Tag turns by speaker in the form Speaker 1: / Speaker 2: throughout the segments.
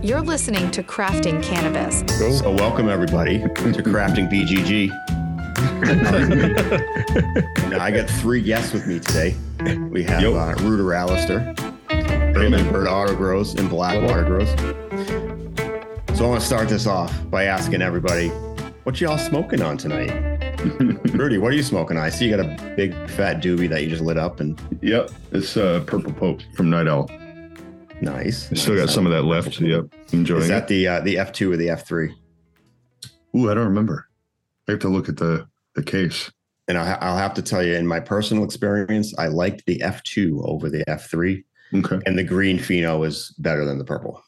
Speaker 1: You're listening to Crafting Cannabis.
Speaker 2: So, welcome everybody to Crafting BGG. now, I got three guests with me today. We have
Speaker 3: Yo.
Speaker 2: uh, Rooter Alistair, Urban Bird Auto Grows, and Black Auto Grows. So, I want to start this off by asking everybody, what y'all smoking on tonight? Rudy, what are you smoking on? I see you got a big fat doobie that you just lit up, and
Speaker 3: Yep, it's uh, Purple Pope from Night Owl.
Speaker 2: nice.
Speaker 3: I still got some of that left. Yep, enjoying
Speaker 2: Is that
Speaker 3: it.
Speaker 2: the uh, the F two or the F three?
Speaker 3: Ooh, I don't remember. I have to look at the the case.
Speaker 2: And I'll, ha- I'll have to tell you, in my personal experience, I liked the F two over the F three.
Speaker 3: Okay,
Speaker 2: and the green pheno is better than the purple.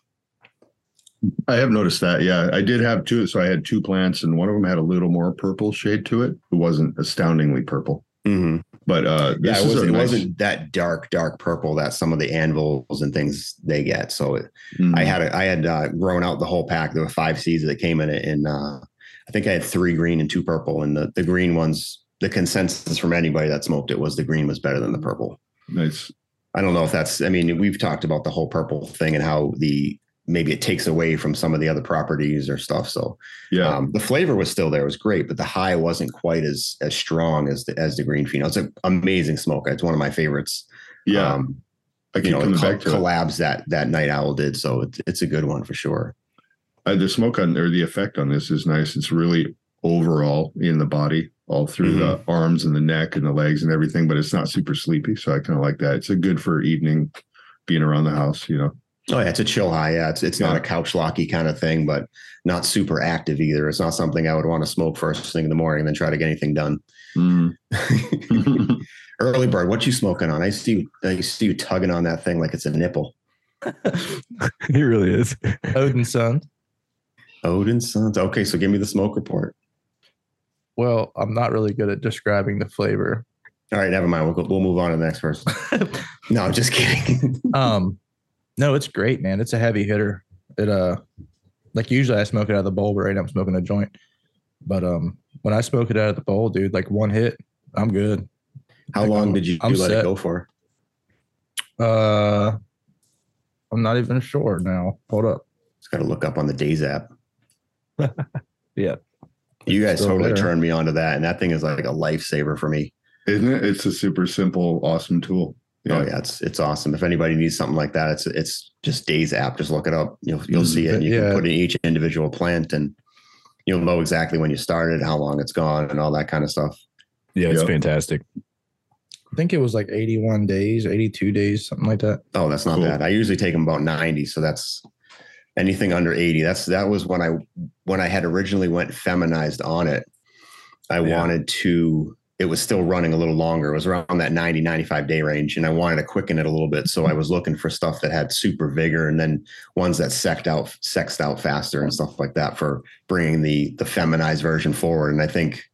Speaker 3: I have noticed that. Yeah, I did have two. So I had two plants, and one of them had a little more purple shade to it. It wasn't astoundingly purple,
Speaker 2: Mm-hmm.
Speaker 3: but uh,
Speaker 2: Yeah,
Speaker 3: this
Speaker 2: it,
Speaker 3: is
Speaker 2: was,
Speaker 3: a
Speaker 2: it
Speaker 3: nice-
Speaker 2: wasn't that dark, dark purple that some of the anvils and things they get. So it,
Speaker 3: Mm.
Speaker 2: I had a, I had uh, grown out the whole pack. There were five seeds that came in it, and uh, I think I had three green and two purple. And the the green ones, the consensus from anybody that smoked it was the green was better than the purple.
Speaker 3: mm, nice.
Speaker 2: I don't know if that's. I mean, we've talked about the whole purple thing and how the maybe it takes away from some of the other properties or stuff. So
Speaker 3: Yeah,
Speaker 2: Um, the flavor was still there; it was great, but the high wasn't quite as as strong as the as the green pheno. It's an amazing smoke. It's one of my favorites.
Speaker 3: yeah.
Speaker 2: um,
Speaker 3: I
Speaker 2: you
Speaker 3: keep
Speaker 2: know,
Speaker 3: coming
Speaker 2: the col-
Speaker 3: back to it.
Speaker 2: collabs that that Night Owl did, so it's it's a good one for sure.
Speaker 3: uh, the smoke on or the effect on this is nice. It's really overall in the body, all through the
Speaker 2: Mm-hmm.
Speaker 3: arms and the neck and the legs and everything, but it's not super sleepy. So I kind of like that. It's a good for evening, being around the house, you know.
Speaker 2: Oh yeah, it's a chill high. Yeah, it's it's not a
Speaker 3: Yeah.
Speaker 2: couch locky kind of thing, but not super active either. It's not something I would want to smoke first thing in the morning and then try to get anything done. Mm. Early bird, what you smoking on? I see you, I see you tugging on that thing like it's a nipple.
Speaker 4: he really is.
Speaker 5: Odin Son.
Speaker 2: Odin Sons. Okay, so give me the smoke report.
Speaker 5: Well, I'm not really good at describing the flavor.
Speaker 2: All right, never mind. We'll go, we'll move on to the next person. No, I'm just kidding.
Speaker 5: um, no, it's great, man. It's a heavy hitter. It uh, like usually I smoke it out of the bowl, but right now I'm smoking a joint. But um, when I smoke it out of the bowl, dude, like one hit, I'm good.
Speaker 2: How
Speaker 5: Like,
Speaker 2: long
Speaker 5: I'm-
Speaker 2: did you
Speaker 5: I'm
Speaker 2: do let it
Speaker 5: set.
Speaker 2: go for?
Speaker 5: Uh, I'm not even sure now. Hold up.
Speaker 2: Just got to look up on the Days app.
Speaker 5: Yeah.
Speaker 2: You guys
Speaker 5: Still
Speaker 2: totally
Speaker 5: there.
Speaker 2: turned me on to that, and that thing is like a lifesaver for me.
Speaker 3: Isn't it? It's a super simple, awesome tool.
Speaker 2: Oh yeah, it's it's awesome. If anybody needs something like that, it's it's just Days app. Just look it up. You'll you'll see it. And you
Speaker 5: Mm, Yeah.
Speaker 2: can put in each individual plant, and you'll know exactly when you started, how long it's gone, and all that kind of stuff.
Speaker 4: Yeah, it's
Speaker 3: Yep.
Speaker 4: fantastic.
Speaker 5: I think it was like 81 days, 82 days, something like that.
Speaker 2: Oh, that's not
Speaker 3: Cool.
Speaker 2: bad. I usually take them about 90, so that's anything under 80. That's that was when I when I had originally went feminized on it. I
Speaker 4: Yeah.
Speaker 2: wanted to it was still running a little longer. It was around that 90 95 day range and I wanted to quicken it a little bit, so I was looking for stuff that had super vigor and then ones that sexed out sexed out faster and stuff like that for bringing the the feminized version forward and I think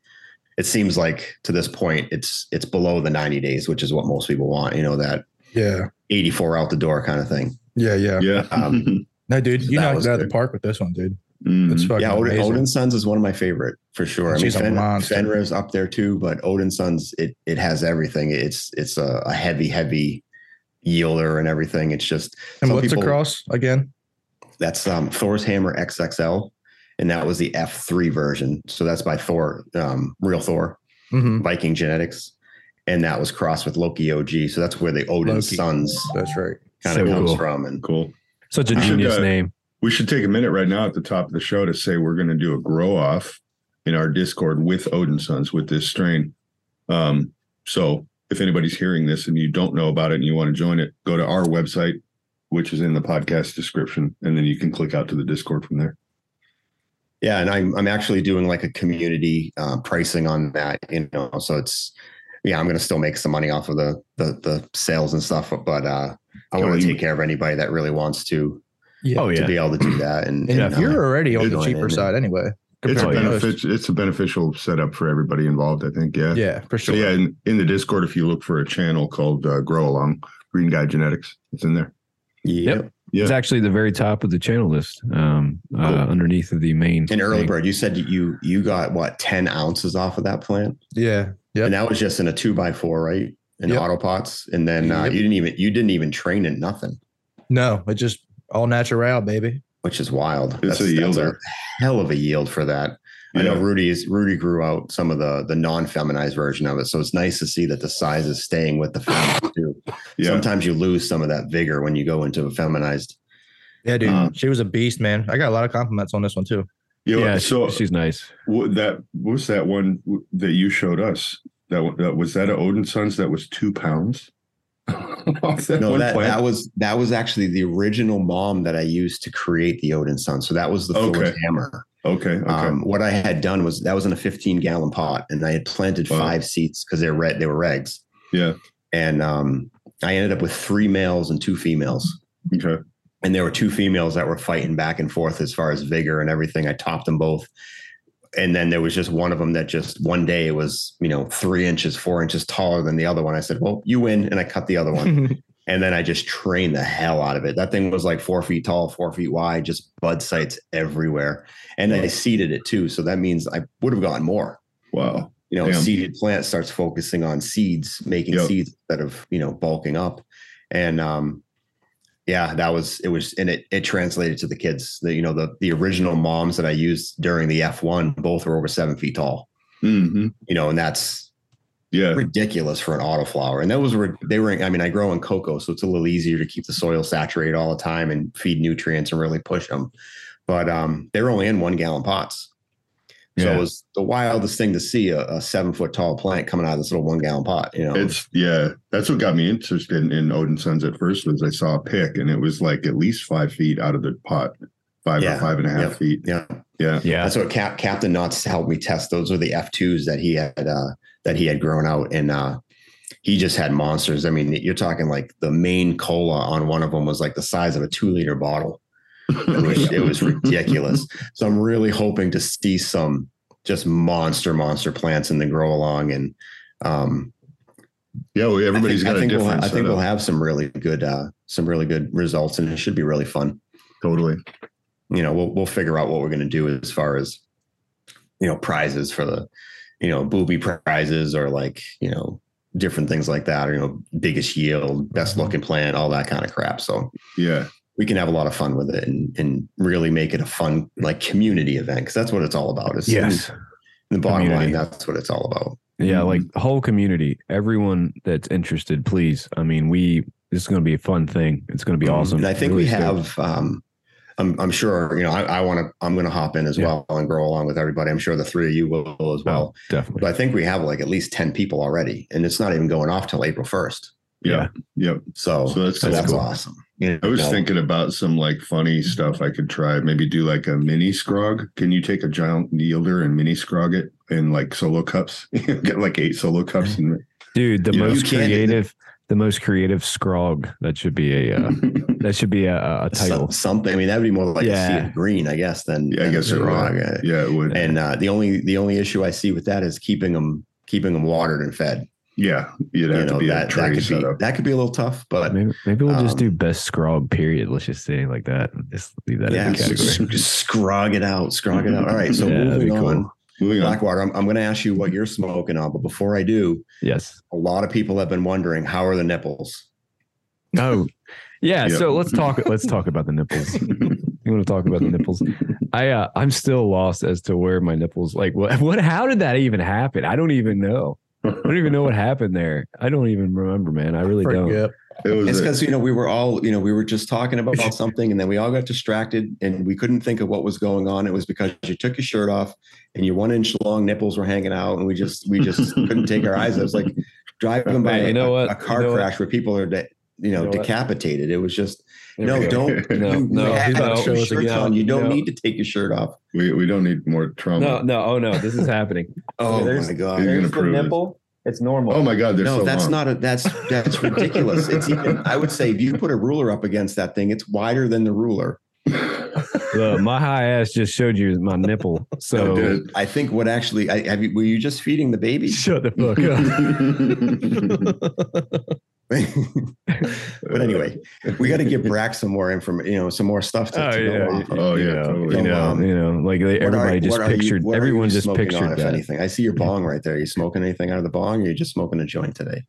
Speaker 2: it seems like to this point it's it's below the 90 days, which is what most people want, you know, that
Speaker 5: Yeah.
Speaker 2: 84 out the door kind of thing.
Speaker 5: Yeah. Yeah.
Speaker 3: Yeah.
Speaker 2: Um,
Speaker 5: No, dude,
Speaker 2: So
Speaker 5: you
Speaker 2: that
Speaker 5: knocked
Speaker 2: was
Speaker 5: it out of
Speaker 2: good. Mm-hmm.
Speaker 5: the park with this one, dude.
Speaker 3: Mhm.
Speaker 5: It's fucking
Speaker 2: yeah, Odin,
Speaker 5: amazing.
Speaker 2: Odin Sons is one of my favorite for sure. I
Speaker 5: She's a
Speaker 2: mean, Fen-
Speaker 5: monster.
Speaker 2: Fenrir's up there too, but Odin Sons it it has everything. It's it's a, a heavy heavy yielder and everything. It's just
Speaker 5: And
Speaker 2: Some
Speaker 5: what's
Speaker 2: people-
Speaker 5: across again?
Speaker 2: that's um, Thor's Hammer XXL, and that was the F3 version. So that's by Thor, um, real Thor,
Speaker 5: Mm-hmm.
Speaker 2: Viking Genetics, and that was crossed with Loki OG. So that's where the Odin
Speaker 5: Loki.
Speaker 2: Sons
Speaker 5: That's right.
Speaker 2: kind of
Speaker 4: So
Speaker 2: comes
Speaker 4: cool.
Speaker 2: from. And
Speaker 3: cool.
Speaker 4: Such a
Speaker 3: You should,
Speaker 4: genius
Speaker 3: uh,
Speaker 4: name.
Speaker 3: We should take a minute right now at the top of the show to say we're going to do a grow off in our Discord with Odin Sons with this strain. Um, so if anybody's hearing this and you don't know about it and you want to join it, go to our website, which is in the podcast description, and then you can click out to the Discord from there.
Speaker 2: Yeah, and I'm I'm actually doing like a community uh, pricing on that, you know. So it's yeah, I'm gonna still make some money off of the the, the sales and stuff, but uh, I
Speaker 3: Oh,
Speaker 2: want to
Speaker 3: you-
Speaker 2: take care of anybody that really wants to
Speaker 5: Yeah.
Speaker 4: Oh
Speaker 2: to
Speaker 4: yeah.
Speaker 2: be able to do that. And,
Speaker 5: And
Speaker 2: and, uh,
Speaker 5: you're already on
Speaker 2: good
Speaker 5: the
Speaker 2: one,
Speaker 5: cheaper
Speaker 2: isn't it?
Speaker 5: side anyway.
Speaker 3: It's a,
Speaker 5: compared to most.
Speaker 3: benefit, it's a beneficial setup for everybody involved, I think. Yeah.
Speaker 5: Yeah, for
Speaker 3: So
Speaker 5: sure.
Speaker 3: yeah, in, in the Discord, if you look for a channel called uh, Grow Along Green Guy Genetics, it's in there.
Speaker 2: yeah.
Speaker 4: Yep.
Speaker 3: Yeah.
Speaker 4: It's actually the very top of the channel list, um, uh,
Speaker 2: Cool.
Speaker 4: underneath of the main.
Speaker 2: And Oh. early
Speaker 4: thing.
Speaker 2: bird, you said you you got what ten ounces off of that plant,
Speaker 5: Yeah.
Speaker 2: and that was just in a two by four, right? and
Speaker 5: Yep.
Speaker 2: auto pots, and then uh,
Speaker 5: Yep.
Speaker 2: you didn't even you didn't even train it nothing,
Speaker 5: No, it just all natural, baby.
Speaker 2: which is wild.
Speaker 3: It's a
Speaker 2: that's
Speaker 3: yielder.
Speaker 2: hell of a yield for that. I know
Speaker 3: Yeah.
Speaker 2: Rudy is Rudy grew out some of the the non feminized version of it, so it's nice to see that the size is staying with the feminine too.
Speaker 3: Yeah.
Speaker 2: Sometimes you lose some of that vigor when you go into a feminized.
Speaker 5: Yeah, dude.
Speaker 3: Uh,
Speaker 5: she was a beast, man. I got a lot of compliments on this one too.
Speaker 3: You know,
Speaker 4: yeah,
Speaker 3: so
Speaker 4: so she's nice.
Speaker 3: what that what was that one w- that you showed us? That, one- that was that an Odin Sons that was two pounds. Off that
Speaker 2: No,
Speaker 3: one
Speaker 2: that,
Speaker 3: plant?
Speaker 2: that was that was actually the original mom that I used to create the Odin Sun. So that was the Thor's
Speaker 3: Okay.
Speaker 2: hammer.
Speaker 3: okay. Okay.
Speaker 2: Um, what I had done was that was in a 15 gallon pot, and I had planted
Speaker 3: Wow.
Speaker 2: five seeds because they're red. They were eggs.
Speaker 3: Yeah.
Speaker 2: And um, I ended up with three males and two females.
Speaker 3: okay.
Speaker 2: and there were two females that were fighting back and forth as far as vigor and everything. I topped them both. And then there was just one of them that just one day was, you know, three inches, four inches taller than the other one. I said, Well, you win. And I cut the other one. and then I just trained the hell out of it. That thing was like four feet tall, four feet wide, just bud sites everywhere. And I seeded it too. So that means I would have gotten more.
Speaker 3: Wow.
Speaker 2: You know, a
Speaker 3: Damn.
Speaker 2: seeded plant starts focusing on seeds, making
Speaker 3: Yep.
Speaker 2: seeds instead of, you know, bulking up. And um yeah, that was it was and it it translated to the kids. The, you know, the the original moms that I used during the F1, both were over seven feet tall.
Speaker 3: hmm
Speaker 2: You know, and that's
Speaker 3: Yeah.
Speaker 2: ridiculous for an auto flower. And that was where they were. I mean, I grow in cocoa, so it's a little easier to keep the soil saturated all the time and feed nutrients and really push them. But um, they were only in one gallon pots. So
Speaker 4: Yeah.
Speaker 2: it was the wildest thing to see a, a seven foot tall plant coming out of this little one gallon pot. You know,
Speaker 3: It's yeah. That's what got me interested in, in Odin Sons at first was I saw a pick and it was like at least five feet out of the pot, five
Speaker 2: Yeah.
Speaker 3: or five and a half
Speaker 2: Yep.
Speaker 3: feet.
Speaker 2: yeah.
Speaker 3: Yeah.
Speaker 4: Yeah.
Speaker 2: That's what Cap, Captain Knots helped me test. Those were the F2s that he had uh, that he had grown out and uh, he just had monsters. I mean, you're talking like the main cola on one of them was like the size of a two liter bottle. It was, it was ridiculous. So I'm really hoping to see some just monster, monster plants in the grow along. And um,
Speaker 3: Yeah, well,
Speaker 2: I
Speaker 3: everybody's
Speaker 2: think,
Speaker 3: got
Speaker 2: I think,
Speaker 3: a
Speaker 2: we'll,
Speaker 3: different.
Speaker 2: ha- I think we'll
Speaker 3: setup.
Speaker 2: have some really good, uh, some really good results, and it should be really fun.
Speaker 3: totally.
Speaker 2: You know, we'll we'll figure out what we're going to do as far as you know prizes for the you know booby prizes or like you know different things like that, or you know biggest yield, best looking plant, all that kind of crap. So
Speaker 3: Yeah,
Speaker 2: we can have a lot of fun with it and and really make it a fun like community event because that's what it's all about. It's,
Speaker 4: Yes.
Speaker 2: The bottom line,
Speaker 4: Community.
Speaker 2: that's what it's all about.
Speaker 4: Yeah, like the whole community, everyone that's interested, please. I mean, we this is going to be a fun thing. It's going to be awesome.
Speaker 2: Mm-hmm. And I think
Speaker 4: Really
Speaker 2: we
Speaker 4: stoked.
Speaker 2: have. Um, I'm, I'm sure you know. I, I want to. I'm going to hop in as
Speaker 4: Yeah.
Speaker 2: well and grow along with everybody. I'm sure the three of you will as well.
Speaker 4: Oh, definitely.
Speaker 2: But I think we have like at least ten people already, and it's not even going off till April first.
Speaker 3: yeah, yep.
Speaker 2: So,
Speaker 3: So that's-
Speaker 2: so
Speaker 3: that's
Speaker 2: that's
Speaker 3: cool.
Speaker 2: awesome. You
Speaker 3: I was
Speaker 2: know,
Speaker 3: thinking about some like funny stuff I could try. Maybe do like a mini scrog. Can you take a giant yielder and mini scrog it in like solo cups? Get like eight solo cups and
Speaker 4: Dude, the
Speaker 3: You know, you
Speaker 4: most
Speaker 2: can't-
Speaker 4: creative, the most creative scrog. That should be a uh, that should be a, a, a
Speaker 2: some-
Speaker 4: title.
Speaker 2: something. I mean, that'd be more like a sea
Speaker 4: Yeah.
Speaker 2: of green, I guess. Than
Speaker 3: yeah, I
Speaker 2: than
Speaker 3: guess it
Speaker 2: Ciroc.
Speaker 3: would. Yeah, it would.
Speaker 2: And uh, the only the only issue I see with that is keeping them keeping them watered and fed.
Speaker 3: Yeah, you'd have
Speaker 2: you know
Speaker 3: to be
Speaker 2: that
Speaker 3: a
Speaker 2: that
Speaker 3: tray
Speaker 2: could be
Speaker 3: setup.
Speaker 2: that could be a little tough, but
Speaker 4: Maybe, maybe we'll just
Speaker 2: um,
Speaker 4: do best scrog. Period. Let's just say like that. Just leave that
Speaker 2: yeah,
Speaker 4: in the
Speaker 2: just,
Speaker 4: category.
Speaker 2: just scrog it out, scrog it out. All right, so
Speaker 4: Yeah, that'd
Speaker 2: moving
Speaker 4: be cool.
Speaker 2: on,
Speaker 3: Moving on.
Speaker 2: Blackwater. I'm, I'm going to ask you what you're smoking on, but before I do,
Speaker 4: Yes.
Speaker 2: a lot of people have been wondering how are the nipples.
Speaker 4: Oh, yeah.
Speaker 3: Yeah.
Speaker 4: So let's talk. Let's talk about the nipples. you want to talk about the nipples? I uh, I'm still lost as to where my nipples. Like what? What? How did that even happen? I don't even know. I don't even know what happened there. I don't even remember, man. I really
Speaker 5: Pretty
Speaker 4: don't.
Speaker 5: good.
Speaker 3: It
Speaker 2: It's
Speaker 3: was a-
Speaker 2: because you know we were all you know we were just talking about something, and then we all got distracted, and we couldn't think of what was going on. It was because you took your shirt off, and your one inch long nipples were hanging out, and we just we just couldn't take our eyes. It was like driving by
Speaker 4: Hey, you
Speaker 2: a,
Speaker 4: know what?
Speaker 2: a car
Speaker 4: You know what?
Speaker 2: crash where people are de- you know,
Speaker 4: You know what?
Speaker 2: decapitated. It was just
Speaker 4: There
Speaker 2: no,
Speaker 4: we go.
Speaker 2: don't
Speaker 3: No,
Speaker 2: you,
Speaker 4: no,
Speaker 2: you
Speaker 4: he's
Speaker 2: have
Speaker 4: about to
Speaker 2: your
Speaker 4: show us
Speaker 2: shirts
Speaker 4: again.
Speaker 2: on. You don't
Speaker 4: No.
Speaker 2: need to take your shirt off.
Speaker 3: we we don't need more trauma.
Speaker 4: No, no, oh no, this is happening.
Speaker 2: Oh
Speaker 4: There's-
Speaker 2: my god.
Speaker 3: He's gonna prove it.
Speaker 4: It's normal.
Speaker 3: Oh my God, they're
Speaker 2: no,
Speaker 3: so
Speaker 2: that's
Speaker 3: long.
Speaker 2: not a that's that's ridiculous. It's even I would say if you put a ruler up against that thing, it's wider than the ruler.
Speaker 4: Look, my high ass just showed you my nipple.
Speaker 3: No,
Speaker 4: So
Speaker 3: dude.
Speaker 2: I think what actually I have you were you just feeding the baby?
Speaker 4: shut the fuck up.
Speaker 2: but anyway, we gotta give Brack some more information, you know, some more stuff to,
Speaker 4: Oh,
Speaker 2: to go
Speaker 4: yeah.
Speaker 2: off of.
Speaker 3: Oh
Speaker 4: you
Speaker 3: yeah,
Speaker 4: know,
Speaker 3: totally.
Speaker 4: you know,
Speaker 2: Um,
Speaker 4: you know, like they,
Speaker 2: What are-
Speaker 4: everybody just
Speaker 2: what are you-
Speaker 4: pictured.
Speaker 2: what are you
Speaker 4: everyone just
Speaker 2: smoking on,
Speaker 4: pictured
Speaker 2: if
Speaker 4: that.
Speaker 2: anything. I see your bong right there. You smoking anything out of the bong or you just smoking a joint today?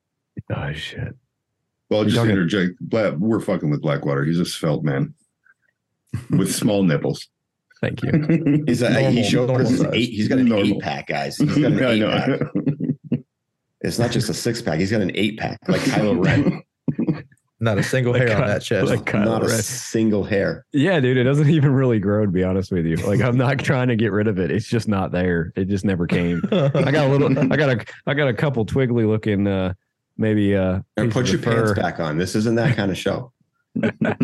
Speaker 4: Oh shit.
Speaker 3: Well,
Speaker 4: You're
Speaker 3: just
Speaker 4: talking-
Speaker 3: interject. Black, we're fucking with Blackwater. He's a svelte man with small nipples.
Speaker 4: Thank you.
Speaker 2: He's a,
Speaker 5: Normal-
Speaker 2: he showed
Speaker 5: normal
Speaker 2: us an
Speaker 5: size.
Speaker 2: eight. He's got an
Speaker 3: Normal.
Speaker 2: eight pack, guys. He's got an
Speaker 3: I
Speaker 2: eight
Speaker 3: know.
Speaker 2: pack. It's not just a six pack. He's got an eight pack, like Kylo Ren.
Speaker 5: Not a single hair
Speaker 4: Like,
Speaker 5: on that chest.
Speaker 4: like Kylo
Speaker 2: not a
Speaker 4: Ren.
Speaker 2: single hair.
Speaker 4: Yeah, dude, it doesn't even really grow to be honest with you. Like I'm not trying to get rid of it. It's just not there. It just never came. I got a little I got a I got a couple twiggly looking uh maybe uh
Speaker 2: And
Speaker 4: pieces
Speaker 2: put
Speaker 4: of
Speaker 2: your pants
Speaker 4: fur.
Speaker 2: back on. This isn't that kind of show. He's-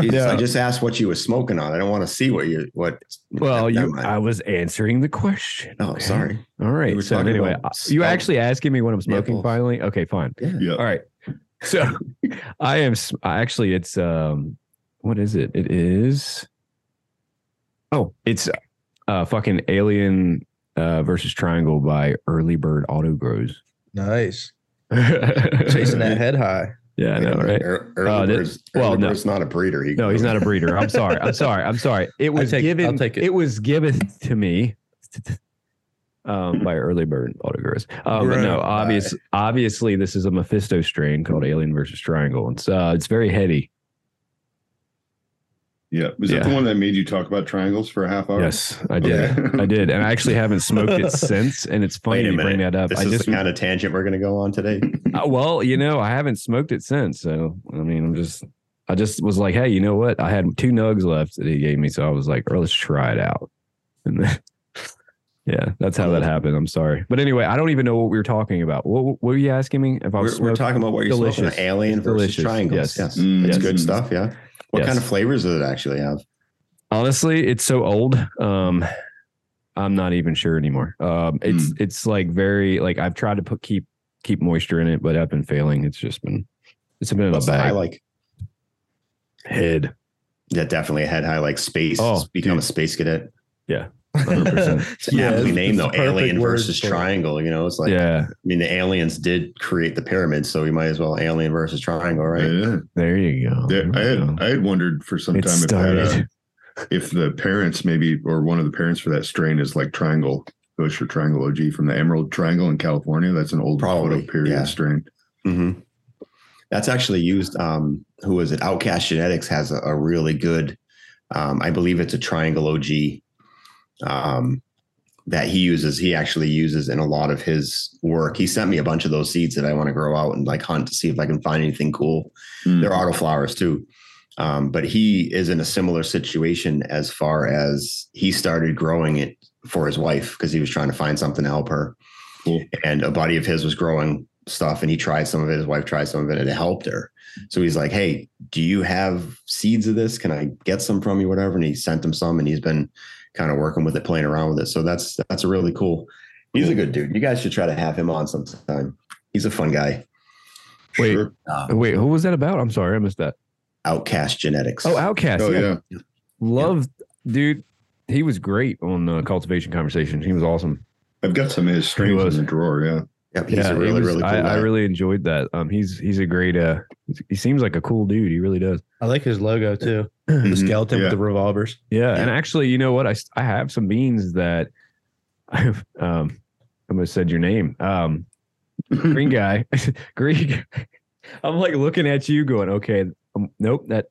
Speaker 4: Yeah.
Speaker 2: I just asked what you were smoking on. I don't want to see what you what.
Speaker 4: Well,
Speaker 2: Never
Speaker 4: you
Speaker 2: mind.
Speaker 4: I was answering the question.
Speaker 2: Oh,
Speaker 4: man.
Speaker 2: sorry.
Speaker 4: All right.
Speaker 2: were
Speaker 4: so
Speaker 2: talking
Speaker 4: anyway,
Speaker 2: about
Speaker 4: I- you
Speaker 2: stealth
Speaker 4: actually asking me when I'm smoking
Speaker 2: nipples.
Speaker 4: finally? Okay, fine.
Speaker 2: Yeah.
Speaker 3: yeah.
Speaker 4: All right. So I am s- I actually it's um what is it? It is Oh, it's uh fucking Alien uh versus Triangle by Early Bird Auto Grows.
Speaker 5: nice. Chasing
Speaker 4: Chasing
Speaker 5: that head high.
Speaker 4: Yeah, I know, right?
Speaker 2: Er-
Speaker 4: Oh,
Speaker 2: Early
Speaker 4: that-
Speaker 2: Bird's-
Speaker 4: well,
Speaker 2: Early
Speaker 4: no.
Speaker 2: Bird's not a breeder. He
Speaker 4: No, he's not a breeder. I'm sorry. I'm sorry. I'm sorry. It was
Speaker 5: take- I'll
Speaker 4: given
Speaker 5: take it.
Speaker 4: it. was given to me um by early bird autogrowers. Um but no,
Speaker 5: Right.
Speaker 4: obvious obviously this is a Mephisto strain called Alien versus Triangle. It's uh it's very heady.
Speaker 3: Yeah. Was
Speaker 4: Yeah.
Speaker 3: that the one that made you talk about triangles for a half hour?
Speaker 4: Yes, I did.
Speaker 3: Okay.
Speaker 4: I did. And I actually haven't smoked it since. And it's funny
Speaker 2: Wait a
Speaker 4: you bring
Speaker 2: minute.
Speaker 4: that up.
Speaker 2: This
Speaker 4: I
Speaker 2: is
Speaker 4: just
Speaker 2: the kind of tangent we're going to go on today.
Speaker 4: Uh, well, you know, I haven't smoked it since. So I mean, I'm just, I just was like, hey, you know what? I had two nugs left that he gave me, so I was like, oh, let's try it out. And then, yeah, that's how that happened. I'm sorry, but anyway, I don't even know what we were talking about. What, what were you asking me? If I was
Speaker 2: We're, we're
Speaker 4: smoking-
Speaker 2: talking about what you're smoking.
Speaker 4: Delicious.
Speaker 2: on, Alien
Speaker 4: It's
Speaker 2: versus
Speaker 4: delicious.
Speaker 2: triangles.
Speaker 4: Yes.
Speaker 2: Yes,
Speaker 3: Mm,
Speaker 2: it's
Speaker 3: yes.
Speaker 2: good stuff. Yeah. What
Speaker 4: Yes.
Speaker 2: kind of flavors does it actually have?
Speaker 4: honestly, it's so old. Um, I'm not even sure anymore. Um, it's it's like very like I've tried to put keep keep moisture in it, but I've been failing. It's just been it's been in a
Speaker 2: What's the high
Speaker 4: bag
Speaker 2: like?
Speaker 4: head.
Speaker 2: Yeah, definitely a head high like space.
Speaker 4: Oh,
Speaker 2: become
Speaker 4: dude.
Speaker 2: a space cadet.
Speaker 4: 100%.
Speaker 2: It's an aptly named though. Alien versus
Speaker 5: trying.
Speaker 2: triangle. You know, it's like
Speaker 4: yeah,
Speaker 2: I mean the aliens did create the pyramids, so we might as well alien versus triangle, right?
Speaker 3: Yeah.
Speaker 4: There you go.
Speaker 3: There, I
Speaker 4: There you
Speaker 3: had
Speaker 4: go.
Speaker 3: I had wondered for some
Speaker 4: it
Speaker 3: time if, that, uh,
Speaker 4: started.
Speaker 3: if the parents maybe or one of the parents for that strain is like triangle Bush or triangle OG from the Emerald Triangle in California. That's an old
Speaker 2: Probably,
Speaker 3: photo period
Speaker 2: yeah.
Speaker 3: strain.
Speaker 2: Mm-hmm. That's actually used. Um, who is it? Outcast Genetics has a, a really good, um, I believe it's a triangle OG um, that he uses. He actually uses in a lot of his work. He sent me a bunch of those seeds that I want to grow out and like hunt to see if I can find anything cool.
Speaker 3: Mm.
Speaker 2: They're auto flowers too. Um, but he is in a similar situation as far as he started growing it for his wife because he was trying to find something to help her.
Speaker 3: Cool.
Speaker 2: And a buddy of his was growing stuff and he tried some of it. His wife tried some of it and it helped her. So he's like, Hey, do you have seeds of this? Can I get some from you? Whatever. And he sent him some and he's been kind of working with it, playing around with it. So that's that's a really cool. He's a good dude. You guys should try to have him on sometime. He's a fun guy.
Speaker 4: Wait,
Speaker 3: Sure.
Speaker 2: Uh,
Speaker 4: wait, who was that about? I'm sorry, I missed that.
Speaker 2: Outcast Genetics.
Speaker 4: Oh, Outcast.
Speaker 3: Oh
Speaker 4: yeah.
Speaker 3: yeah.
Speaker 4: Love, dude. He was great on uh, Cultivation Conversation. He was awesome.
Speaker 3: I've got some of his strains
Speaker 4: was.
Speaker 3: in the drawer. Yeah.
Speaker 2: Yep, he's
Speaker 4: yeah,
Speaker 2: a
Speaker 4: he
Speaker 2: really,
Speaker 4: was-
Speaker 2: really cool
Speaker 4: I, I
Speaker 2: guy.
Speaker 4: really enjoyed that. Um, he's he's a great. Uh, he seems like a cool dude. He really does.
Speaker 5: I like his logo too. The
Speaker 2: Mhm.
Speaker 5: skeleton
Speaker 3: Yeah.
Speaker 5: with the revolvers.
Speaker 4: Yeah,
Speaker 2: Yeah.
Speaker 4: and actually, you know what? I s- I have some beans that I've um almost said your name. Um, green guy, green. guy. I'm like looking at you, going, okay, um, nope, that.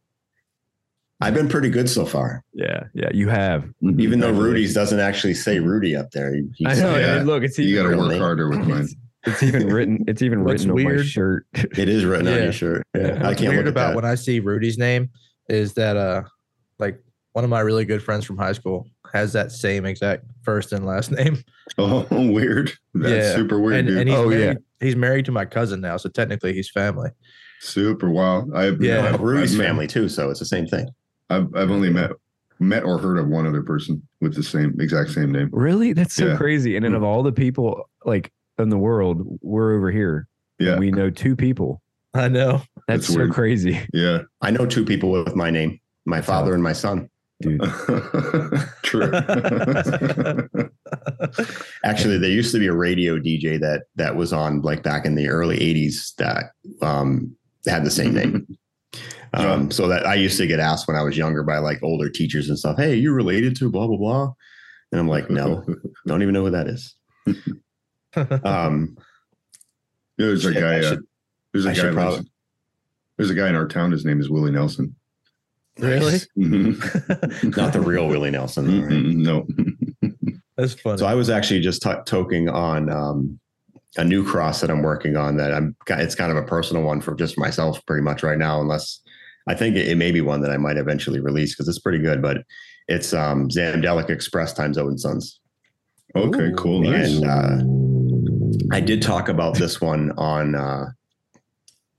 Speaker 2: I've been pretty good so far.
Speaker 4: Yeah, yeah, you have.
Speaker 2: Even though
Speaker 4: Congratulations.
Speaker 2: Rudy's doesn't actually say Rudy up there. He- he
Speaker 4: I know.
Speaker 2: said-
Speaker 3: Yeah.
Speaker 4: and look, it's
Speaker 3: you got
Speaker 4: even
Speaker 3: to
Speaker 2: Real
Speaker 3: work
Speaker 2: name.
Speaker 3: harder with mine.
Speaker 4: It's even written. It's even
Speaker 5: What's
Speaker 4: written on my
Speaker 5: weird-
Speaker 4: shirt.
Speaker 2: It is written on
Speaker 5: Yeah.
Speaker 2: your shirt.
Speaker 4: Yeah.
Speaker 2: I
Speaker 5: What's
Speaker 2: can't
Speaker 5: weird
Speaker 2: look
Speaker 5: about
Speaker 2: about
Speaker 5: when I see Rudy's name is that uh like one of my really good friends from high school has that same exact first and last name.
Speaker 3: Oh, weird. That's
Speaker 5: Yeah.
Speaker 3: super weird,
Speaker 5: And,
Speaker 3: dude.
Speaker 5: and he's
Speaker 4: Oh, yeah.
Speaker 5: married, he's married to my cousin now, so technically he's family.
Speaker 3: super wild. I
Speaker 5: Yeah.
Speaker 3: I've-
Speaker 2: Rudy's
Speaker 3: I've met-
Speaker 2: family too, so it's the same thing.
Speaker 3: I've I've only met met or heard of one other person with the same exact same name.
Speaker 4: Really, that's so
Speaker 3: Yeah. Mm.
Speaker 4: crazy. And then of all the people like in the world, we're over here.
Speaker 3: Yeah.
Speaker 4: we know two people.
Speaker 5: I know.
Speaker 4: That's,
Speaker 3: That's
Speaker 4: so
Speaker 3: weird.
Speaker 4: crazy,
Speaker 3: Yeah.
Speaker 2: I know two people with my name, my father and my son.
Speaker 4: dude.
Speaker 3: True.
Speaker 2: Actually, there used to be a radio DJ that that was on like back in the early '80s that um, had the same name. Um, so that I used to get asked when I was younger by like older teachers and stuff. Hey, you related to blah blah blah? And I'm like, no, don't even know who that is. Um,
Speaker 3: There's a
Speaker 2: shit,
Speaker 3: guy.
Speaker 2: I
Speaker 3: uh,
Speaker 2: should-
Speaker 3: There's a
Speaker 2: I
Speaker 3: guy.
Speaker 2: should
Speaker 3: lives-
Speaker 2: probably-
Speaker 3: there's a guy in our town. His name is Willie Nelson.
Speaker 5: Really?
Speaker 3: Mhm.
Speaker 2: Not the real Willie Nelson. Though, right?
Speaker 3: Mm-mm, Mm-hmm, No.
Speaker 5: That's funny.
Speaker 2: So I was actually just to toking on um, a new cross that I'm working on that I'm. ki- It's kind of a personal one for just myself, pretty much right now. Unless I think it, it may be one that I might eventually release because it's pretty good. But it's um, Zandelic Express times Owen Sons.
Speaker 3: Okay. Cool. Nice.
Speaker 2: And uh, I did talk about this one on uh,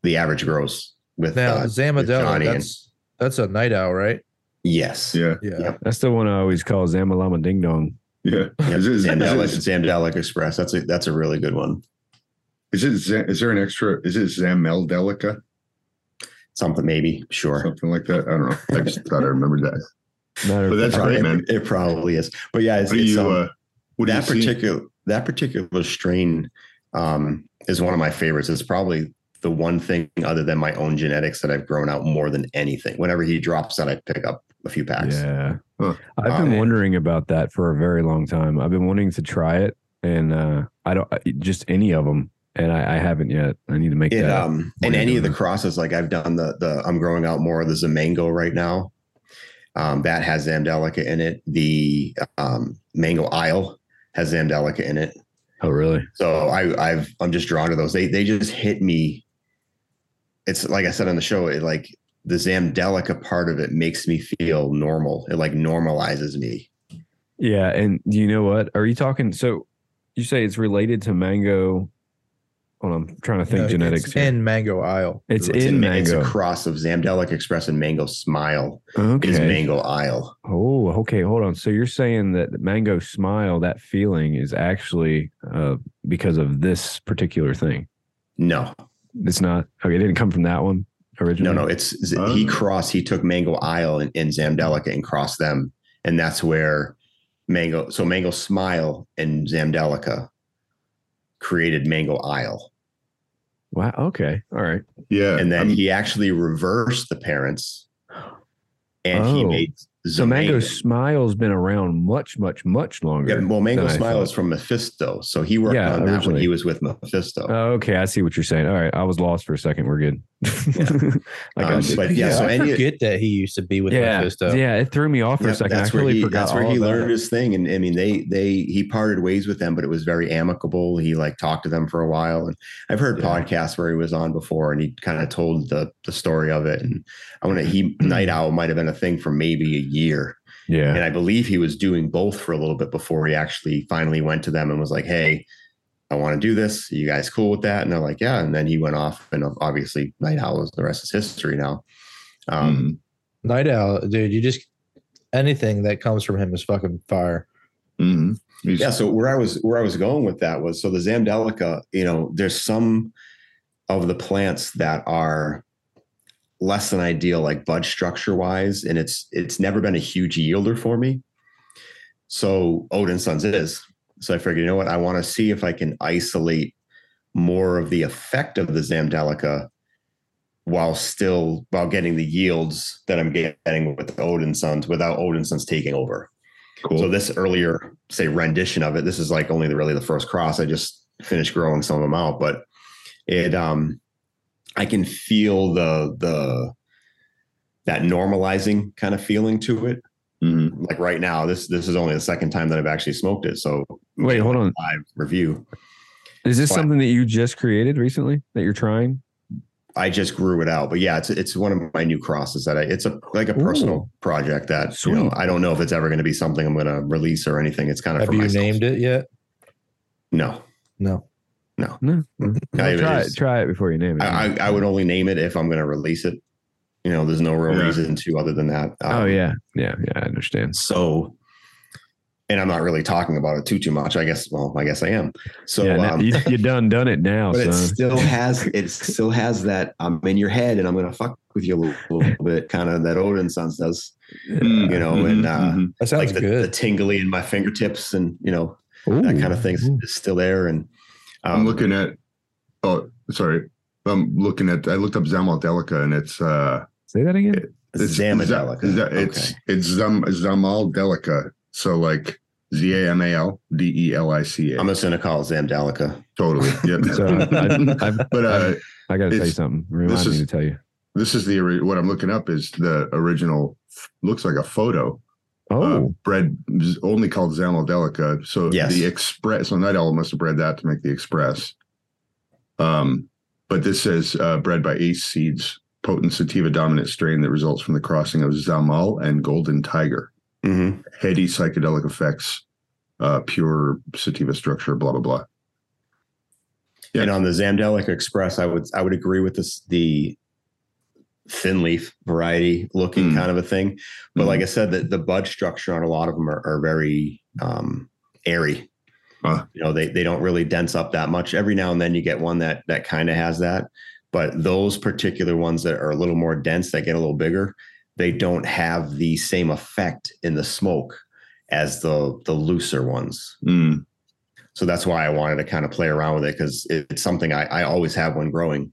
Speaker 2: the average gross with
Speaker 5: now
Speaker 2: uh, with
Speaker 5: Zamadella,
Speaker 2: Johnny and-
Speaker 5: that's that's a night owl, right?
Speaker 2: yes,
Speaker 3: Yeah.
Speaker 5: Yeah.
Speaker 2: Yep.
Speaker 4: That's the one I always call Zamalama Ding Dong.
Speaker 3: Yeah.
Speaker 2: Yep.
Speaker 3: Is, it, is, it-
Speaker 2: Zandelic, Zandelic Express. That's a that's a really good one.
Speaker 3: is it Zam- is there an extra? Is it Zameldelica?
Speaker 2: Something maybe sure.
Speaker 3: Something like that. I don't know. I just thought I remembered that.
Speaker 4: Matter
Speaker 3: But
Speaker 4: of
Speaker 3: that's
Speaker 4: fact,
Speaker 3: great,
Speaker 2: It-
Speaker 3: man.
Speaker 2: It probably is. But yeah, it's,
Speaker 3: What do
Speaker 2: it's,
Speaker 3: you?
Speaker 2: um,
Speaker 3: uh, what do
Speaker 2: that
Speaker 3: you see?
Speaker 2: particular that particular strain um, is one of my favorites. It's probably the one thing other than my own genetics that I've grown out more than anything. Whenever he drops that, I pick up a few packs.
Speaker 4: Yeah.
Speaker 3: Huh.
Speaker 4: I've
Speaker 2: Oh,
Speaker 4: been
Speaker 2: man.
Speaker 4: wondering about that for a very long time. I've been wanting to try it and uh I don't I- just any of them and I, I haven't yet. I need to make
Speaker 2: It
Speaker 4: that.
Speaker 2: um
Speaker 4: What
Speaker 2: and
Speaker 4: are you
Speaker 2: any of the
Speaker 4: doing?
Speaker 2: crosses like I've done the the I'm growing out more of the Zamango right now. Um, that has Zamdelica in it. The um, Mango Isle has Zamdelica in it.
Speaker 4: oh really?
Speaker 2: So I I've I'm just drawn to those. They they just hit me. It's like I said on the show, it like the Zamdelica part of it makes me feel normal. It like normalizes me.
Speaker 4: Yeah, and you know what? Are you talking so you say it's related to mango? Hold on, I'm trying to think
Speaker 5: No,
Speaker 4: genetics.
Speaker 5: it's
Speaker 4: here.
Speaker 5: in Mango Isle.
Speaker 4: It's
Speaker 2: It's,
Speaker 4: in
Speaker 2: a, it's a
Speaker 4: mango.
Speaker 2: cross of Zamdelic Express and Mango Smile is
Speaker 4: okay.
Speaker 2: Mango Isle.
Speaker 4: Oh, okay. Hold on. So you're saying that the mango smile, that feeling, is actually uh, because of this particular thing.
Speaker 2: No,
Speaker 4: It's not. Okay, it didn't come from that one
Speaker 2: no,
Speaker 4: originally.
Speaker 2: no. It's z- he
Speaker 3: Oh.
Speaker 2: crossed. He took Mango Isle and, and Zamdelica and crossed them, and that's where Mango. So Mango Smile and Zamdelica created Mango Isle.
Speaker 4: Wow. Okay. All right.
Speaker 3: Yeah.
Speaker 2: and then
Speaker 3: I'm-
Speaker 2: he actually reversed the parents and he
Speaker 4: Oh.
Speaker 2: made
Speaker 4: So mango
Speaker 2: Zomango.
Speaker 4: smile's been around much, much, much longer.
Speaker 2: Yeah, well, Mango
Speaker 4: than I
Speaker 2: Smile
Speaker 4: thought.
Speaker 2: is from Mephisto, so he worked
Speaker 4: Yeah,
Speaker 2: on that when
Speaker 4: originally.
Speaker 2: he was with Mephisto.
Speaker 4: Oh, okay, I see what you're saying. All right, I was lost for a second. We're good. I
Speaker 2: Um,
Speaker 4: got you.
Speaker 2: but yeah, so
Speaker 5: I
Speaker 2: any
Speaker 5: forget that he used to be with
Speaker 4: yeah,
Speaker 5: Mephisto.
Speaker 4: yeah, it threw me off for
Speaker 2: Yep,
Speaker 4: a second. I
Speaker 2: that's where
Speaker 4: totally
Speaker 2: he
Speaker 4: forgot.
Speaker 2: that's where
Speaker 4: all
Speaker 2: he
Speaker 4: about
Speaker 2: learned
Speaker 4: it.
Speaker 2: his thing, and I mean they they he parted ways with them, but it was very amicable. He like talked to them for a while, and I've heard
Speaker 4: Yeah.
Speaker 2: podcasts where he was on before, and he kind of told the the story of it. And I want to he Night Owl might have been a thing for maybe a year,
Speaker 4: Yeah,
Speaker 2: And I believe he was doing both for a little bit before he actually finally went to them and was like, Hey, I want to do this. Are you guys cool with that? And they're like, Yeah. And then he went off and obviously Night Owl is the rest is history now. Um,
Speaker 3: Mhm.
Speaker 5: Night Owl, dude, you just anything that comes from him is fucking fire.
Speaker 3: Mhm. He's-
Speaker 2: yeah. So where I was where I was going with that was so the Zamdelica, you know, there's some of the plants that are less than ideal, like bud structure wise, and it's it's never been a huge yielder for me. So Odin Sons is. So I figured, you know what, I want to see if I can isolate more of the effect of the Zamdelica while still while getting the yields that I'm getting with Odin Sons without Odin Sons taking over.
Speaker 3: Cool.
Speaker 2: So this earlier, say rendition of it, this is like only the, really the first cross. I just finished growing some of them out, but it um I can feel the the that normalizing kind of feeling to it.
Speaker 3: Mhm.
Speaker 2: Like right now, this this is only the second time that I've actually smoked it. So
Speaker 4: Wait, hold on.
Speaker 2: live review.
Speaker 4: is this
Speaker 2: What?
Speaker 4: something that you just created recently that you're trying?
Speaker 2: I just grew it out, but yeah, it's it's one of my new crosses that I it's a like a personal
Speaker 4: Ooh.
Speaker 2: project that you know
Speaker 4: Sweet.
Speaker 2: I don't know if it's ever going to be something I'm going to release or anything. It's kind of
Speaker 5: Have
Speaker 2: for
Speaker 5: you
Speaker 2: myself.
Speaker 5: named it yet?
Speaker 2: No,
Speaker 5: No.
Speaker 2: no,
Speaker 4: No,
Speaker 2: I-
Speaker 4: No, try
Speaker 2: it's-
Speaker 4: it. Try it before you name it.
Speaker 2: I, I I would only name it if I'm going to release it. You know, there's no real
Speaker 3: Yeah.
Speaker 2: reason to other than that. Um,
Speaker 4: oh yeah, yeah, yeah. I understand.
Speaker 2: So, and I'm not really talking about it too too much. I guess. Well, I guess I am. So,
Speaker 4: yeah, now-
Speaker 2: um,
Speaker 4: you, you done done it now,
Speaker 2: but
Speaker 4: son.
Speaker 2: it still has it still has that I'm in your head and I'm going to fuck with you a little, little bit, kind of that Odin son does.
Speaker 3: Mhm.
Speaker 2: you know,
Speaker 3: Mhm.
Speaker 2: and, uh,
Speaker 3: Mhm.
Speaker 5: That sounds
Speaker 2: like the,
Speaker 5: good.
Speaker 2: the tingly in my fingertips and you know
Speaker 4: Ooh.
Speaker 2: that kind of thing is
Speaker 4: Ooh.
Speaker 2: is still there. And um,
Speaker 3: I'm looking at. Oh, sorry. I'm looking at. I looked up Zamaldelica, and it's uh,
Speaker 4: Say that again.
Speaker 3: it's
Speaker 2: Zamadelica.
Speaker 3: Za- Za- It's it's Zam Zamaldelica. So like Z A M A L D E L I C A.
Speaker 2: I'm just gonna call it Zamdalica.
Speaker 3: Totally. Yep.
Speaker 4: So I, I've,
Speaker 3: but uh,
Speaker 4: I got to tell you
Speaker 3: it's-
Speaker 4: something. Remind
Speaker 3: this
Speaker 4: me
Speaker 3: is-
Speaker 4: to tell you.
Speaker 3: this is the ori- what I'm looking up is the original. Looks like a photo. uh,
Speaker 2: Um,
Speaker 4: Oh,
Speaker 3: bred z- only called Zamaldelica. So
Speaker 2: Yes.
Speaker 3: the express. So Night Owl must have bred that to make the express. Um, but this says uh, bred by Ace Seeds, potent sativa dominant strain that results from the crossing of Zamal and Golden Tiger.
Speaker 2: Mm-hmm.
Speaker 3: Heady psychedelic effects, uh, pure sativa structure. Blah blah blah. Yeah.
Speaker 2: And on the Zamdelica Express, I would I would agree with this the thin leaf variety looking
Speaker 3: Mm.
Speaker 2: kind of a thing. But
Speaker 3: Mhm.
Speaker 2: like I said, the, the bud structure on a lot of them are, are very um, airy.
Speaker 3: Huh.
Speaker 2: You know, they they don't really dense up that much. Every now and then you get one that that kind of has that, but those particular ones that are a little more dense, that get a little bigger, they don't have the same effect in the smoke as the the looser ones.
Speaker 3: Mm,
Speaker 2: So that's why I wanted to kind of play around with it because it's something I, I always have when growing.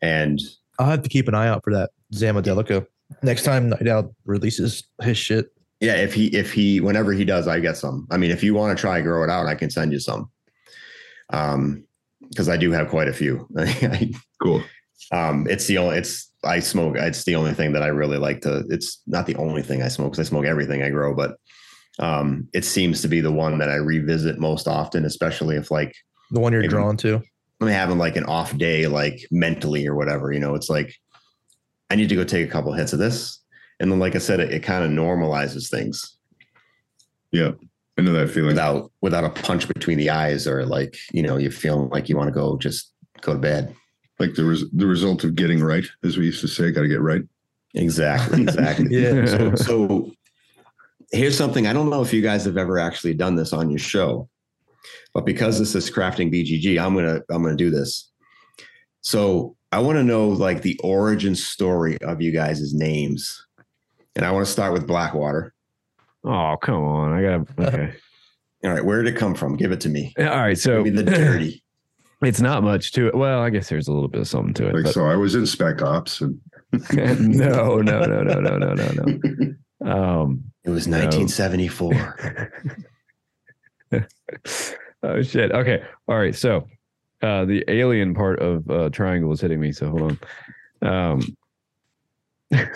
Speaker 2: And
Speaker 5: I'll have to keep an eye out for that Zamadelica. Next time Night Owl releases his shit.
Speaker 2: yeah, if he if he whenever he does, I get some. I mean, if you want to try grow it out, I can send you some. Um, because I do have quite a few.
Speaker 3: cool.
Speaker 2: um, it's the only it's I smoke. It's the only thing that I really like to. It's not the only thing I smoke because I smoke everything I grow, but um, it seems to be the one that I revisit most often, especially if like
Speaker 5: The one you're
Speaker 2: Maybe.
Speaker 5: drawn to.
Speaker 2: I'm having like an off day, like mentally or whatever. You know, it's like I need to go take a couple hits of this, and then, like I said, it, it kind of normalizes things
Speaker 3: I know that feeling.
Speaker 2: without without a punch between the eyes or like you know you feeling like you want to go just go to bed.
Speaker 3: Like the res- the result of getting right, as we used to say, got to get right.
Speaker 2: Exactly, exactly.
Speaker 5: Yeah.
Speaker 2: so, so here's something I don't know if you guys have ever actually done this on your show, but because this is crafting BGG, I'm gonna I'm gonna do this. So I want to know like the origin story of you guys' names, and I want to start with Blackwater.
Speaker 4: oh, come on! I got to okay.
Speaker 2: All right, where did it come from? Give it to me.
Speaker 4: All right, so
Speaker 2: Give me the dirty.
Speaker 4: it's not much to it. Well, I guess there's a little bit of something to it.
Speaker 3: Like
Speaker 4: but-
Speaker 3: so, I was in Spec Ops, and
Speaker 4: no, no, no, no, no, no, no, no. Um,
Speaker 2: It was
Speaker 4: No.
Speaker 2: 1974.
Speaker 4: oh shit. Okay. All right. So uh the alien part of uh triangle is hitting me, so hold on. Um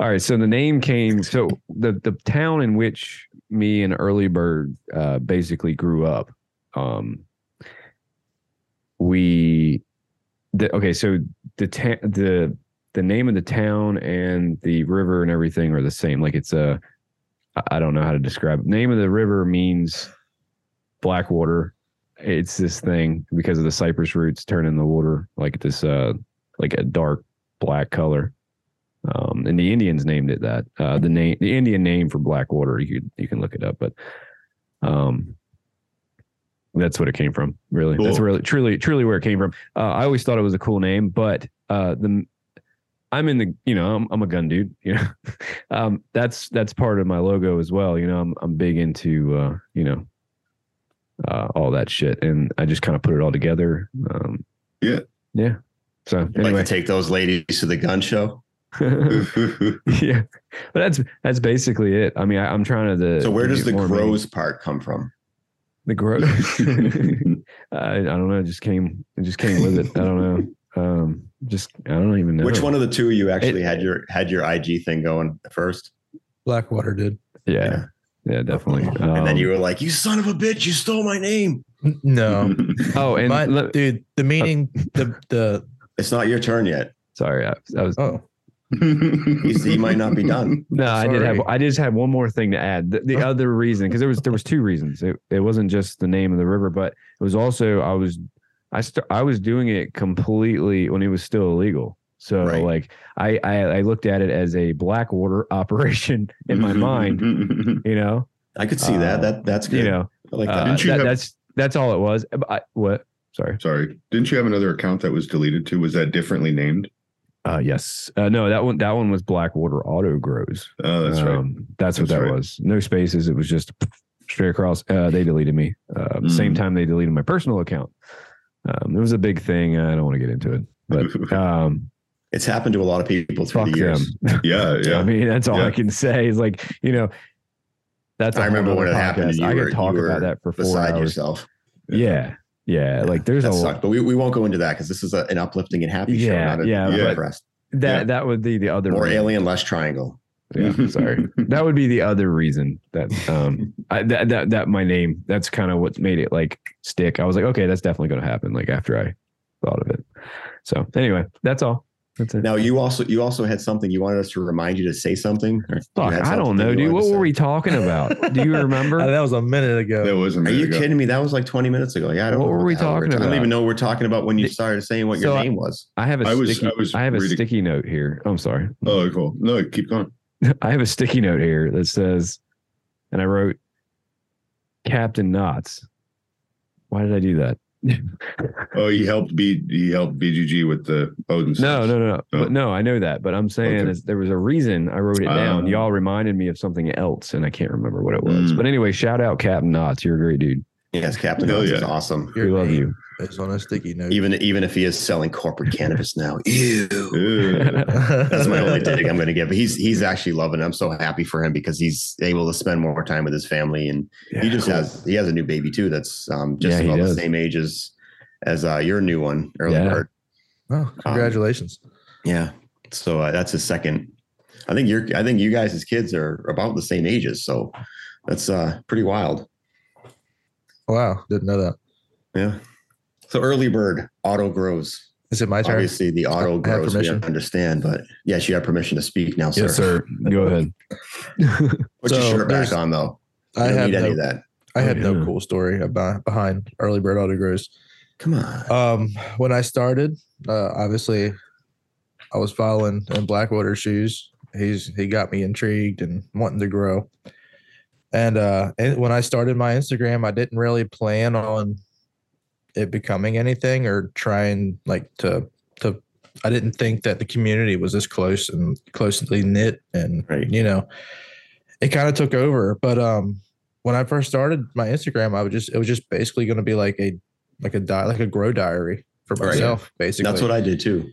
Speaker 4: all right, so the name came so the the town in which me and Early Bird uh basically grew up. Um we the, okay, so the ta- the the name of the town and the river and everything are the same. Like it's a I- I don't know how to describe it. Name of the river means Blackwater. It's this thing because of the cypress roots turning the water like this, uh, like a dark black color. Um, and the Indians named it that. Uh, the name, the Indian name for Blackwater, you you can look it up, but um, that's what it came from. Really, that's
Speaker 3: Cool.
Speaker 4: really truly truly where it came from. Uh, I always thought it was a cool name, but uh, the I'm in the you know I'm, I'm a gun dude. You know, um, that's that's part of my logo as well. You know, I'm I'm big into uh, you know uh, all that shit, and I just kind of put it all together. Um,
Speaker 3: Yeah.
Speaker 4: yeah. So
Speaker 2: Like
Speaker 4: anyway,
Speaker 2: to take those ladies to the gun show.
Speaker 4: yeah, but that's that's basically it. I mean, I, I'm trying to.
Speaker 2: So where
Speaker 4: Uh, give
Speaker 2: does the
Speaker 4: you more meaning.
Speaker 2: grows part come from?
Speaker 4: The grow. I, I don't know. It just came. It just came with it. I don't know. Um, just I don't even know
Speaker 2: Which one of the two of you actually had your had your IG thing going first?
Speaker 5: Blackwater did.
Speaker 4: Yeah. Yeah, definitely.
Speaker 2: and
Speaker 4: Um,
Speaker 2: then you were like, "You son of a bitch! You stole my name."
Speaker 5: N- No.
Speaker 2: Um,
Speaker 4: Oh, and
Speaker 5: My-
Speaker 4: let-
Speaker 5: dude,
Speaker 2: Oh.
Speaker 5: the meaning, the the
Speaker 2: It's not your turn yet.
Speaker 4: sorry, I, I was
Speaker 5: oh
Speaker 2: he might not be done.
Speaker 4: No, I did have.
Speaker 5: Sorry.
Speaker 4: I just had one more thing to add. The, the
Speaker 5: Oh.
Speaker 4: other reason, because there was there was two reasons. It it wasn't just the name of the river, but it was also I was I st- I was doing it completely when it was still illegal. So
Speaker 2: Right.
Speaker 4: like I, I I looked at it as a black water operation in
Speaker 3: Mm-hmm,
Speaker 4: my mind. You know,
Speaker 2: I could see that.
Speaker 4: Uh,
Speaker 2: That that's good.
Speaker 4: you know,
Speaker 2: I like
Speaker 4: uh,
Speaker 2: that.
Speaker 3: Didn't you
Speaker 4: that-
Speaker 3: have-
Speaker 4: that's that's all it was. But I, what? Sorry.
Speaker 3: Sorry, didn't you have another account that was deleted too? Was that differently named?
Speaker 4: Uh, yes. Uh, no, that one that one was Blackwater Auto Grows.
Speaker 3: Oh, that's right.
Speaker 4: Um, that's, what
Speaker 3: That's
Speaker 4: that
Speaker 3: right.
Speaker 4: was. No spaces. It was just straight across. Uh, they deleted me. Uh, Same
Speaker 3: Mm.
Speaker 4: time they deleted my personal account. Um, it was a big thing. I don't want to get into it, but um,
Speaker 2: it's happened to a lot of people through
Speaker 4: fuck
Speaker 2: the
Speaker 4: them.
Speaker 2: years.
Speaker 3: Yeah, yeah.
Speaker 4: I mean, that's all
Speaker 3: Yeah.
Speaker 4: I can say is like, you know, That's a
Speaker 2: I
Speaker 4: whole
Speaker 2: remember
Speaker 4: nother
Speaker 2: when it happened,
Speaker 4: podcast.
Speaker 2: you
Speaker 4: I
Speaker 2: were-
Speaker 4: could talk
Speaker 2: you
Speaker 4: about
Speaker 2: were
Speaker 4: that for four
Speaker 2: beside
Speaker 4: hours.
Speaker 2: yourself.
Speaker 4: Yeah, yeah,
Speaker 2: Yeah,
Speaker 4: Like there's
Speaker 2: that
Speaker 4: a
Speaker 2: sucked. But we, we won't go into that because this is a, an uplifting and happy show,
Speaker 4: Yeah,
Speaker 2: not a
Speaker 4: yeah,
Speaker 2: not a
Speaker 3: but-
Speaker 2: depressed.
Speaker 4: that
Speaker 3: Yeah.
Speaker 4: that would be the other
Speaker 2: More
Speaker 4: reason.
Speaker 2: alien, less triangle.
Speaker 4: Yeah, sorry. that would be the other reason that um I, that, that that my name that's kind of what made it like stick. I was like, okay, that's definitely going to happen. Like after I thought of it. So anyway, that's all. That's it.
Speaker 2: Now you also you also had something you wanted us to remind you to say something. Or you
Speaker 4: Fuck,
Speaker 2: had
Speaker 4: I
Speaker 2: something
Speaker 4: don't
Speaker 2: that
Speaker 4: know,
Speaker 2: you
Speaker 4: dude.
Speaker 2: wanted
Speaker 4: What
Speaker 2: to
Speaker 4: were
Speaker 2: say.
Speaker 4: we talking about? Do you remember?
Speaker 5: that was a minute
Speaker 3: That
Speaker 5: ago.
Speaker 3: was a
Speaker 2: Are
Speaker 3: minute
Speaker 2: you
Speaker 3: ago.
Speaker 2: kidding me? That was like 20 minutes ago. Yeah, I don't
Speaker 4: What
Speaker 2: know
Speaker 4: were we
Speaker 2: the hell
Speaker 4: talking
Speaker 2: I
Speaker 4: about?
Speaker 2: don't even know what we're talking about when you
Speaker 4: The-
Speaker 2: started saying what your
Speaker 4: So I-
Speaker 2: name was.
Speaker 4: I have a
Speaker 3: I was-
Speaker 4: sticky,
Speaker 3: I was
Speaker 4: I have a
Speaker 3: reading-
Speaker 4: sticky note here. I'm sorry.
Speaker 3: Oh, cool. No, keep going.
Speaker 4: I have a sticky note here that says, and I wrote Captain Knots. Why did I do that?
Speaker 3: Oh, he helped B. He helped BGG with the Odin.
Speaker 4: No, no, no, no.
Speaker 3: Oh.
Speaker 4: But no, I know that. But I'm saying
Speaker 3: Okay.
Speaker 4: is there was a reason I wrote it down.
Speaker 3: Ah.
Speaker 4: Y'all reminded me of something else, and I can't remember what it was.
Speaker 3: Mm.
Speaker 4: But anyway, shout out Captain Knots. You're a great dude.
Speaker 2: Yes, Captain
Speaker 3: Hell
Speaker 2: Oz is
Speaker 3: yeah.
Speaker 2: awesome.
Speaker 4: we love you.
Speaker 5: It's on a sticky note.
Speaker 2: Even even if he is selling corporate cannabis now. Ew.
Speaker 3: Ew.
Speaker 2: That's
Speaker 5: That's
Speaker 2: my only dig I'm going to give. He's he's actually loving. It. I'm so happy for him because he's able to spend more time with his family, and he just has he has a new baby too. That's um, just
Speaker 4: Yeah, he
Speaker 2: about the
Speaker 4: does.
Speaker 2: same age as as uh, your new one, early
Speaker 4: Yeah.
Speaker 2: bird.
Speaker 5: Oh, congratulations.
Speaker 2: Yeah. So uh, that's his second. I think your I think you guys as kids are about the same ages, so that's uh, pretty wild.
Speaker 5: wow, didn't know that.
Speaker 2: Yeah. So early bird auto grows.
Speaker 5: Is it my turn?
Speaker 2: Obviously, the auto
Speaker 5: I have
Speaker 2: grows. We
Speaker 5: permission.
Speaker 2: understand, but yes, you have permission to speak now, sir.
Speaker 4: Yes, sir. Go ahead.
Speaker 2: Put your
Speaker 5: So
Speaker 2: shirt back
Speaker 5: there's-
Speaker 2: on though. You
Speaker 5: I
Speaker 2: don't
Speaker 5: had
Speaker 2: need any
Speaker 5: no,
Speaker 2: of that.
Speaker 5: I had
Speaker 4: Yeah.
Speaker 5: no cool story about behind early bird auto grows.
Speaker 2: Come on.
Speaker 5: Um, when I started, uh, obviously, I was following in Blackwater shoes. He's he got me intrigued and wanting to grow. And uh, and when I started my Instagram, I didn't really plan on it becoming anything or trying like to to. I didn't think that the community was this close and closely knit, and
Speaker 2: Right.
Speaker 5: you know, it kind of took over. But um, when I first started my Instagram, I would just it was just basically going to be like a like a di- like a grow diary for
Speaker 2: Right.
Speaker 5: myself, basically.
Speaker 2: That's what I did too.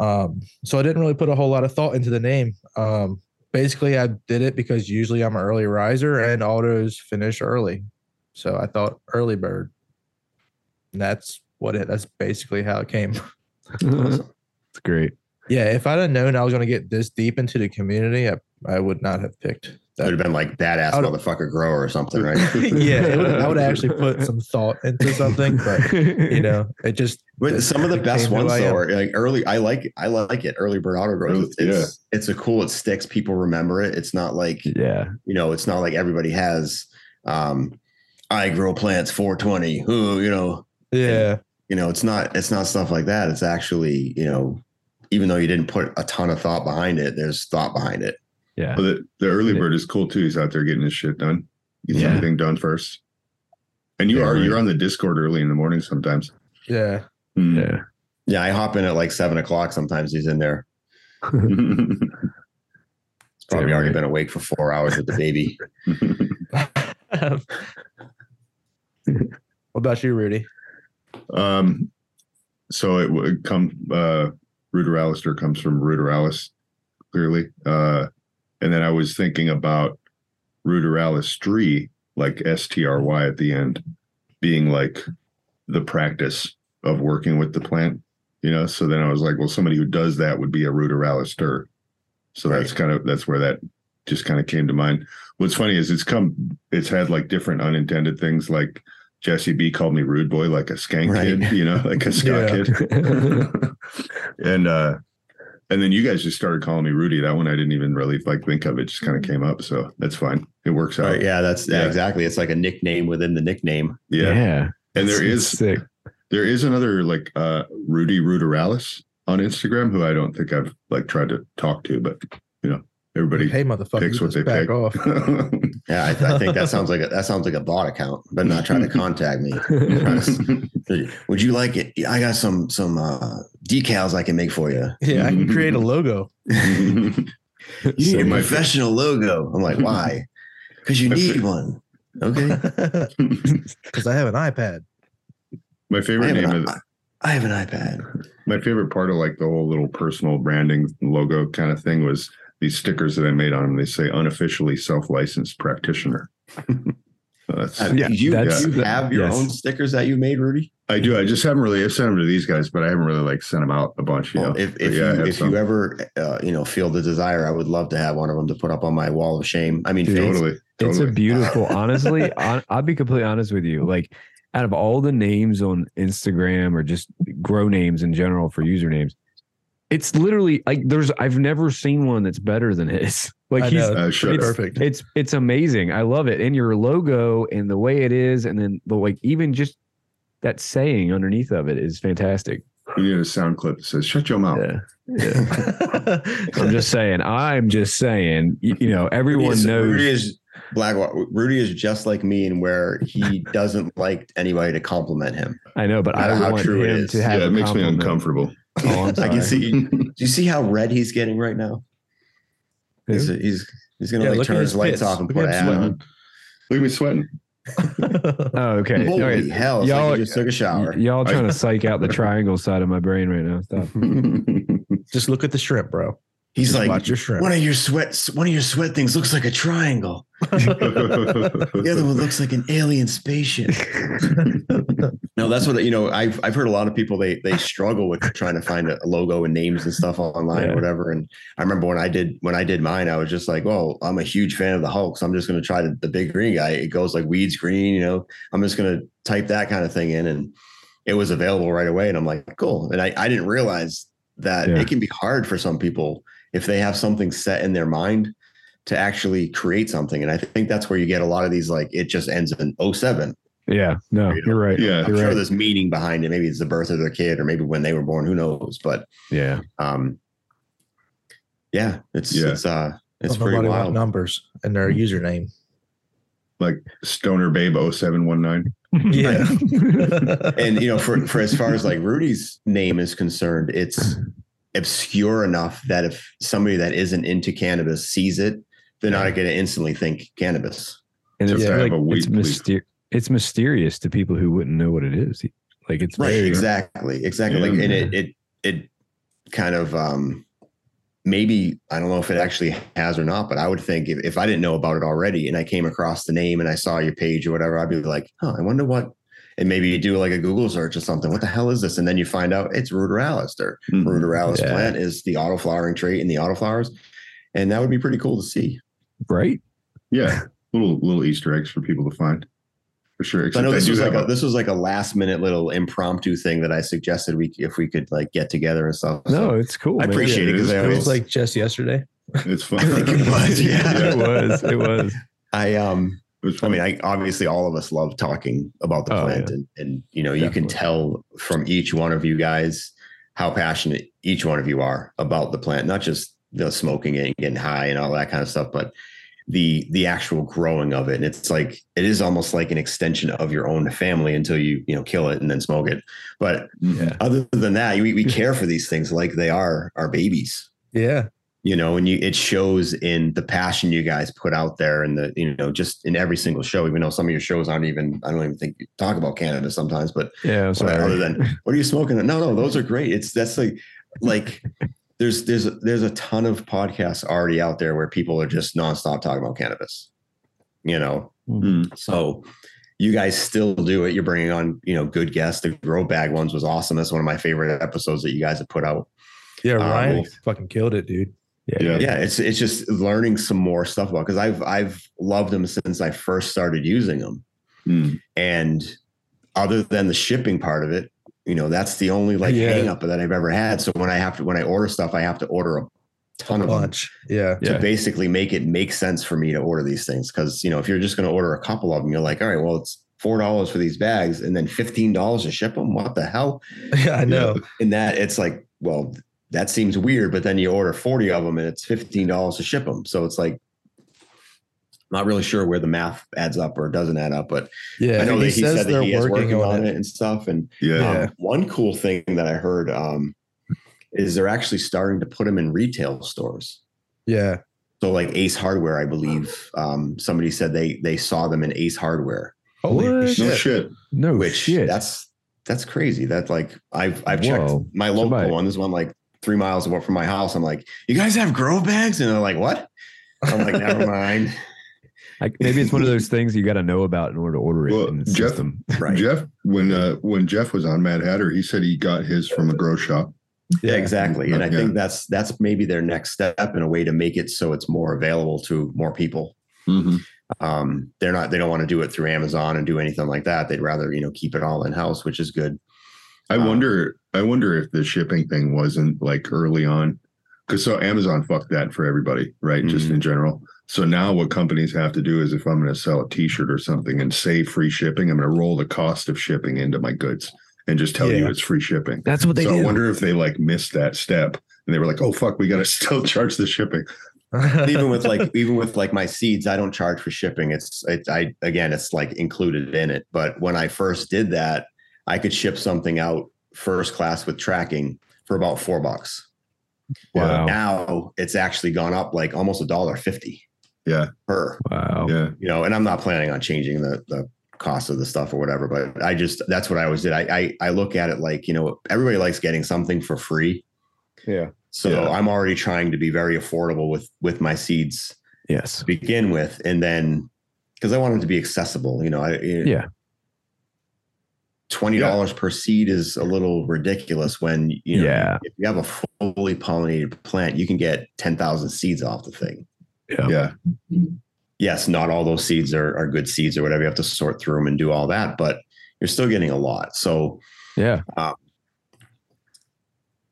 Speaker 5: Um, so I didn't really put a whole lot of thought into the name. Um, basically, I did it because usually I'm an early riser and autos finish early, so I thought early bird. And that's what it. That's basically how it came.
Speaker 4: it's great.
Speaker 5: yeah, if I'd have known I was going to get this deep into the community, I, I would not have picked
Speaker 2: It would
Speaker 5: that.
Speaker 2: have been like badass
Speaker 5: Out of-
Speaker 2: motherfucker grower or something, right?
Speaker 5: yeah, it would've- I would have actually put some thought into something, but you know, it just
Speaker 2: But some of the
Speaker 5: It
Speaker 2: best
Speaker 5: came who
Speaker 2: ones
Speaker 5: I am.
Speaker 2: though are like early. I like I like it. Early bird auto grows.
Speaker 3: Early-
Speaker 2: It's, it's it's a cool. It sticks. People remember it. It's not like
Speaker 4: Yeah.
Speaker 2: you know. It's not like everybody has. um I grow plants 420. Who you know
Speaker 5: yeah.
Speaker 2: you know it's not it's not stuff like that. It's actually you know even though you didn't put a ton of thought behind it, there's thought behind it.
Speaker 4: Yeah.
Speaker 3: Well, Oh, the, the early bird is cool too. He's out there getting his shit done. Gets
Speaker 4: Yeah.
Speaker 3: everything done first. And you
Speaker 2: Yeah,
Speaker 3: are
Speaker 2: right.
Speaker 3: you're on the Discord early in the morning sometimes.
Speaker 5: Yeah.
Speaker 3: Mm.
Speaker 4: Yeah.
Speaker 2: Yeah, I hop in at like seven o'clock. Sometimes he's in there. It's probably
Speaker 4: Damn
Speaker 2: already
Speaker 4: right.
Speaker 2: been awake for four hours with the baby.
Speaker 5: what about you, Rudy?
Speaker 3: um, so it would come. Uh, Ruderalis comes from Ruderalis, clearly. Uh, and then I was thinking about Ruderalis tree, like S T R Y at the end, being like the practice of working with the plant. You know, so then I was like, well, somebody who does that would be a Ruderalister. So that's kind of that's where that just kind of came to mind. What's funny is it's come, it's had like different unintended things. Like Jesse B called me rude boy, like a skank
Speaker 2: Right.
Speaker 3: kid, you know, like a ska
Speaker 5: Yeah.
Speaker 3: kid and uh and then you guys just started calling me Rudy. That one I didn't even really like think of. It just kind of came up, so that's fine. It works out.
Speaker 2: Right, yeah, that's yeah.
Speaker 3: Yeah.
Speaker 2: exactly. It's like a nickname within the nickname.
Speaker 3: yeah. And there
Speaker 4: It's
Speaker 3: is
Speaker 4: sick.
Speaker 3: there is another like uh Rudy Ruderalis on Instagram who I don't think I've like tried to talk to, but you know everybody.
Speaker 5: Hey, motherfucker,
Speaker 3: picks
Speaker 5: you
Speaker 3: what
Speaker 5: just
Speaker 3: they
Speaker 5: back
Speaker 3: pick.
Speaker 5: off.
Speaker 2: Yeah, I, I think that sounds like a, that sounds like a bot account, but not trying to contact me. Would you like it? I got some some uh, decals I can make for you.
Speaker 5: Yeah, I can create a logo.
Speaker 2: You need
Speaker 3: So
Speaker 2: a
Speaker 3: my-
Speaker 2: professional logo. I'm like, why? Because you
Speaker 3: My
Speaker 2: need
Speaker 3: fa-
Speaker 2: one. Okay.
Speaker 5: Because I have an iPad.
Speaker 3: My
Speaker 2: I
Speaker 3: favorite
Speaker 2: have,
Speaker 3: name
Speaker 2: an,
Speaker 3: of
Speaker 2: I, I have an iPad.
Speaker 3: my favorite part of like the whole little personal branding logo kind of thing was these stickers that I made on them. They say unofficially self licensed practitioner. That's,
Speaker 2: Uh,
Speaker 4: Yeah,
Speaker 2: you
Speaker 4: that's-
Speaker 2: you have your
Speaker 4: yes.
Speaker 2: own stickers that you made, Rudy.
Speaker 3: I do. I just haven't really. I sent them to these guys, but I haven't really like sent them out a bunch. You
Speaker 2: Well,
Speaker 3: know?
Speaker 2: if
Speaker 3: But
Speaker 2: if
Speaker 3: yeah, I
Speaker 2: you
Speaker 3: have
Speaker 2: if
Speaker 3: some.
Speaker 2: you ever uh, you know feel the desire, I would love to have one of them to put up on my wall of shame. I mean,
Speaker 4: Dude,
Speaker 2: fans-
Speaker 3: totally,
Speaker 4: It's
Speaker 3: totally.
Speaker 4: a beautiful, honestly. On, I'll be completely honest with you. Like, out of all the names on Instagram or just grow names in general for usernames, it's literally like there's. I've never seen one that's better than his. Like
Speaker 5: I
Speaker 4: he's
Speaker 5: know,
Speaker 3: Uh,
Speaker 5: it's
Speaker 3: shut up.
Speaker 5: perfect.
Speaker 4: it's it's amazing. I love it. And your logo and the way it is, and then the like even just that saying underneath of it is fantastic.
Speaker 3: You need a sound clip that says "Shut your mouth."
Speaker 4: Yeah. Yeah. I'm just saying. I'm just saying. You, you know, everyone
Speaker 2: Rudy is,
Speaker 4: knows.
Speaker 2: Rudy is black. Rudy is just like me in where he doesn't like anybody to compliment him.
Speaker 4: I know, but
Speaker 2: matter
Speaker 4: I
Speaker 2: how
Speaker 4: want
Speaker 2: true it
Speaker 4: him
Speaker 2: is.
Speaker 4: to
Speaker 3: Yeah,
Speaker 4: have.
Speaker 3: it
Speaker 4: a
Speaker 3: makes me
Speaker 4: compliment.
Speaker 3: uncomfortable.
Speaker 4: Oh, I'm
Speaker 2: I can
Speaker 4: sorry.
Speaker 2: see. Do you see how red he's getting right now?
Speaker 4: Who?
Speaker 2: He's he's he's gonna
Speaker 5: Yeah,
Speaker 2: like
Speaker 5: look at
Speaker 2: turn
Speaker 5: his
Speaker 2: his lights
Speaker 5: pits.
Speaker 2: off and
Speaker 5: Look
Speaker 2: put
Speaker 5: at
Speaker 2: an
Speaker 5: him
Speaker 2: ad on.
Speaker 3: Look at me sweating.
Speaker 4: Oh, okay.
Speaker 2: Holy
Speaker 4: All right.
Speaker 2: hell! It's like
Speaker 4: Y'all-
Speaker 2: he just took a shower.
Speaker 4: Y- y'all
Speaker 3: I-
Speaker 4: trying to psych out the triangle side of my brain right now. Stop.
Speaker 5: Just look at the shrimp, bro.
Speaker 2: he's
Speaker 5: Just
Speaker 2: like,
Speaker 5: watch your shrimp.
Speaker 2: one of your sweat, one of your sweat things looks like a triangle. The other one looks like an alien spaceship. no, that's what you know. I've I've heard a lot of people they they struggle with trying to find a logo and names and stuff online
Speaker 4: Yeah.
Speaker 2: or whatever. And I remember when I did when I did mine, I was just like, well, I'm a huge fan of the Hulk, so I'm just going to try the, the big green guy. It goes like weeds green, you know. I'm just going to type that kind of thing in, and it was available right away. And I'm like, cool. And I I didn't realize that
Speaker 4: Yeah.
Speaker 2: it can be hard for some people if they have something set in their mind to actually create something. And I think that's where you get a lot of these like it just ends in 07.
Speaker 4: Yeah. No, you're right.
Speaker 3: yeah,
Speaker 2: I'm
Speaker 4: You're
Speaker 2: sure
Speaker 4: right.
Speaker 2: there's meaning behind it. Maybe it's the birth of their kid or maybe when they were born, who knows? But
Speaker 4: Yeah.
Speaker 2: um yeah, it's
Speaker 3: Yeah.
Speaker 2: it's uh it's
Speaker 5: Don't
Speaker 2: pretty
Speaker 5: nobody want
Speaker 2: wild. Mm-hmm.
Speaker 5: numbers and their username.
Speaker 3: like Stoner Babe 0719.
Speaker 5: Yeah.
Speaker 2: And you know, for for as far as like Rudy's name is concerned, it's obscure enough that if somebody that isn't into cannabis sees it, they're not gonna instantly think cannabis.
Speaker 4: And it's
Speaker 5: Just to
Speaker 4: like,
Speaker 3: have a
Speaker 4: it's,
Speaker 3: weak belief.
Speaker 4: myster- it's mysterious to people who wouldn't know what it is. Like it's
Speaker 2: right
Speaker 4: very-
Speaker 2: exactly exactly
Speaker 3: Yeah,
Speaker 2: like and
Speaker 4: man.
Speaker 2: it it it kind of um maybe i don't know if it actually has or not but i would think if, if i didn't know about it already and i came across the name and i saw your page or whatever i'd be like huh i wonder what and maybe you do like a google search or something what the hell is this and then you find out it's ruderalis or
Speaker 3: Mm,
Speaker 2: ruderalis
Speaker 4: Yeah.
Speaker 2: plant is the auto flowering trait in the auto flowers and that would be pretty cool to see
Speaker 4: right.
Speaker 3: Yeah, little little Easter eggs for people to find for sure.
Speaker 2: I
Speaker 3: Except
Speaker 2: know this
Speaker 3: do
Speaker 2: was
Speaker 3: have
Speaker 2: like a,
Speaker 3: a-
Speaker 2: this was like a last minute little impromptu thing that I suggested we if we could like get together and stuff. So-
Speaker 4: No, it's cool.
Speaker 2: I
Speaker 4: man.
Speaker 2: appreciate it
Speaker 3: Yeah, it
Speaker 2: because
Speaker 3: is
Speaker 2: I
Speaker 5: it
Speaker 2: always
Speaker 5: was
Speaker 2: like
Speaker 5: like just yesterday.
Speaker 3: It's fun.
Speaker 2: I think it was, yeah.
Speaker 4: it was. It was.
Speaker 2: I um
Speaker 3: It was
Speaker 2: I
Speaker 3: fun.
Speaker 2: mean, I obviously all of us love talking about the
Speaker 4: Oh,
Speaker 2: plant, and, and you know, you can
Speaker 4: Definitely.
Speaker 2: tell from each one of you guys how passionate each one of you are about the plant, not just the smoking it and getting high and all that kind of stuff, but the the actual growing of it. And it's like it is almost like an extension of your own family until you you know kill it and then smoke it. But
Speaker 4: Yeah.
Speaker 2: other than that, we, we care for these things like they are our babies
Speaker 5: Yeah.
Speaker 2: you know and you it shows in the passion you guys put out there and the you know just in every single show even though some of your shows aren't even i don't even think you talk about canada sometimes but
Speaker 4: Yeah. I'm sorry.
Speaker 2: other than what are you smoking no no those are great it's that's like like there's there's there's a ton of podcasts already out there where people are just nonstop talking about cannabis you know
Speaker 3: Mm.
Speaker 2: so you guys still do it. You're bringing on, you know, good guests. The grow bag ones was awesome. That's one of my favorite episodes that you guys have put out.
Speaker 5: Yeah. Ryan
Speaker 2: Ah, well-
Speaker 5: fucking killed it, dude.
Speaker 3: Yeah.
Speaker 2: Yeah, it's it's just learning some more stuff about because I've I've loved them since I first started using them.
Speaker 3: Mm.
Speaker 2: And other than the shipping part of it, you know, that's the only like
Speaker 5: Yeah.
Speaker 2: hang up that I've ever had. So when I have to when I order stuff, I have to order a ton of them
Speaker 5: Bunch. Yeah.
Speaker 4: Yeah.
Speaker 2: to basically make it make sense for me to order these things. Cause you know, if you're just gonna order a couple of them, you're like, all right, well, it's four dollars for these bags and then fifteen dollars to ship them. What the hell?
Speaker 5: Yeah, I know.
Speaker 2: And that it's like, well, that seems weird, but then you order 40 of them and it's fifteen dollars to ship them. So it's like not really sure where the math adds up or doesn't add up, but
Speaker 5: Yeah.
Speaker 2: I know
Speaker 5: he
Speaker 2: that he
Speaker 5: says
Speaker 2: said that
Speaker 5: they're
Speaker 2: he is
Speaker 5: working, on, it.
Speaker 2: and stuff. And
Speaker 3: Yeah.
Speaker 2: um,
Speaker 5: Yeah.
Speaker 2: one cool thing that I heard um, is they're actually starting to put them in retail stores.
Speaker 5: Yeah.
Speaker 2: So like Ace Hardware, I believe um, somebody said they they saw them in Ace Hardware,
Speaker 5: Holy
Speaker 4: What?
Speaker 5: shit.
Speaker 3: No shit.
Speaker 4: No
Speaker 2: which
Speaker 4: shit.
Speaker 2: that's that's crazy. That like I've I've checked
Speaker 4: Whoa.
Speaker 2: my local
Speaker 4: Somebody-
Speaker 2: one. There's one like three miles away from my house. I'm like, you guys have grow bags, and they're like, what? I'm like, never mind.
Speaker 4: Like maybe it's one of those things you got to know about in order to order it
Speaker 3: Well,
Speaker 4: in the
Speaker 3: Jeff-
Speaker 4: system.
Speaker 2: Right.
Speaker 3: Jeff, when uh, when Jeff was on Mad Hatter, he said he got his from a grow shop.
Speaker 2: Yeah, exactly. And I
Speaker 3: Yeah.
Speaker 2: think that's that's maybe their next step in a way to make it so it's more available to more people. Um, they're not they don't want to do it through Amazon and do anything like that. They'd rather, you know, keep it all in house, which is good.
Speaker 3: I
Speaker 2: Wow.
Speaker 3: wonder. I wonder if the shipping thing wasn't like early on, because so Amazon fucked that for everybody, right? Just in general. So now what companies have to do is, if I'm going to sell a T-shirt or something and say free shipping, I'm going to roll the cost of shipping into my goods and just tell you
Speaker 5: Yeah.
Speaker 3: it's free shipping.
Speaker 4: That's what they
Speaker 3: so I
Speaker 4: do.
Speaker 3: wonder if they like missed that step and they were like, "Oh fuck, we got to still charge the shipping."
Speaker 2: even with like even with like my seeds i don't charge for shipping it's it's i again it's like included in it but when i first did that i could ship something out first class with tracking for about four bucks
Speaker 4: wow.
Speaker 2: now it's actually gone up like almost a dollar fifty
Speaker 3: Yeah.
Speaker 2: per
Speaker 4: Wow.
Speaker 3: Yeah,
Speaker 2: you know and i'm not planning on changing the the cost of the stuff or whatever but i just that's what i always did i i, I look at it like you know everybody likes getting something for free
Speaker 4: Yeah.
Speaker 2: so
Speaker 3: Yeah.
Speaker 2: i'm already trying to be very affordable with with my seeds
Speaker 4: Yes.
Speaker 2: to begin with and then because i want them to be accessible you know I,
Speaker 4: Yeah.
Speaker 2: $20 per seed is a little ridiculous when you know
Speaker 4: Yeah.
Speaker 2: if you have a fully pollinated plant you can get 10,000 seeds off the thing
Speaker 3: yeah,
Speaker 2: yes not all those seeds are, are good seeds or whatever you have to sort through them and do all that but you're still getting a lot so
Speaker 4: Yeah.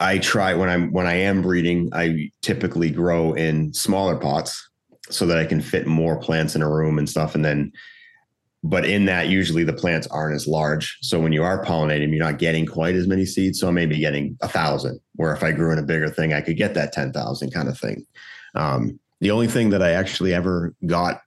Speaker 2: I try when I'm when I am breeding, I typically grow in smaller pots so that I can fit more plants in a room and stuff. And then but in that usually the plants aren't as large. So when you are pollinating, you're not getting quite as many seeds. So I may be getting a thousand, where if I grew in a bigger thing, I could get that ten thousand kind of thing. Um, the only thing that I actually ever got,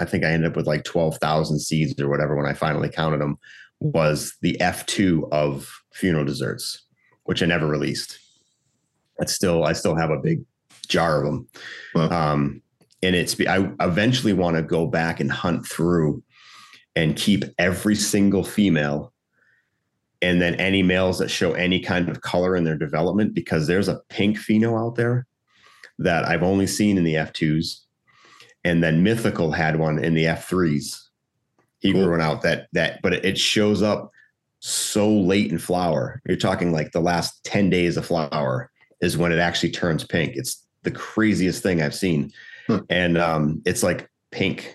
Speaker 2: I think I ended up with like twelve thousand seeds or whatever when I finally counted them, was the F two of funeral desserts which I never released. That's still I still have a big jar of them.
Speaker 3: Wow.
Speaker 2: Um, and it's I eventually want to go back and hunt through and keep every single female and then any males that show any kind of color in their development because there's a pink pheno out there that I've only seen in the F2s. And then Mythical had one in the F3s. He
Speaker 3: Cool.
Speaker 2: grew one out that that but it- it shows up so late in flower. You're talking like the last 10 days of flower is when it actually turns pink. It's the craziest thing I've seen.
Speaker 3: Hmm.
Speaker 2: And um, it's like pink.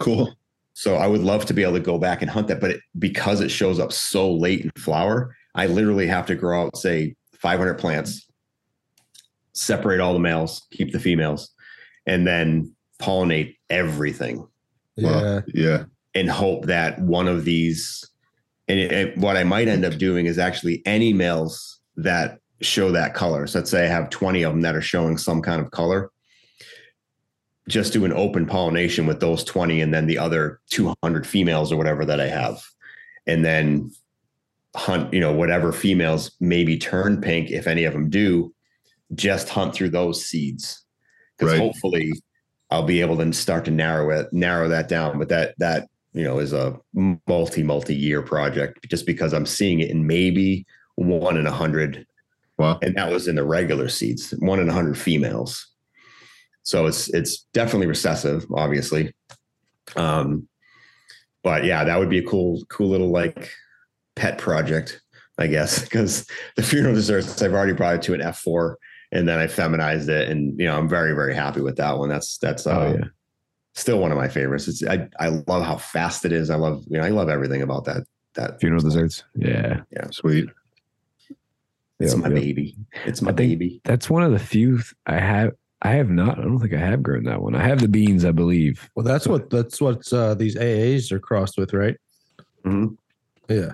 Speaker 3: cool.
Speaker 2: So I would love to be able to go back and hunt that. But it, because it shows up so late in flower, I literally have to grow out, say, 500 plants, separate all the males, keep the females, and then pollinate everything
Speaker 5: yeah.
Speaker 3: Wow. Yeah,
Speaker 2: and hope that one of these and, it- it- what i might end up doing is actually any males that show that color so let's say i have 20 of them that are showing some kind of color just do an open pollination with those 20 and then the other 200 females or whatever that i have and then hunt you know whatever females maybe turn pink if any of them do just hunt through those seeds because
Speaker 3: Right.
Speaker 2: hopefully i'll be able to start to narrow it narrow that down but that that you know is a multi multi year project just because i'm seeing it in maybe one in a hundred
Speaker 3: wow.
Speaker 2: and that was in the regular seeds one in a hundred females so it's it's definitely recessive obviously um but yeah that would be a cool cool little like pet project i guess because the funeral desserts i've already brought it to an f4 and then i feminized it and you know i'm very very happy with that one that's that's uh,
Speaker 4: Oh yeah.
Speaker 2: still one of my favorites it's i i love how fast it is i love you know i love everything about that that
Speaker 4: Funeral desserts. Yeah.
Speaker 3: Sweet.
Speaker 2: it's
Speaker 4: Yep,
Speaker 2: my
Speaker 4: yep.
Speaker 2: baby it's my
Speaker 4: I think-
Speaker 2: baby
Speaker 4: That's one of the few th- I have. I have not. I don't think I have grown that one. I have the beans, I believe.
Speaker 5: Well, that's what that's what uh, these AAs are crossed with, right?
Speaker 2: Mhm.
Speaker 5: Yeah.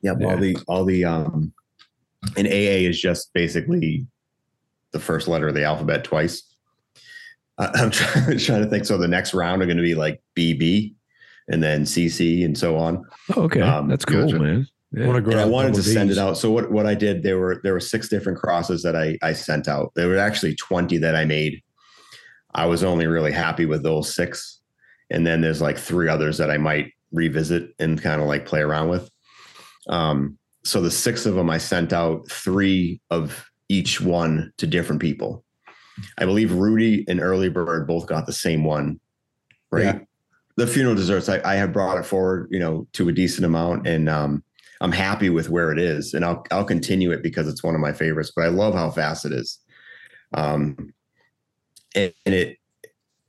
Speaker 2: Yep,
Speaker 4: Yeah.
Speaker 2: all the all the um and AA is just basically the first letter of the alphabet twice. I- I'm trying, trying to think. So the next round are going to be like BB, and then CC, and so on.
Speaker 4: Oh, okay.
Speaker 2: Um,
Speaker 4: That's cool,
Speaker 3: gotcha.
Speaker 4: man. Yeah.
Speaker 5: Wanna
Speaker 2: And I
Speaker 5: out
Speaker 2: wanted to
Speaker 5: double
Speaker 2: send it
Speaker 5: Ds.
Speaker 2: out. So what what I did there were there were six different crosses that I I sent out. There were actually 20 that I made. I was only really happy with those six. And then there's like three others that I might revisit and kind of like play around with. Um so the six of them I sent out three of each one to different people. I believe Rudy and Early Bird both got the same one right?
Speaker 5: Yeah.
Speaker 2: The funeral desserts, I, I have brought it forward, you know, to a decent amount, and um, I'm happy with where it is, and I'll I'll continue it because it's one of my favorites. But I love how fast it is, um, and, and it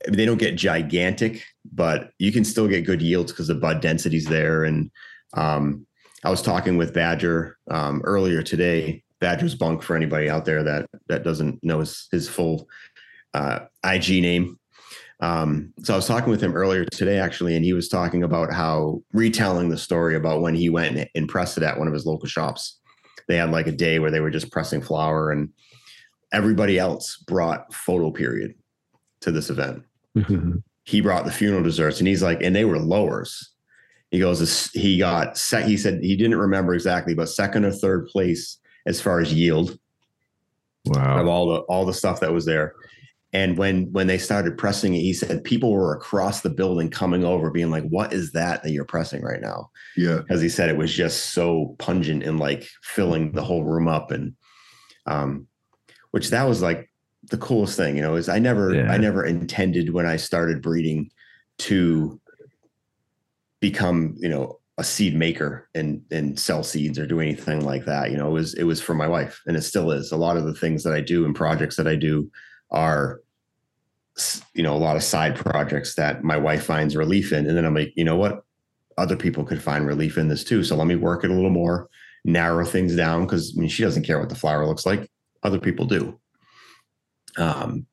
Speaker 2: they don't get gigantic, but you can still get good yields because the bud density's there. And um, I was talking with Badger um, earlier today. Badger's bunk for anybody out there that that doesn't know his his full uh, IG name. Um, so I was talking with him earlier today, actually, and he was talking about how retelling the story about when he went and pressed it at one of his local shops. They had like a day where they were just pressing flour, and everybody else brought photo period to this event he brought the funeral desserts and he's like and they were lowers he goes this- he got set he said he didn't remember exactly but second or third place as far as yield of
Speaker 3: Wow.
Speaker 2: all the all the stuff that was there and when when they started pressing it he said people were across the building coming over being like what is that that you're pressing right now
Speaker 3: Yeah.
Speaker 2: because he said it was just so pungent and like filling the whole room up and um which that was like the coolest thing you know is i never
Speaker 4: Yeah.
Speaker 2: i never intended when i started breeding to become you know a seed maker and and sell seeds or do anything like that you know it was it was for my wife and it still is a lot of the things that i do and projects that i do are s- you know a lot of side projects that my wife finds relief in and then i'm like you know what other people could find relief in this too so let me work it a little more narrow things down because i mean she doesn't care what the flower looks like other people do um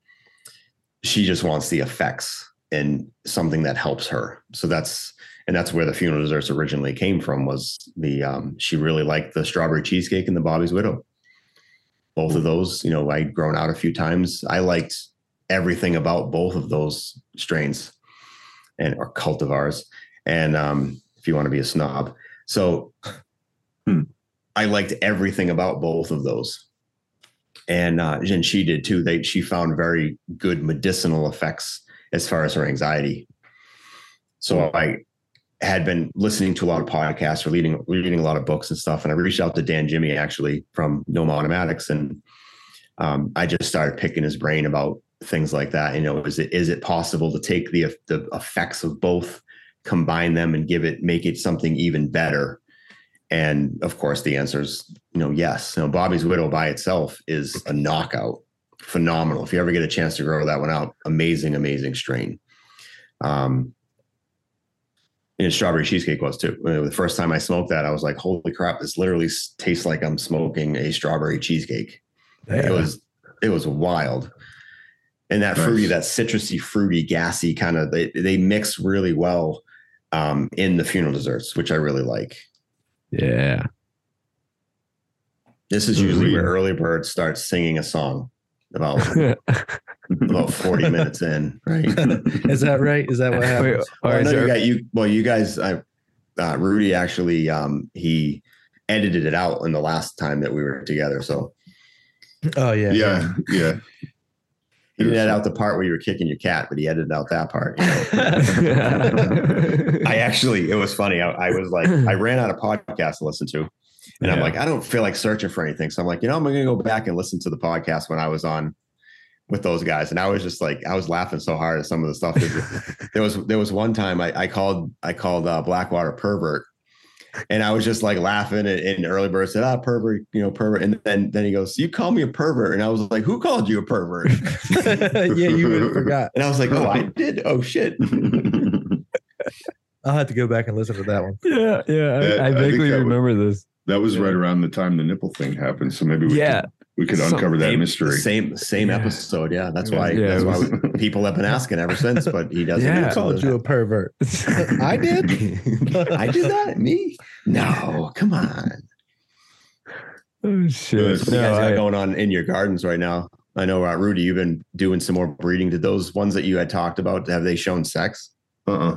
Speaker 2: she just wants the effects and something that helps her so that's and that's where the funeral desserts originally came from was the um she really liked the strawberry cheesecake and the bobby's widow both of those you know i'd grown out a few times i liked everything about both of those strains and or cultivars and um if you want to be a snob so
Speaker 3: Hmm.
Speaker 2: i liked everything about both of those and uh and she did too they she found very good medicinal effects as far as her anxiety so i had been listening to a lot of podcasts or reading reading a lot of books and stuff and i reached out to dan jimmy actually from noma automatics and um, I just started picking his brain about things like that. You know, is it is it possible to take the the effects of both, combine them, and give it make it something even better? And of course, the answer is you know yes. You know, Bobby's widow by itself is a knockout, phenomenal. If you ever get a chance to grow that one out, amazing, amazing strain. Um, and strawberry cheesecake was too. Uh, The first time I smoked that, I was like, "Holy crap! This literally s- tastes like I'm smoking a strawberry cheesecake." It
Speaker 5: Damn.
Speaker 2: was it was wild. And that
Speaker 3: Nice.
Speaker 2: fruity, that citrusy, fruity, gassy kind of they they mix really well um in the funeral desserts, which I really like.
Speaker 4: yeah.
Speaker 2: This is usually where
Speaker 3: Mhm.
Speaker 2: early birds start singing a song about about 40 minutes in, right?
Speaker 5: Is that right? Is that what
Speaker 4: Wait,
Speaker 5: happened?
Speaker 4: all
Speaker 2: Well, oh, I
Speaker 4: right,
Speaker 2: know
Speaker 4: so-
Speaker 2: you got you. Well, you guys, I, uh, Rudy actually, um, he edited it out in the last time that we were together. So
Speaker 5: Oh yeah.
Speaker 3: Yeah. Yeah.
Speaker 2: he didn't edit out the part where you were kicking your cat, but he edited out that part. you know? I actually, it was funny. I, I was like, I ran out of podcasts to listen to, and I'm
Speaker 4: Yeah.
Speaker 2: like, I don't feel like searching for anything. So I'm like, you know, I'm going to go back and listen to the podcast when I was on with those guys, and I was just like, I was laughing so hard at some of the stuff. 'cause there was there was one time I, I called I called uh, Blackwater pervert, and I was just like laughing, and, and early bird said, ah, pervert, you know, pervert, and then then he goes, you call me a pervert, and I was like, who called you a pervert?
Speaker 5: yeah, you would've forgot.
Speaker 2: And I was like, oh, I did. Oh shit.
Speaker 5: I'll have to go back and listen to that one.
Speaker 4: yeah, yeah.
Speaker 3: That-
Speaker 4: I, I
Speaker 3: I think
Speaker 4: vaguely
Speaker 3: that would-
Speaker 4: remember this.
Speaker 3: That was right around the time the nipple thing happened. So maybe we
Speaker 4: Yeah.
Speaker 3: could, we could
Speaker 4: Some-
Speaker 3: uncover that
Speaker 2: Same-
Speaker 3: mystery.
Speaker 2: Same same
Speaker 4: Yeah.
Speaker 2: episode. Yeah, that's why.
Speaker 4: Yeah,
Speaker 2: that's
Speaker 4: it
Speaker 2: why
Speaker 4: was-
Speaker 2: we- people have been asking ever since, but he doesn't.
Speaker 4: Yeah.
Speaker 5: I called you a pervert. I did.
Speaker 2: I did that. Me? No, come on.
Speaker 4: oh
Speaker 3: Yes.
Speaker 4: shit!
Speaker 2: What do you guys got
Speaker 4: No,
Speaker 2: going on in your gardens right now? I know, uh, Rudy, you've been doing some more breeding. Did those ones that you had talked about have they shown sex?
Speaker 3: Uh-uh.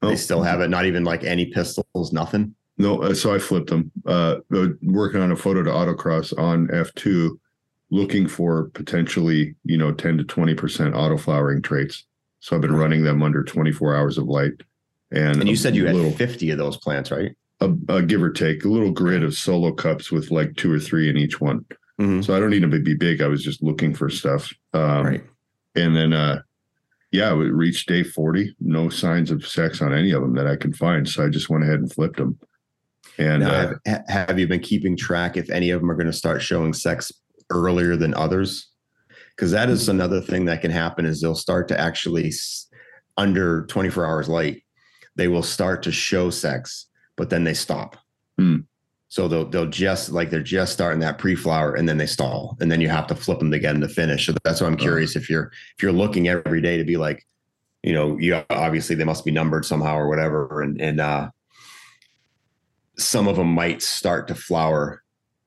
Speaker 2: They
Speaker 3: Nope.
Speaker 2: still have it. Not even like any pistols, nothing.
Speaker 3: No, uh, so I flipped them. Uh, uh, working on a photo to autocross on F2, looking for potentially, you know, 10 to 20% auto flowering traits. So I've been running them under 24 hours of light. And,
Speaker 2: And you
Speaker 3: a
Speaker 2: said you had
Speaker 3: little,
Speaker 2: fifty of those plants, right?
Speaker 3: a, a give or take, a little grid of solo cups with like two or three in each one.
Speaker 2: Mhm.
Speaker 3: So I don't need them to be big. I was just looking for stuff. Um,
Speaker 2: Right.
Speaker 3: and then uh yeah, we reached day 40, no signs of sex on any of them that I could find. So I just went ahead and flipped them. And
Speaker 2: Now,
Speaker 3: uh,
Speaker 2: have, ha- have you been keeping track if any of them are going to start showing sex earlier than others? Because that
Speaker 3: Mm-hmm.
Speaker 2: is another thing that can happen is they'll start to actually s- under 24 hours late, they will start to show sex, but then they stop.
Speaker 3: Hmm.
Speaker 2: So they'll they'll just like they're just starting that pre-flower and then they stall and then you have to flip them to get them to finish. So that's why I'm curious if you're if you're looking every day to be like, you know, you obviously they must be numbered somehow or whatever. And and uh some of them might start to flower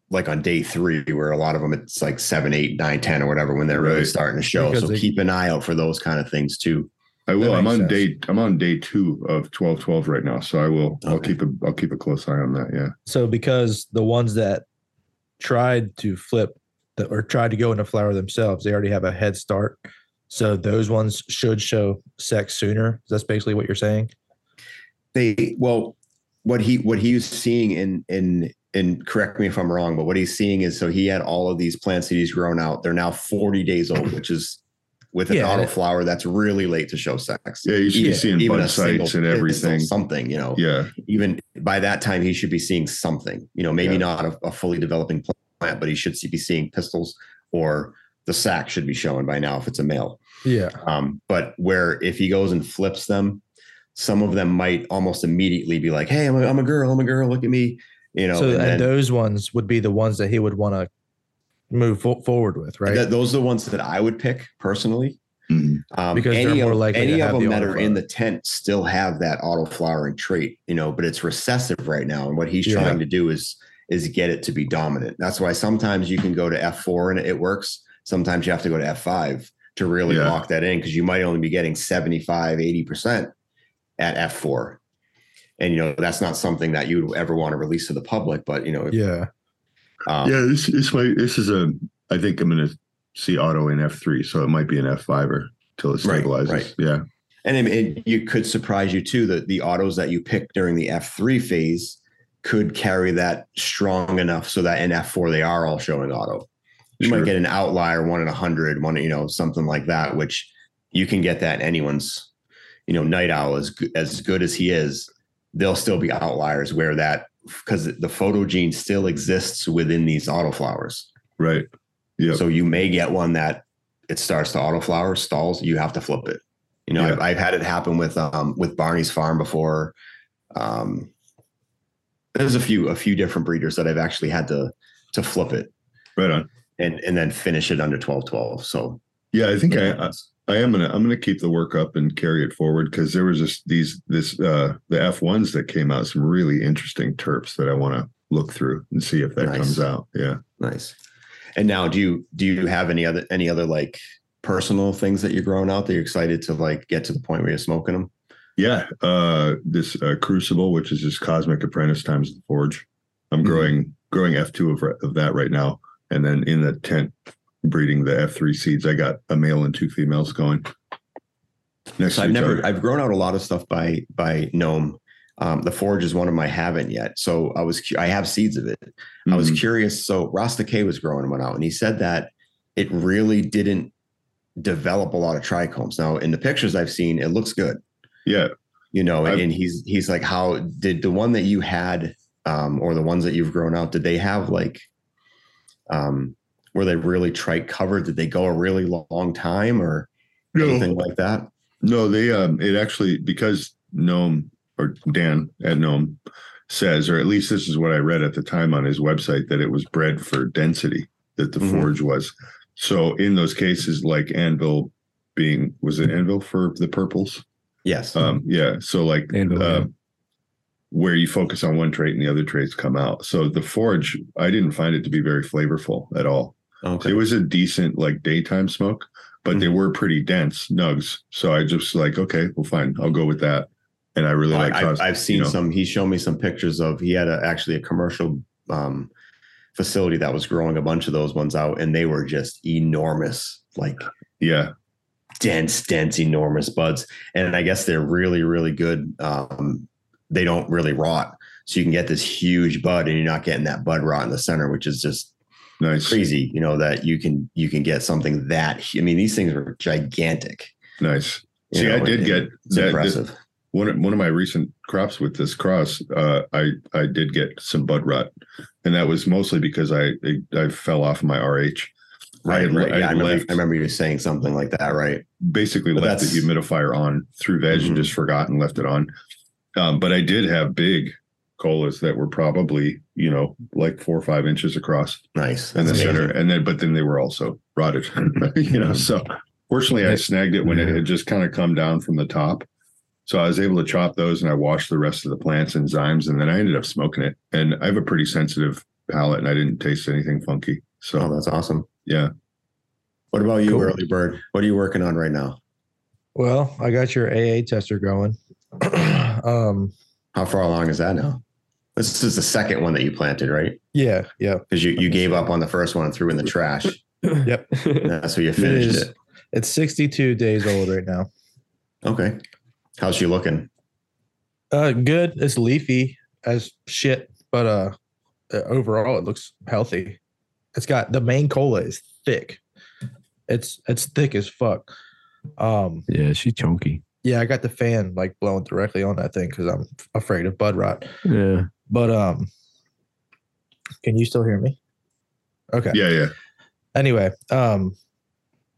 Speaker 2: like on day three, where a lot of them it's like seven, eight, nine, ten, or whatever when they're really
Speaker 3: Right.
Speaker 2: starting to show.
Speaker 4: Because
Speaker 2: so
Speaker 4: they-
Speaker 2: keep an eye out for those kind of things too.
Speaker 3: I will.
Speaker 5: That
Speaker 3: I'm
Speaker 5: makes
Speaker 3: on
Speaker 5: sense.
Speaker 3: day. I'm on day two of twelve twelve right now. So I will. I'll
Speaker 2: Okay.
Speaker 3: keep a. I'll keep a close eye on that. Yeah.
Speaker 5: So because the ones that tried to flip the, or tried to go into flower themselves, they already have a head start. So those ones should show sex sooner. That's basically what you're saying.
Speaker 2: They well, what he what he was seeing in in and correct me if I'm wrong, but what he's seeing is so he had all of these plants that he's grown out. They're now 40 days old, which is with an
Speaker 5: Yeah.
Speaker 2: auto flower that's really late to show sex.
Speaker 3: Yeah. You should
Speaker 5: Yeah,
Speaker 3: be seeing
Speaker 2: Even a
Speaker 3: bud
Speaker 2: single
Speaker 3: sites and
Speaker 2: pistil,
Speaker 3: everything.
Speaker 2: something, you know.
Speaker 3: Yeah.
Speaker 2: even by that time he should be seeing something you know maybe
Speaker 3: Yeah.
Speaker 2: not a, a fully developing plant but he should be seeing pistils or the sac should be showing by now if it's a male
Speaker 5: Yeah.
Speaker 2: um, but where if he goes and flips them some of them might almost immediately be like hey i'm a, I'm a girl i'm a girl look at me you know
Speaker 5: so
Speaker 2: and
Speaker 5: and,
Speaker 2: then-
Speaker 5: those ones would be the ones that he would want to move fo- forward with, right?
Speaker 2: th- those are the ones that i would pick personally
Speaker 3: Mm.
Speaker 2: Um,
Speaker 5: Because they're
Speaker 2: any
Speaker 5: more
Speaker 2: of,
Speaker 5: likely to
Speaker 2: any
Speaker 5: have
Speaker 2: of them
Speaker 5: the
Speaker 2: that are in
Speaker 5: autoflower.
Speaker 2: the tent still have that auto flowering trait, you know, but it's recessive right now. And what he's
Speaker 5: Yeah.
Speaker 2: trying to do is is get it to be dominant. That's why sometimes you can go to F4 and it works. Sometimes you have to go to F5 to really
Speaker 3: Yeah.
Speaker 2: lock that in because you might only be getting 75, 80% at F4. And you know, that's not something that you would ever want to release to the public, but you know,
Speaker 5: yeah.
Speaker 2: um,
Speaker 3: Yeah. This. This way. This is a. I think I'm gonna see auto in F three. So it might be an F five or till it
Speaker 2: Right,
Speaker 3: stabilizes.
Speaker 2: right.
Speaker 3: Yeah.
Speaker 2: And I mean, it, you could surprise you too that the autos that you pick during the F3 phase could carry that strong enough so that in F4 they are all showing auto. You
Speaker 3: Sure.
Speaker 2: might get an outlier, one in a hundred, one, you know, something like that, which you can get that in anyone's, you know, night owl as good as good as he is, they'll still be outliers where that because the photo gene still exists within these auto flowers.
Speaker 3: Right. Yep.
Speaker 2: So you may get one that it starts to auto flower, stalls, you have to flip it. You know,
Speaker 3: Yeah.
Speaker 2: I've, I've had it happen with um with Barney's farm before. Um there's a few a few different breeders that I've actually had to to flip it
Speaker 3: Right on.
Speaker 2: and and then finish it under 12 12. So
Speaker 3: Yeah. I think
Speaker 2: it
Speaker 3: I,
Speaker 2: happens.
Speaker 3: I am gonna I'm gonna keep the work up and carry it forward because there was this these this uh the F ones that came out some really interesting terps that I want to look through and see if that
Speaker 2: Nice.
Speaker 3: comes out. Yeah.
Speaker 2: nice. And now do you do you have any other any other like personal things that you're growing out that you're excited to like get to the point where you're smoking them?
Speaker 3: Yeah. Uh this uh, crucible, which is this cosmic apprentice times the forge. I'm
Speaker 2: Mhm.
Speaker 3: growing growing F2 of, of that right now. And then in the tent breeding the F3 seeds, I got a male and two females going. Next
Speaker 2: So
Speaker 3: to
Speaker 2: I've
Speaker 3: each
Speaker 2: never
Speaker 3: other.
Speaker 2: I've grown out a lot of stuff by by gnome. Um, the forge is one of them I haven't yet. So I was cu- I have seeds of it. I was
Speaker 3: Mhm.
Speaker 2: curious. So Rasta K was growing one out, and he said that it really didn't develop a lot of trichomes. Now in the pictures I've seen, it looks good,
Speaker 3: yeah.
Speaker 2: you know. And,
Speaker 3: I've-
Speaker 2: and he's he's like, how did the one that you had, um, or the ones that you've grown out, did they have like, um, were they really trite covered? Did they go a really lo- long time or anything like that?
Speaker 3: No, they um it actually because Gnome or Dan at Gnome says, or at least this is what I read at the time on his website, that it was bred for density, that the
Speaker 2: Mhm.
Speaker 3: forge was. So in those cases, like Anvil being was it Anvil for the purples?
Speaker 2: Yes.
Speaker 3: Um, yeah. So like
Speaker 4: Anvil, Oh, yeah.
Speaker 3: um, where you focus on one trait and the other traits come out. So the forge, I didn't find it to be very flavorful at all.
Speaker 2: okay. Mm-hmm.
Speaker 3: It was a decent like daytime smoke, but they were pretty dense nugs. So I just like, okay, well, fine, I'll go with that. And I really like.
Speaker 2: Oh, I,
Speaker 3: cos-
Speaker 2: have I've seen
Speaker 3: you know.
Speaker 2: some. He showed me some pictures of. He had a, actually a commercial um, facility that was growing a bunch of those ones out, and they were just enormous, like
Speaker 3: Yeah,
Speaker 2: dense, dense, enormous buds. And I guess they're really, really good. Um, they don't really rot, so you can get this huge bud, and you're not getting that bud rot in the center, which is just
Speaker 3: nice,
Speaker 2: crazy. You know that you can you can get something that. hu- I mean, these things were gigantic.
Speaker 3: nice.
Speaker 2: You
Speaker 3: See,
Speaker 2: know,
Speaker 3: I did
Speaker 2: it-
Speaker 3: get
Speaker 2: it's
Speaker 3: that- this-
Speaker 2: impressive.
Speaker 3: one of, one of my recent crops with this cross, uh, I I did get some bud rot, and that was mostly because I I, I fell off my RH. I
Speaker 2: right,
Speaker 3: had,
Speaker 2: right. yeah,
Speaker 3: I
Speaker 2: I
Speaker 3: had
Speaker 2: remember,
Speaker 3: left,
Speaker 2: I remember you saying something like that, right?
Speaker 3: basically
Speaker 2: But
Speaker 3: left the
Speaker 2: that's-
Speaker 3: humidifier on through veg
Speaker 2: Mhm.
Speaker 3: and just forgot and left it on. Um, but I did have big colas that were probably you know like four or five inches across
Speaker 2: Nice.
Speaker 3: in the
Speaker 2: That's
Speaker 3: center,
Speaker 2: amazing. Mm-hmm.
Speaker 3: and then but then they were also rotted. you know, so fortunately I
Speaker 4: Yeah.
Speaker 3: snagged it when it had just kind of come down from the top. So I was able to chop those and I washed the rest of the plants and zymes, and then I ended up smoking it. And I have a pretty sensitive palate, and I didn't taste anything funky. So
Speaker 2: Oh, that's awesome.
Speaker 3: yeah,
Speaker 2: What about you,
Speaker 4: Cool.
Speaker 2: early bird? What are you working on right now?
Speaker 5: Well, I got your AA tester going. um,
Speaker 2: How far along is that now? This is the second one that you planted, right?
Speaker 5: yeah, yeah.
Speaker 2: Because you, you gave up on the first one and threw in the trash.
Speaker 5: Yep.
Speaker 2: That's so you
Speaker 5: It
Speaker 2: finished
Speaker 5: is.
Speaker 2: it.
Speaker 5: It's 62 days old right now.
Speaker 2: Okay. How's she looking?
Speaker 5: Uh, good. It's leafy as shit, but uh, uh, overall it looks healthy. It's got the main cola is thick. It's it's thick as fuck. Um,
Speaker 4: Yeah, she's chunky.
Speaker 5: yeah, I got the fan like blowing directly on that thing because I'm afraid of bud rot.
Speaker 4: Yeah.
Speaker 5: But um, can you still hear me? Okay.
Speaker 3: yeah, yeah.
Speaker 5: Anyway, um,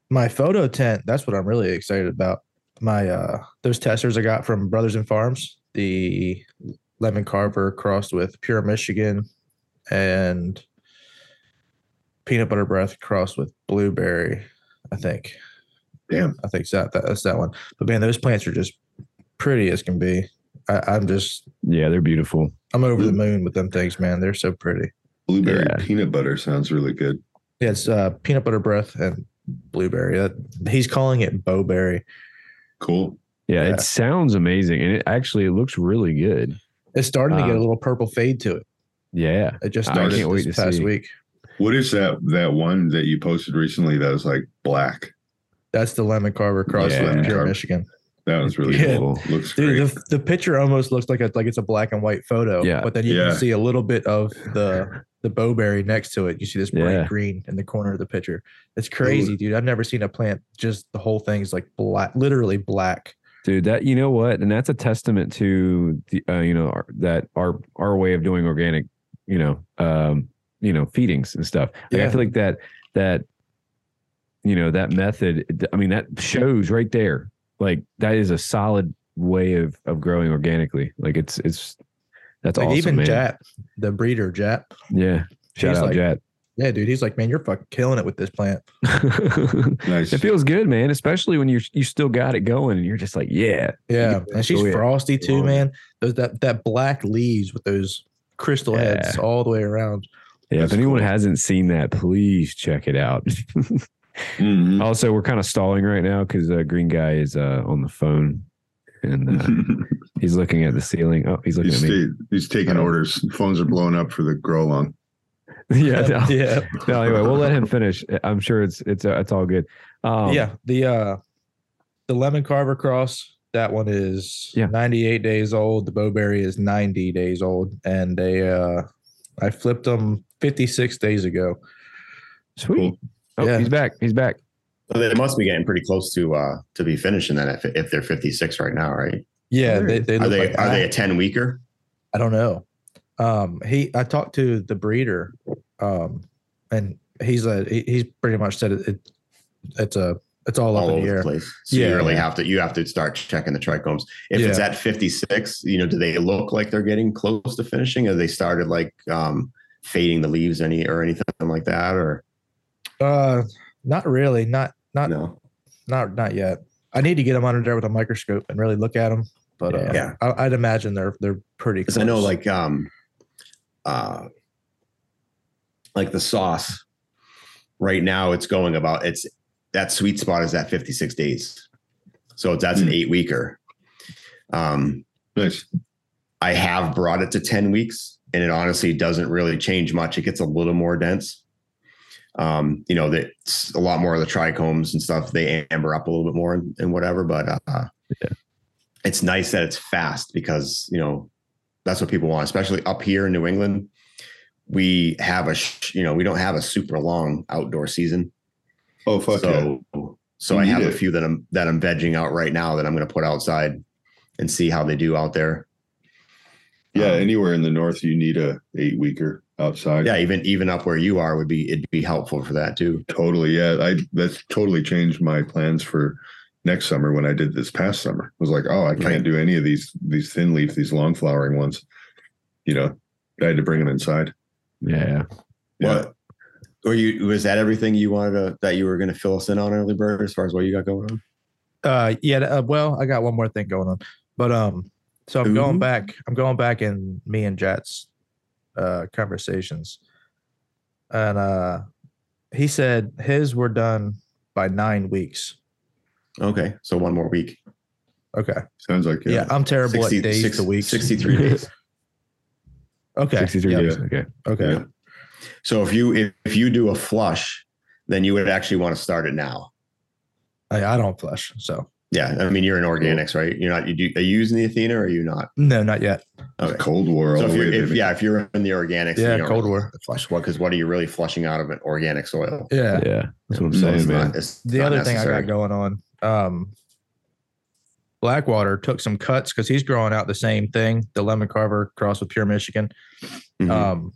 Speaker 5: my photo tent. That's what I'm really excited about. My uh, those testers I got from Brothers and Farms, the lemon carver crossed with pure Michigan, and peanut butter breath crossed with blueberry. I think.
Speaker 3: Damn.
Speaker 5: I think it's that, that that's that one. But man, those plants are just pretty as can be. I, I'm just
Speaker 4: Yeah, they're beautiful.
Speaker 5: I'm over the moon with them things, man. They're so pretty.
Speaker 3: Blueberry
Speaker 4: Yeah.
Speaker 3: peanut butter sounds really good.
Speaker 5: Yeah, it's uh, peanut butter breath and blueberry. That, he's calling it bowberry.
Speaker 3: Cool.
Speaker 4: Yeah,
Speaker 5: Yeah.
Speaker 4: it sounds amazing. And it actually it looks really good.
Speaker 5: It's starting to get a
Speaker 4: Um,
Speaker 5: little purple fade to it.
Speaker 4: Yeah.
Speaker 5: It just
Speaker 4: I
Speaker 5: started
Speaker 4: can't wait
Speaker 5: this
Speaker 4: to
Speaker 5: past
Speaker 4: see.
Speaker 5: week.
Speaker 3: What is that that one that you posted recently that was like black?
Speaker 5: That's the lemon carver cross
Speaker 4: Yeah.
Speaker 5: with pure
Speaker 3: Carver.
Speaker 5: Michigan.
Speaker 3: That was really
Speaker 5: Yeah.
Speaker 3: cool. Looks great.
Speaker 5: Dude, the, the picture almost looks like a, like it's a black and white photo.
Speaker 4: Yeah.
Speaker 5: But then you
Speaker 3: Yeah.
Speaker 5: can see a little bit of the the bowberry next to it. You see this bright
Speaker 4: Yeah.
Speaker 5: green in the corner of the picture. It's crazy, dude. I've never seen a plant just the whole thing's like black, literally black.
Speaker 4: Dude, that you know what? And that's a testament to the uh, you know, our, that our our way of doing organic, you know, um, you know, feedings and stuff. Like, I
Speaker 5: Yeah.
Speaker 4: feel like that that you know, that method, I mean, that shows right there. Like that is a solid way of of growing organically. Like it's it's that's
Speaker 5: Like
Speaker 4: awesome.
Speaker 5: even
Speaker 4: man.
Speaker 5: Jat, the breeder Jat.
Speaker 4: Yeah. Shout
Speaker 5: He's
Speaker 4: out
Speaker 5: like-
Speaker 4: Jat.
Speaker 5: Yeah, dude. He's like, man, you're fucking killing it with this plant.
Speaker 4: it
Speaker 3: nice.
Speaker 4: feels good, man. Especially when you you still got it going, and you're just like, yeah,
Speaker 5: Yeah,
Speaker 4: can
Speaker 5: and she's
Speaker 4: enjoy it
Speaker 5: frosty too,
Speaker 4: longer.
Speaker 5: man. Those that that black leaves with those crystal heads
Speaker 4: Yeah.
Speaker 5: all the way around.
Speaker 4: yeah.
Speaker 3: That's
Speaker 4: if anyone
Speaker 3: cool.
Speaker 4: hasn't seen that, please check it out.
Speaker 3: Mhm.
Speaker 4: also, we're kind of stalling right now because uh, Green Guy is uh, on the phone and uh, he's looking at the ceiling. Oh, he's looking
Speaker 3: he's,
Speaker 4: at me.
Speaker 3: ta- he's taking
Speaker 4: Um,
Speaker 3: orders. Phones are blowing up for the grow along.
Speaker 4: yeah, no,
Speaker 5: yeah,
Speaker 4: no. Anyway, we'll let him finish. I'm sure it's it's uh, it's all good. Um,
Speaker 5: yeah. The uh, the lemon carver cross. That one is
Speaker 4: Yeah.
Speaker 5: 98 days old. The bowberry is 90 days old, and they uh, I flipped them 56 days ago.
Speaker 4: sweet. Oh,
Speaker 5: Yeah.
Speaker 4: he's back. He's back.
Speaker 2: Well, they must be getting pretty close to uh to be finishing that if, if they're 56 right now, right?
Speaker 5: Yeah,
Speaker 4: Weird.
Speaker 5: they, they
Speaker 2: Are
Speaker 5: look
Speaker 2: they
Speaker 5: like
Speaker 2: are
Speaker 5: I-
Speaker 2: they a 10 weeker?
Speaker 5: I don't know. Um, he I talked to the breeder, um, and he's a he, he's pretty much said it, it it's a it's all,
Speaker 2: all
Speaker 5: up in
Speaker 2: over
Speaker 5: the
Speaker 2: the
Speaker 5: air.
Speaker 2: place. So
Speaker 5: Yeah,
Speaker 2: you really
Speaker 5: yeah.
Speaker 2: have to you have to start checking the trichomes. If it's at 56, you know, do they look like they're getting close to finishing? Have they started like um fading the leaves any or anything like that? Or
Speaker 5: Uh, not really, not not
Speaker 2: no?
Speaker 5: not not yet. I need to get them under there with a microscope and really look at them. But uh,
Speaker 2: Yeah.
Speaker 5: I, I'd imagine they're they're pretty.
Speaker 2: Because I know
Speaker 5: close.
Speaker 2: like um uh like the sauce right now it's going about it's that sweet spot is at 56 days. So that's an
Speaker 3: Hmm.
Speaker 2: eight weeker. Um
Speaker 3: Nice.
Speaker 2: I have brought it to 10 weeks and it honestly doesn't really change much. It gets a little more dense. Um, you know, that's a lot more of the trichomes and stuff. They amber up a little bit more and, and whatever, but uh,
Speaker 4: Yeah.
Speaker 2: it's nice that it's fast because, you know, that's what people want, especially up here in New England. We have a, sh- you know, we don't have a super long outdoor season.
Speaker 3: Oh fuck yeah.
Speaker 2: so, So
Speaker 3: You
Speaker 2: I
Speaker 3: need
Speaker 2: have a
Speaker 3: it.
Speaker 2: few that I'm that I'm vegging out right now that I'm going to put outside and see how they do out there.
Speaker 3: Yeah,
Speaker 2: Um,
Speaker 3: anywhere in the north, you need a eight weeker outside.
Speaker 2: yeah, even even up where you are would be it'd be helpful for that too.
Speaker 3: totally. Yeah, I that's totally changed my plans for next summer when I did this past summer. I was like, oh, I can't
Speaker 2: Right.
Speaker 3: do any of these these thin leaf, these long flowering ones. You know, I had to bring them inside.
Speaker 4: Yeah.
Speaker 3: Yeah.
Speaker 2: What? Were you was that everything you wanted to that you were going to fill us in on early bird as far as what you got going on?
Speaker 5: Uh, yeah. Uh, well, I got one more thing going on, but um, so I'm
Speaker 2: Ooh.
Speaker 5: going back. I'm going back in me and Jat's uh, conversations, and uh, he said his were done by nine weeks.
Speaker 2: Okay, so one more week.
Speaker 5: Okay.
Speaker 3: Sounds like
Speaker 5: Yeah, I'm terrible at days
Speaker 2: six-
Speaker 5: to weeks.
Speaker 2: 63 days.
Speaker 5: Okay.
Speaker 4: 63
Speaker 5: yeah,
Speaker 4: days. Okay.
Speaker 5: Okay.
Speaker 3: Yeah.
Speaker 2: So if you if, if you do a flush, then you would actually want to start it now.
Speaker 5: I, I don't flush, so
Speaker 2: Yeah, I mean you're in organics, right? You're not you do are you using the Athena or are you not?
Speaker 5: no, not yet.
Speaker 2: Okay.
Speaker 3: Cold War.
Speaker 2: So
Speaker 3: all
Speaker 2: if
Speaker 3: the
Speaker 2: you're
Speaker 3: way,
Speaker 2: if,
Speaker 3: baby.
Speaker 2: yeah, if you're in the organics,
Speaker 5: Yeah,
Speaker 2: you don't
Speaker 5: Cold
Speaker 2: really
Speaker 5: War.
Speaker 2: have to flush what because what are you really flushing out of an organic soil?
Speaker 5: Yeah.
Speaker 4: Yeah. That's what I'm
Speaker 3: Mm,
Speaker 2: So it's
Speaker 4: saying, man.
Speaker 2: not, it's
Speaker 5: the
Speaker 2: not
Speaker 5: other thing I
Speaker 2: necessary.
Speaker 5: got going on, um, Blackwater took some cuts because he's growing out the same thing, the lemon carver cross with pure Michigan.
Speaker 2: Mhm.
Speaker 5: Um,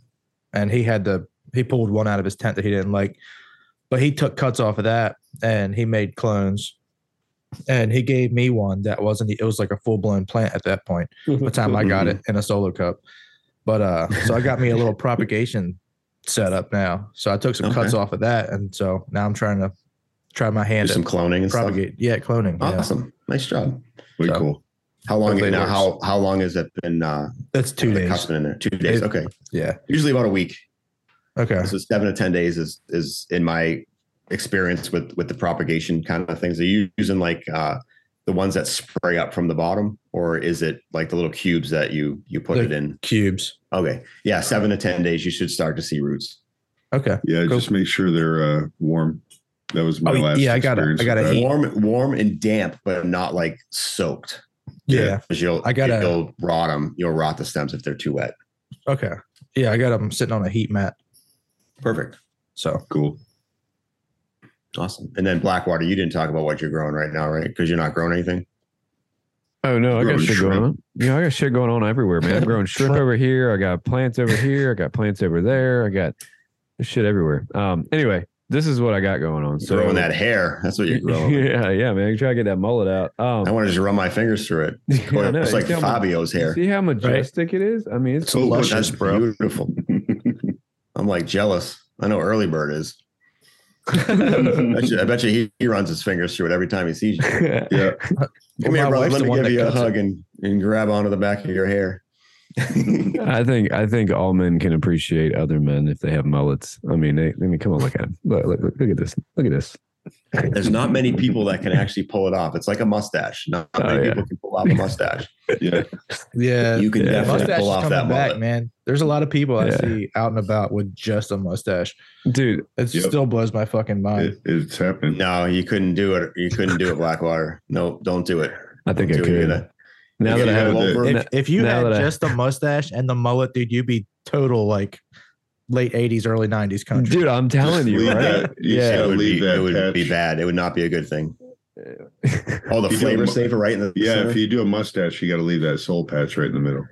Speaker 5: and he had to he pulled one out of his tent that he didn't like, but he took cuts off of that and he made clones. And he gave me one that wasn't it was like a full blown plant at that point. By the time I got it in a solo cup. But uh so I got me a little propagation set up now. So I took some cuts off of that and so now I'm trying to try my
Speaker 2: do
Speaker 5: hand at
Speaker 2: some cloning and
Speaker 5: propagate. Yeah, cloning.
Speaker 2: stuff.
Speaker 5: Yeah.
Speaker 2: Awesome, nice job.
Speaker 3: Way
Speaker 5: so-
Speaker 3: cool.
Speaker 2: How long
Speaker 5: Hopefully it
Speaker 2: now?
Speaker 5: works.
Speaker 2: How how long has it been? Uh,
Speaker 5: That's two
Speaker 2: the
Speaker 5: days.
Speaker 2: cusping in there? Two days.
Speaker 5: It-
Speaker 2: Okay,
Speaker 5: Yeah.
Speaker 2: usually about a week.
Speaker 5: Okay.
Speaker 2: So seven to ten days is is in my experience with with the propagation kind of things. Are you using like uh, the ones that spray up from the bottom, or is it like the little cubes that you you put
Speaker 5: The-
Speaker 2: it in?
Speaker 5: Cubes.
Speaker 2: Okay, yeah, seven to ten days, you should start to see roots.
Speaker 5: Okay.
Speaker 3: Yeah,
Speaker 5: Cool.
Speaker 3: just make sure they're uh, warm. That was my
Speaker 5: Oh,
Speaker 3: last.
Speaker 5: yeah, I gotta-
Speaker 3: experience
Speaker 5: I gotta
Speaker 3: with that.
Speaker 5: heat-
Speaker 2: Warm, warm and damp, but not like soaked.
Speaker 5: Yeah.
Speaker 2: because you'll
Speaker 5: I gotta-
Speaker 2: you'll rot them. You'll rot the stems if they're too wet.
Speaker 5: Okay. Yeah, I got them sitting on a heat mat.
Speaker 2: Perfect,
Speaker 5: So
Speaker 3: Cool.
Speaker 2: awesome. And then Blackwater, you didn't talk about what you're growing right now, right? Because you're not growing anything.
Speaker 4: Oh no, I
Speaker 3: Growing
Speaker 4: got shit
Speaker 3: shrimp.
Speaker 4: going on. You know, I got shit going on everywhere, man. I'm growing shrimp over here. I got plants over here. I got plants over there. I got there's shit everywhere. Um. Anyway, this is what I got going on. So
Speaker 2: growing that hair, that's what you're growing.
Speaker 4: yeah, yeah, man. Try to get that mullet out. Um.
Speaker 2: I want to just run my fingers through it.
Speaker 4: yeah, I know.
Speaker 2: it's like
Speaker 4: See how ma-
Speaker 2: Fabio's hair.
Speaker 4: See how majestic it is. I mean, it's
Speaker 2: Oh,
Speaker 5: luscious,
Speaker 2: that's
Speaker 5: bro.
Speaker 2: beautiful. I'm like jealous. I know early bird is. I bet you, I bet you he, he runs his fingers through it every time he sees you.
Speaker 3: Yeah.
Speaker 2: Come
Speaker 5: my
Speaker 2: here, brother.
Speaker 5: wife's
Speaker 2: Let
Speaker 5: the
Speaker 2: me
Speaker 5: one
Speaker 2: give
Speaker 5: that
Speaker 2: you a
Speaker 5: cuts it.
Speaker 2: hug and, and grab onto the back of your hair.
Speaker 4: I think I think all men can appreciate other men if they have mullets. I mean, they, I mean, come on, look at him. Look, look, look, look at this. Look at this.
Speaker 2: There's not many people that can actually pull it off. It's like a mustache. Not
Speaker 4: Oh,
Speaker 2: many
Speaker 4: yeah.
Speaker 2: people can pull off a mustache.
Speaker 3: Yeah.
Speaker 5: Yeah.
Speaker 2: you can
Speaker 4: yeah.
Speaker 2: definitely
Speaker 5: mustache
Speaker 2: pull
Speaker 5: is
Speaker 2: off
Speaker 5: coming
Speaker 2: that
Speaker 5: back,
Speaker 2: mullet.
Speaker 5: man. There's a lot of people I
Speaker 4: Yeah.
Speaker 5: see out and about with just a mustache.
Speaker 4: Dude,
Speaker 5: It
Speaker 3: Yep.
Speaker 5: still blows my fucking mind.
Speaker 3: It, it's happening.
Speaker 2: No, you couldn't do it. You couldn't do it, Blackwater. No, don't do it.
Speaker 4: I think I
Speaker 2: Don't do it.
Speaker 4: could.
Speaker 2: You're gonna-
Speaker 4: Now that I
Speaker 2: you're
Speaker 4: have
Speaker 2: gonna
Speaker 3: it-
Speaker 2: over-
Speaker 5: If, if you
Speaker 4: now
Speaker 5: had
Speaker 4: that I-
Speaker 5: just a mustache and the mullet, dude, you'd be total like late 80s, early 90s country.
Speaker 4: Dude, I'm telling you,
Speaker 3: leave
Speaker 4: right?
Speaker 3: that. You
Speaker 4: yeah.
Speaker 2: it would,
Speaker 3: leave
Speaker 2: be,
Speaker 3: that
Speaker 2: it would be
Speaker 3: patch.
Speaker 2: bad. It would not be a good thing. Oh, the
Speaker 3: You
Speaker 2: flavor
Speaker 3: don't-
Speaker 2: saver right in the
Speaker 3: Yeah,
Speaker 2: center?
Speaker 3: if you do a mustache, you got to leave that soul patch right in the middle.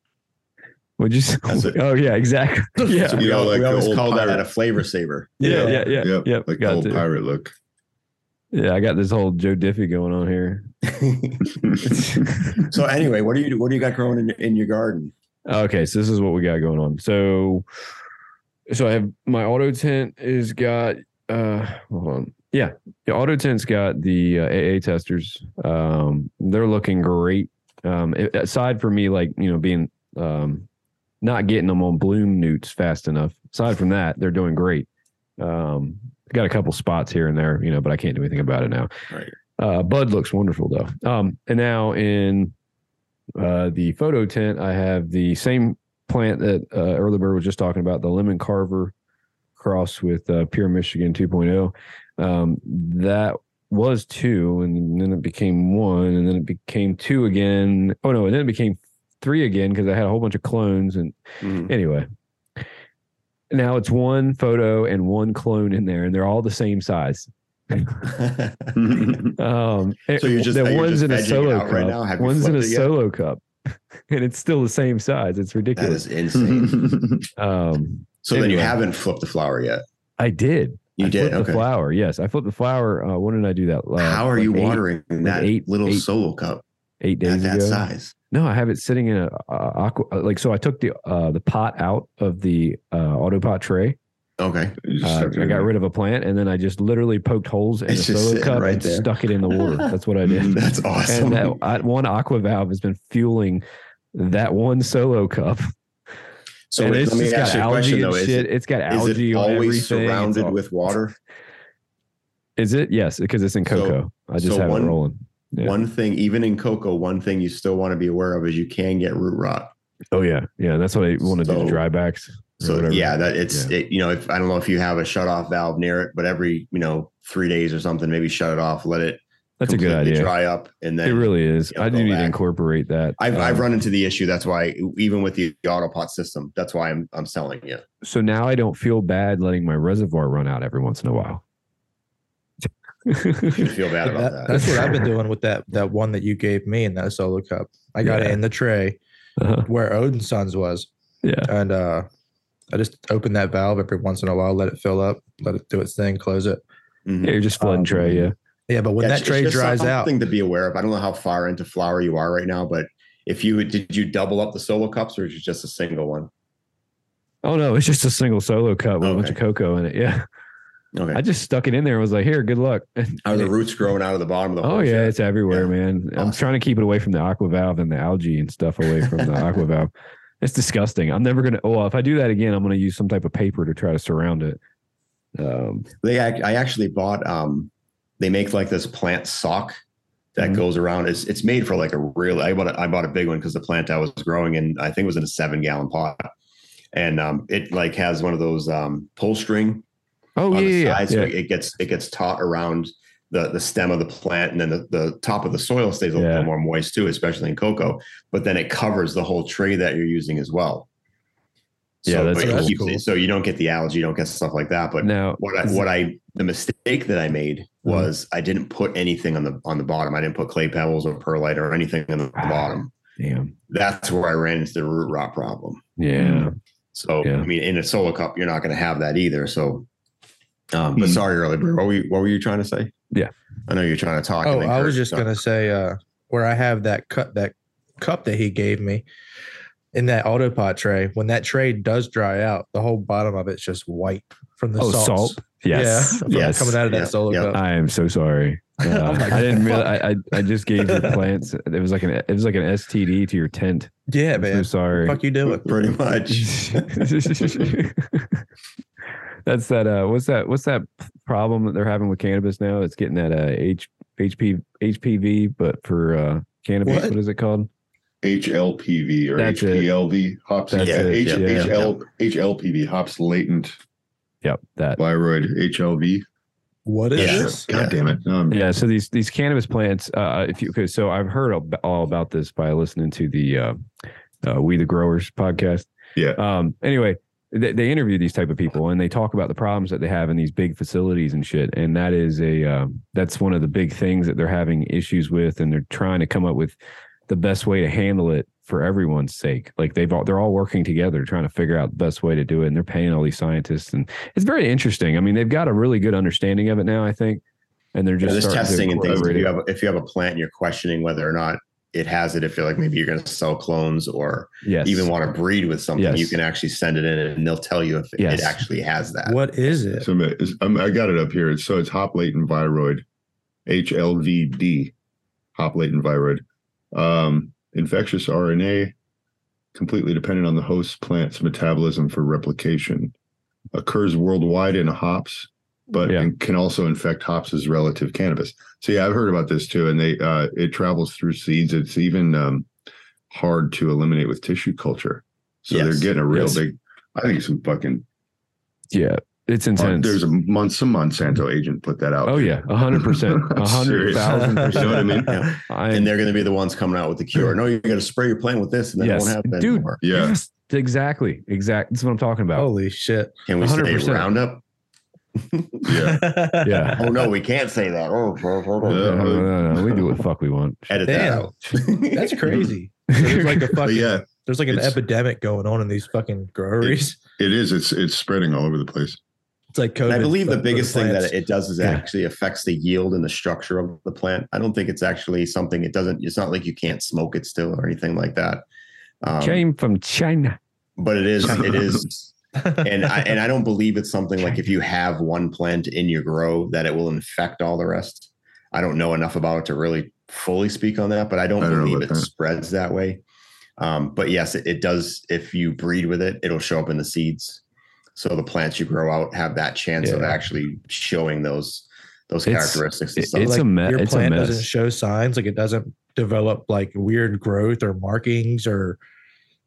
Speaker 4: Would you? Say,
Speaker 2: That's it.
Speaker 4: oh yeah, exactly. Yeah,
Speaker 2: we,
Speaker 3: You know,
Speaker 2: all,
Speaker 3: like
Speaker 2: we
Speaker 3: the
Speaker 2: always
Speaker 3: old
Speaker 2: call that
Speaker 3: pirate.
Speaker 2: a flavor saver.
Speaker 4: yeah, yeah, yeah.
Speaker 3: Yep,
Speaker 4: yep,
Speaker 3: like the
Speaker 4: got
Speaker 3: old
Speaker 4: to.
Speaker 3: pirate look.
Speaker 4: yeah, I got this whole Joe Diffie going on here.
Speaker 2: So anyway, what do you what do you got growing in, in your garden?
Speaker 4: Okay, so this is what we got going on. So, so I have my auto tent is got. uh Hold on, yeah, the auto tent's got the uh, AA testers. Um, they're looking great. Um, a- aside from me, like you know, being um, not getting them on bloom newts fast enough. Aside from that, they're doing great. Um, got a couple spots here and there, you know, but I can't do anything about it now.
Speaker 2: Right.
Speaker 4: Uh, bud looks wonderful though. Um, and now in uh, the photo tent, I have the same plant that uh, Early Bird was just talking about, the lemon carver cross with uh, pure Michigan 2.0. Um, that was two, and then it became one, and then it became two again. Oh no, and then it became three again because I had a whole bunch of clones. And
Speaker 2: Mm-hmm.
Speaker 4: anyway, now it's one photo and one clone in there, and they're all the same size. Um,
Speaker 2: So you're just- you're
Speaker 4: the
Speaker 2: just
Speaker 4: one's in a
Speaker 2: vegging it
Speaker 4: solo
Speaker 2: out
Speaker 4: cup.
Speaker 2: right now? Have you
Speaker 4: one's in a
Speaker 2: flipped it yet?
Speaker 4: solo cup, and it's still the same size. It's
Speaker 2: that
Speaker 4: ridiculous.
Speaker 2: is insane.
Speaker 4: um,
Speaker 2: So then you
Speaker 4: Anyway.
Speaker 2: haven't flipped the flower yet.
Speaker 4: I did.
Speaker 2: You
Speaker 4: I
Speaker 2: did.
Speaker 4: flipped
Speaker 2: Okay.
Speaker 4: the flower. Yes, I flipped the flower. Uh, when did I do that? Uh,
Speaker 2: How are
Speaker 4: like
Speaker 2: you
Speaker 4: eight-
Speaker 2: watering that
Speaker 4: eight-
Speaker 2: little
Speaker 4: eight
Speaker 2: solo cup
Speaker 4: Eight
Speaker 2: at
Speaker 4: days
Speaker 2: that
Speaker 4: ago.
Speaker 2: size?
Speaker 4: No, I have it sitting in a uh, aqua. uh, Like so, I took the uh, the pot out of the uh, auto pot tray.
Speaker 2: Okay.
Speaker 3: You just
Speaker 4: Uh,
Speaker 3: have to-
Speaker 4: I got rid of a plant, and then I just literally poked holes in
Speaker 2: It's
Speaker 4: a
Speaker 2: just
Speaker 4: solo
Speaker 2: sitting
Speaker 4: cup
Speaker 2: right
Speaker 4: and
Speaker 2: there.
Speaker 4: stuck it in the water. That's what I did.
Speaker 2: That's awesome.
Speaker 4: and that uh, I, one aqua valve has been fueling that one solo cup.
Speaker 2: so
Speaker 4: and
Speaker 2: wait,
Speaker 4: it's
Speaker 2: let me
Speaker 4: just got
Speaker 2: ask you a
Speaker 4: algae
Speaker 2: question
Speaker 4: and
Speaker 2: though. Is,
Speaker 4: shit.
Speaker 2: it-
Speaker 4: It's got
Speaker 2: is
Speaker 4: algae
Speaker 2: it
Speaker 4: on everything.
Speaker 2: always
Speaker 4: It's
Speaker 2: surrounded
Speaker 4: all-
Speaker 2: with water?
Speaker 4: Is it? Yes, because it's in
Speaker 2: So-
Speaker 4: cocoa. I just
Speaker 2: so
Speaker 4: have
Speaker 2: one-
Speaker 4: it rolling. Yeah.
Speaker 2: One thing, even in cocoa, one thing you still want to be aware of is you can get root rot.
Speaker 4: Oh yeah, yeah. That's what I want to do.
Speaker 2: So-
Speaker 4: The dry backs. or
Speaker 2: So
Speaker 4: whatever.
Speaker 2: yeah, that it's It, you know if I don't know if you have a shut off valve near it, but every you know three days or something, maybe shut it off, let it
Speaker 4: that's a good
Speaker 2: completely
Speaker 4: idea.
Speaker 2: dry up, and
Speaker 4: It
Speaker 2: then
Speaker 4: really is.
Speaker 2: you know,
Speaker 4: I
Speaker 2: go
Speaker 4: do need to
Speaker 2: back.
Speaker 4: incorporate that.
Speaker 2: I've I've
Speaker 4: Um,
Speaker 2: run into the issue. That's why even with the, the autopot system, that's why I'm I'm selling you.
Speaker 4: so now I don't feel bad letting my reservoir run out every once in a while.
Speaker 2: You feel bad about
Speaker 5: That-
Speaker 2: that.
Speaker 5: That's what I've been doing with that that one that you gave me in that solo cup. I got
Speaker 4: Yeah.
Speaker 5: it in the tray
Speaker 4: Uh-huh.
Speaker 5: where Odin's Sons was,
Speaker 4: yeah.
Speaker 5: and uh, I just open that valve every once in a while, let it fill up, let it do its thing, close it.
Speaker 2: Mhm.
Speaker 4: yeah, you're just flooding
Speaker 5: Um,
Speaker 4: tray. Yeah.
Speaker 5: Yeah, but when
Speaker 2: Yeah,
Speaker 5: that
Speaker 2: it's
Speaker 5: tray
Speaker 2: just
Speaker 5: dries out,
Speaker 2: something to be aware of. I don't know how far into flower you are right now, but if you did you double up the solo cups or is it just a single one?
Speaker 4: Oh no, it's just a single solo cup with a bunch
Speaker 2: Okay.
Speaker 4: of cocoa in it. Yeah.
Speaker 2: Okay.
Speaker 4: I just stuck it in there and was like, here, good luck.
Speaker 2: Are the roots growing out of the bottom of the
Speaker 4: oh,
Speaker 2: whole
Speaker 4: yeah,
Speaker 2: shit?
Speaker 4: it's everywhere,
Speaker 2: Yeah.
Speaker 4: man. I'm
Speaker 2: Awesome.
Speaker 4: trying to keep it away from the aqua valve and the algae and stuff away from the aqua valve. It's disgusting. I'm never going to, oh, if I do that again, I'm going to use some type of paper to try to surround it. Um,
Speaker 2: They ac- I actually bought um they make like this plant sock that
Speaker 5: Mm-hmm.
Speaker 4: Mhm.
Speaker 2: goes around. It's it's made for like a real I bought a, I bought a big one because the plant I was growing in I think it was in a seven gallon pot. And um it like has one of those um pull string
Speaker 4: oh, yeah,
Speaker 2: on the
Speaker 4: yeah,
Speaker 2: side.
Speaker 4: yeah.
Speaker 2: So it gets it gets taut around the the stem of the plant, and then the, the top of the soil stays a
Speaker 4: Yeah.
Speaker 2: little more moist too, especially in cocoa. But then it covers the whole tree that you're using as well.
Speaker 4: Yeah,
Speaker 2: so,
Speaker 4: that's
Speaker 2: but it
Speaker 5: cool.
Speaker 2: keeps it-
Speaker 5: Cool.
Speaker 2: so you don't get the algae, you don't get stuff like that. But
Speaker 4: Now,
Speaker 2: what I,
Speaker 4: is-
Speaker 2: what I the mistake that I made
Speaker 4: Uh-huh.
Speaker 2: was I didn't put anything on the on the bottom. I didn't put clay pebbles or perlite or anything on the
Speaker 4: Ah.
Speaker 2: bottom.
Speaker 4: damn.
Speaker 2: That's where I ran into the root rot problem.
Speaker 4: Yeah.
Speaker 2: So
Speaker 4: Yeah.
Speaker 2: I mean, in a solo cup, you're not going to have that either. So, um, but
Speaker 3: Hmm.
Speaker 2: sorry, early bird. What were you, what were you trying to say?
Speaker 4: Mm-hmm. Yeah.
Speaker 2: I know you're trying to talk. and
Speaker 5: Oh,
Speaker 2: then
Speaker 5: I was
Speaker 2: Kurt-
Speaker 5: just gonna say uh, where I have that cut that cup that he gave me in that autopot tray. When that tray does dry out, the whole bottom of it's just white from the
Speaker 4: oh,
Speaker 5: salts.
Speaker 4: salt. Yes.
Speaker 5: Yeah, yeah,
Speaker 4: Yes.
Speaker 5: coming out of that
Speaker 2: Yeah,
Speaker 5: solo
Speaker 2: yeah.
Speaker 5: cup.
Speaker 4: I am so sorry.
Speaker 5: Oh
Speaker 4: Uh,
Speaker 5: my
Speaker 4: I didn't
Speaker 5: God.
Speaker 4: really. I, I I just gave your plants. It was like an it was like an STD to your tent.
Speaker 5: yeah,
Speaker 4: I'm
Speaker 5: man.
Speaker 4: so sorry.
Speaker 5: fuck you doing?
Speaker 2: pretty much.
Speaker 4: That's that. Uh, what's that? What's that problem that they're having with cannabis now? It's getting that uh, H, HP, HPV, but for uh, cannabis.
Speaker 5: What?
Speaker 4: what is it called?
Speaker 3: HLPV or
Speaker 4: That's it.
Speaker 3: HPLV hops.
Speaker 4: That's
Speaker 3: yeah,
Speaker 4: it,
Speaker 3: H-
Speaker 4: yeah.
Speaker 3: HL HLPV hops latent
Speaker 4: Yep, that.
Speaker 3: thyroid HLV.
Speaker 5: What is
Speaker 2: Yeah.
Speaker 5: this?
Speaker 3: God damn it! Um,
Speaker 4: Yeah. So these these cannabis plants. Uh, if you okay, so I've heard ab- all about this by listening to the uh, uh, We the Growers podcast.
Speaker 3: Yeah.
Speaker 4: Um. Anyway, they, they interview these type of people and they talk about the problems that they have in these big facilities and shit. And that is a um, that's one of the big things that they're having issues with, and they're trying to come up with the best way to handle it for everyone's sake. Like they've all they're all working together trying to figure out the best way to do it, and they're paying all these scientists, and it's very interesting. I mean, they've got a really good understanding of it now, I think, and they're
Speaker 2: Yeah,
Speaker 4: just
Speaker 2: there's
Speaker 4: starting to
Speaker 2: testing and things. If
Speaker 4: incorporate
Speaker 2: you
Speaker 4: it.
Speaker 2: have if you have a plant and you're questioning whether or not it has it, if you're like maybe you're going to sell clones or
Speaker 4: yes,
Speaker 2: even want to breed with something,
Speaker 4: Yes.
Speaker 2: you can actually send it in and they'll tell you if
Speaker 4: Yes.
Speaker 2: it actually has that.
Speaker 5: What is it?
Speaker 3: So I'm- is- I'm- I got it up here. So it's hop latent viroid, HLVD, hop latent viroid. Um, infectious RNA, completely dependent on the host plant's metabolism for replication, occurs worldwide in hops, but
Speaker 4: Yeah.
Speaker 3: in- can also infect hops as relative cannabis. So yeah, I've heard about this too, and they uh, it travels through seeds. It's even um, hard to eliminate with tissue culture. So
Speaker 2: Yes.
Speaker 3: they're getting a real
Speaker 4: Yes.
Speaker 3: big. I think some fucking
Speaker 4: yeah, it's intense.
Speaker 3: Uh, there's a Mon- some Monsanto agent put that out.
Speaker 4: oh yeah, a hundred percent, a
Speaker 3: I'm
Speaker 4: hundred
Speaker 3: serious.
Speaker 4: thousand
Speaker 3: You know
Speaker 4: percent.
Speaker 3: what I mean?
Speaker 2: Yeah.
Speaker 4: I am-
Speaker 2: And they're going to be the ones coming out with the cure. No, you're going to spray your plant with this, and then
Speaker 4: Yes.
Speaker 2: it won't happen.
Speaker 4: Dude.
Speaker 2: anymore.
Speaker 3: Yeah.
Speaker 4: Yes, exactly, exact. That's what I'm talking about.
Speaker 5: Holy shit!
Speaker 2: can we say
Speaker 4: 100%.
Speaker 2: Roundup?
Speaker 3: Yeah.
Speaker 4: Yeah.
Speaker 2: Oh no, we can't say that. Oh, oh, oh, oh.
Speaker 4: No,
Speaker 3: Yeah.
Speaker 4: no, no, no, We do what the fuck we want.
Speaker 2: edit
Speaker 5: Damn.
Speaker 2: that. Out.
Speaker 5: That's crazy. So there's like a
Speaker 3: But
Speaker 5: fucking
Speaker 3: yeah,
Speaker 5: there's like an
Speaker 3: It's-
Speaker 5: epidemic going on in these fucking groweries.
Speaker 3: it is. It's it's spreading all over the place.
Speaker 5: It's like COVID.
Speaker 2: And I believe
Speaker 5: but
Speaker 2: the
Speaker 5: for
Speaker 2: biggest thing
Speaker 5: plants.
Speaker 2: that it does is it actually affects the yield and the structure of the plant. I don't think it's actually something. It doesn't. It's not like you can't smoke it still or anything like that. Um,
Speaker 4: Came from China.
Speaker 2: but it is it is and I and I don't believe it's something like if you have one plant in your grow that it will infect all the rest. I don't know enough about it to really fully speak on that, but I don't,
Speaker 3: I don't know
Speaker 2: believe it
Speaker 3: about that.
Speaker 2: spreads that way. Um, but yes, it, it does. If you breed with it, it'll show up in the seeds. So the plants you grow out have that chance of
Speaker 4: Yeah.
Speaker 2: actually showing those those
Speaker 4: It's-
Speaker 2: characteristics. And
Speaker 4: it-
Speaker 2: stuff.
Speaker 4: it's
Speaker 5: like,
Speaker 4: a me-
Speaker 5: Your
Speaker 4: it's a
Speaker 5: plant
Speaker 4: mess.
Speaker 5: doesn't show signs, like it doesn't develop like weird growth or markings or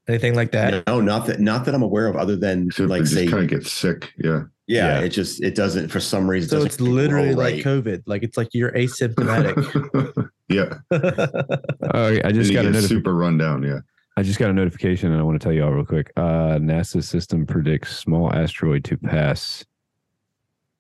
Speaker 5: anything like that.
Speaker 2: no, not that not that I'm aware of, other than
Speaker 3: Except
Speaker 2: like
Speaker 3: it
Speaker 2: say,
Speaker 3: just kind of gets sick. Yeah.
Speaker 2: yeah,
Speaker 4: Yeah.
Speaker 2: it just it doesn't for some reason.
Speaker 5: So
Speaker 2: doesn't
Speaker 5: it's literally
Speaker 2: grow
Speaker 5: like
Speaker 2: right.
Speaker 5: COVID. Like it's like you're asymptomatic.
Speaker 3: yeah.
Speaker 4: All right, Oh, I
Speaker 3: And
Speaker 4: just
Speaker 3: you
Speaker 4: got a
Speaker 3: get
Speaker 4: notification.
Speaker 3: super rundown. Yeah.
Speaker 4: I just got a notification and I want to tell you all real quick. Uh, NASA system predicts small asteroid to pass.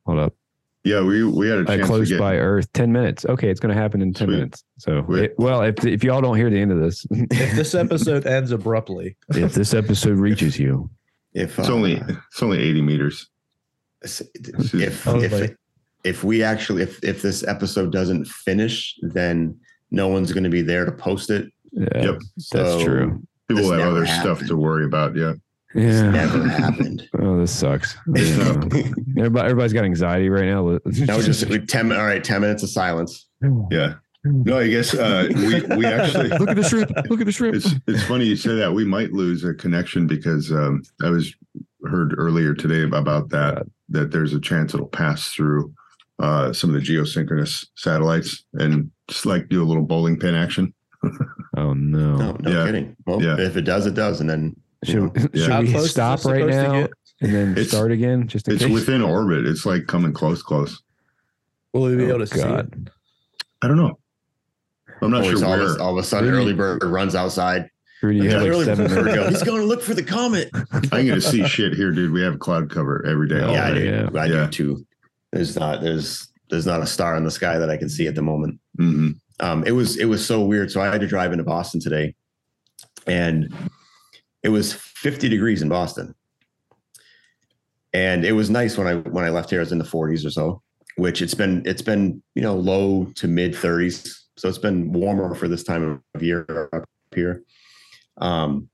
Speaker 4: Hold up.
Speaker 3: Yeah. We we had a
Speaker 4: Uh,
Speaker 3: chance
Speaker 4: close
Speaker 3: to get
Speaker 4: by Earth. 10 minutes. Okay, it's going to happen in 10
Speaker 3: Sweet.
Speaker 4: minutes. So,
Speaker 3: Wait.
Speaker 4: it- well, if, if y'all don't hear the end of this,
Speaker 5: if this episode ends abruptly,
Speaker 4: if this episode reaches you,
Speaker 2: If
Speaker 3: It's
Speaker 2: uh,
Speaker 3: only it's only eighty meters.
Speaker 2: s-
Speaker 3: This is-
Speaker 2: if
Speaker 5: Totally.
Speaker 2: if if we actually if if this episode doesn't finish, then no one's going to be there to post it.
Speaker 4: yeah,
Speaker 3: Yep.
Speaker 2: So
Speaker 4: that's true.
Speaker 3: People
Speaker 2: This
Speaker 3: have
Speaker 2: never
Speaker 3: other stuff
Speaker 2: happened.
Speaker 3: to worry about. Yeah.
Speaker 2: It's
Speaker 4: Yeah.
Speaker 2: never happened.
Speaker 4: Oh, this sucks. Yeah.
Speaker 2: that
Speaker 4: Everybody, everybody's got anxiety right now.
Speaker 2: was just like, ten. All right, ten minutes of silence.
Speaker 3: Yeah.
Speaker 4: Hmm.
Speaker 3: No, I guess uh, we we actually
Speaker 4: Look at the shrimp. Look at the shrimp.
Speaker 3: it's it's funny you say that. We might lose a connection because um, I was heard earlier today about that that there's a chance it'll pass through uh, some of the geosynchronous satellites and just like do a little bowling pin action.
Speaker 4: oh no.
Speaker 2: No, no
Speaker 3: Yeah.
Speaker 2: kidding. Well,
Speaker 3: Yeah.
Speaker 2: if it does, it does, and then
Speaker 4: Should,
Speaker 3: Yeah.
Speaker 4: should
Speaker 5: How
Speaker 4: we
Speaker 5: close is
Speaker 4: stop
Speaker 5: this
Speaker 4: right
Speaker 5: supposed to
Speaker 4: now
Speaker 5: get?
Speaker 4: and then
Speaker 3: It's-
Speaker 4: start again? Just in
Speaker 3: It's
Speaker 4: case?
Speaker 3: within orbit. It's like coming close, close.
Speaker 5: will we be
Speaker 4: Oh,
Speaker 5: able to
Speaker 4: God.
Speaker 5: see? It?
Speaker 3: I don't know. I'm not
Speaker 2: always
Speaker 3: sure
Speaker 2: all,
Speaker 3: where.
Speaker 2: of a- all of a sudden,
Speaker 4: Really?
Speaker 2: early bird runs outside.
Speaker 4: Rudy, you
Speaker 2: The
Speaker 4: have like
Speaker 2: early
Speaker 4: seven
Speaker 2: bird
Speaker 4: minutes.
Speaker 2: goes, He's going to look for the comet.
Speaker 3: I'm gonna see shit here, dude. We have cloud cover every day.
Speaker 4: Yeah,
Speaker 3: all
Speaker 2: yeah, I
Speaker 3: day.
Speaker 2: do.
Speaker 4: yeah.
Speaker 2: I
Speaker 3: Oh, Yeah.
Speaker 2: do too. There's not. There's there's not a star in the sky that I can see at the moment.
Speaker 3: Mhm.
Speaker 2: um, it was it was so weird. So I had to drive into Boston today, and it was 50 degrees in Boston, and it was nice when I when I left here. It was in the 40s or so, which it's been it's been you know low to mid 30s, so it's been warmer for this time of year up here. Um,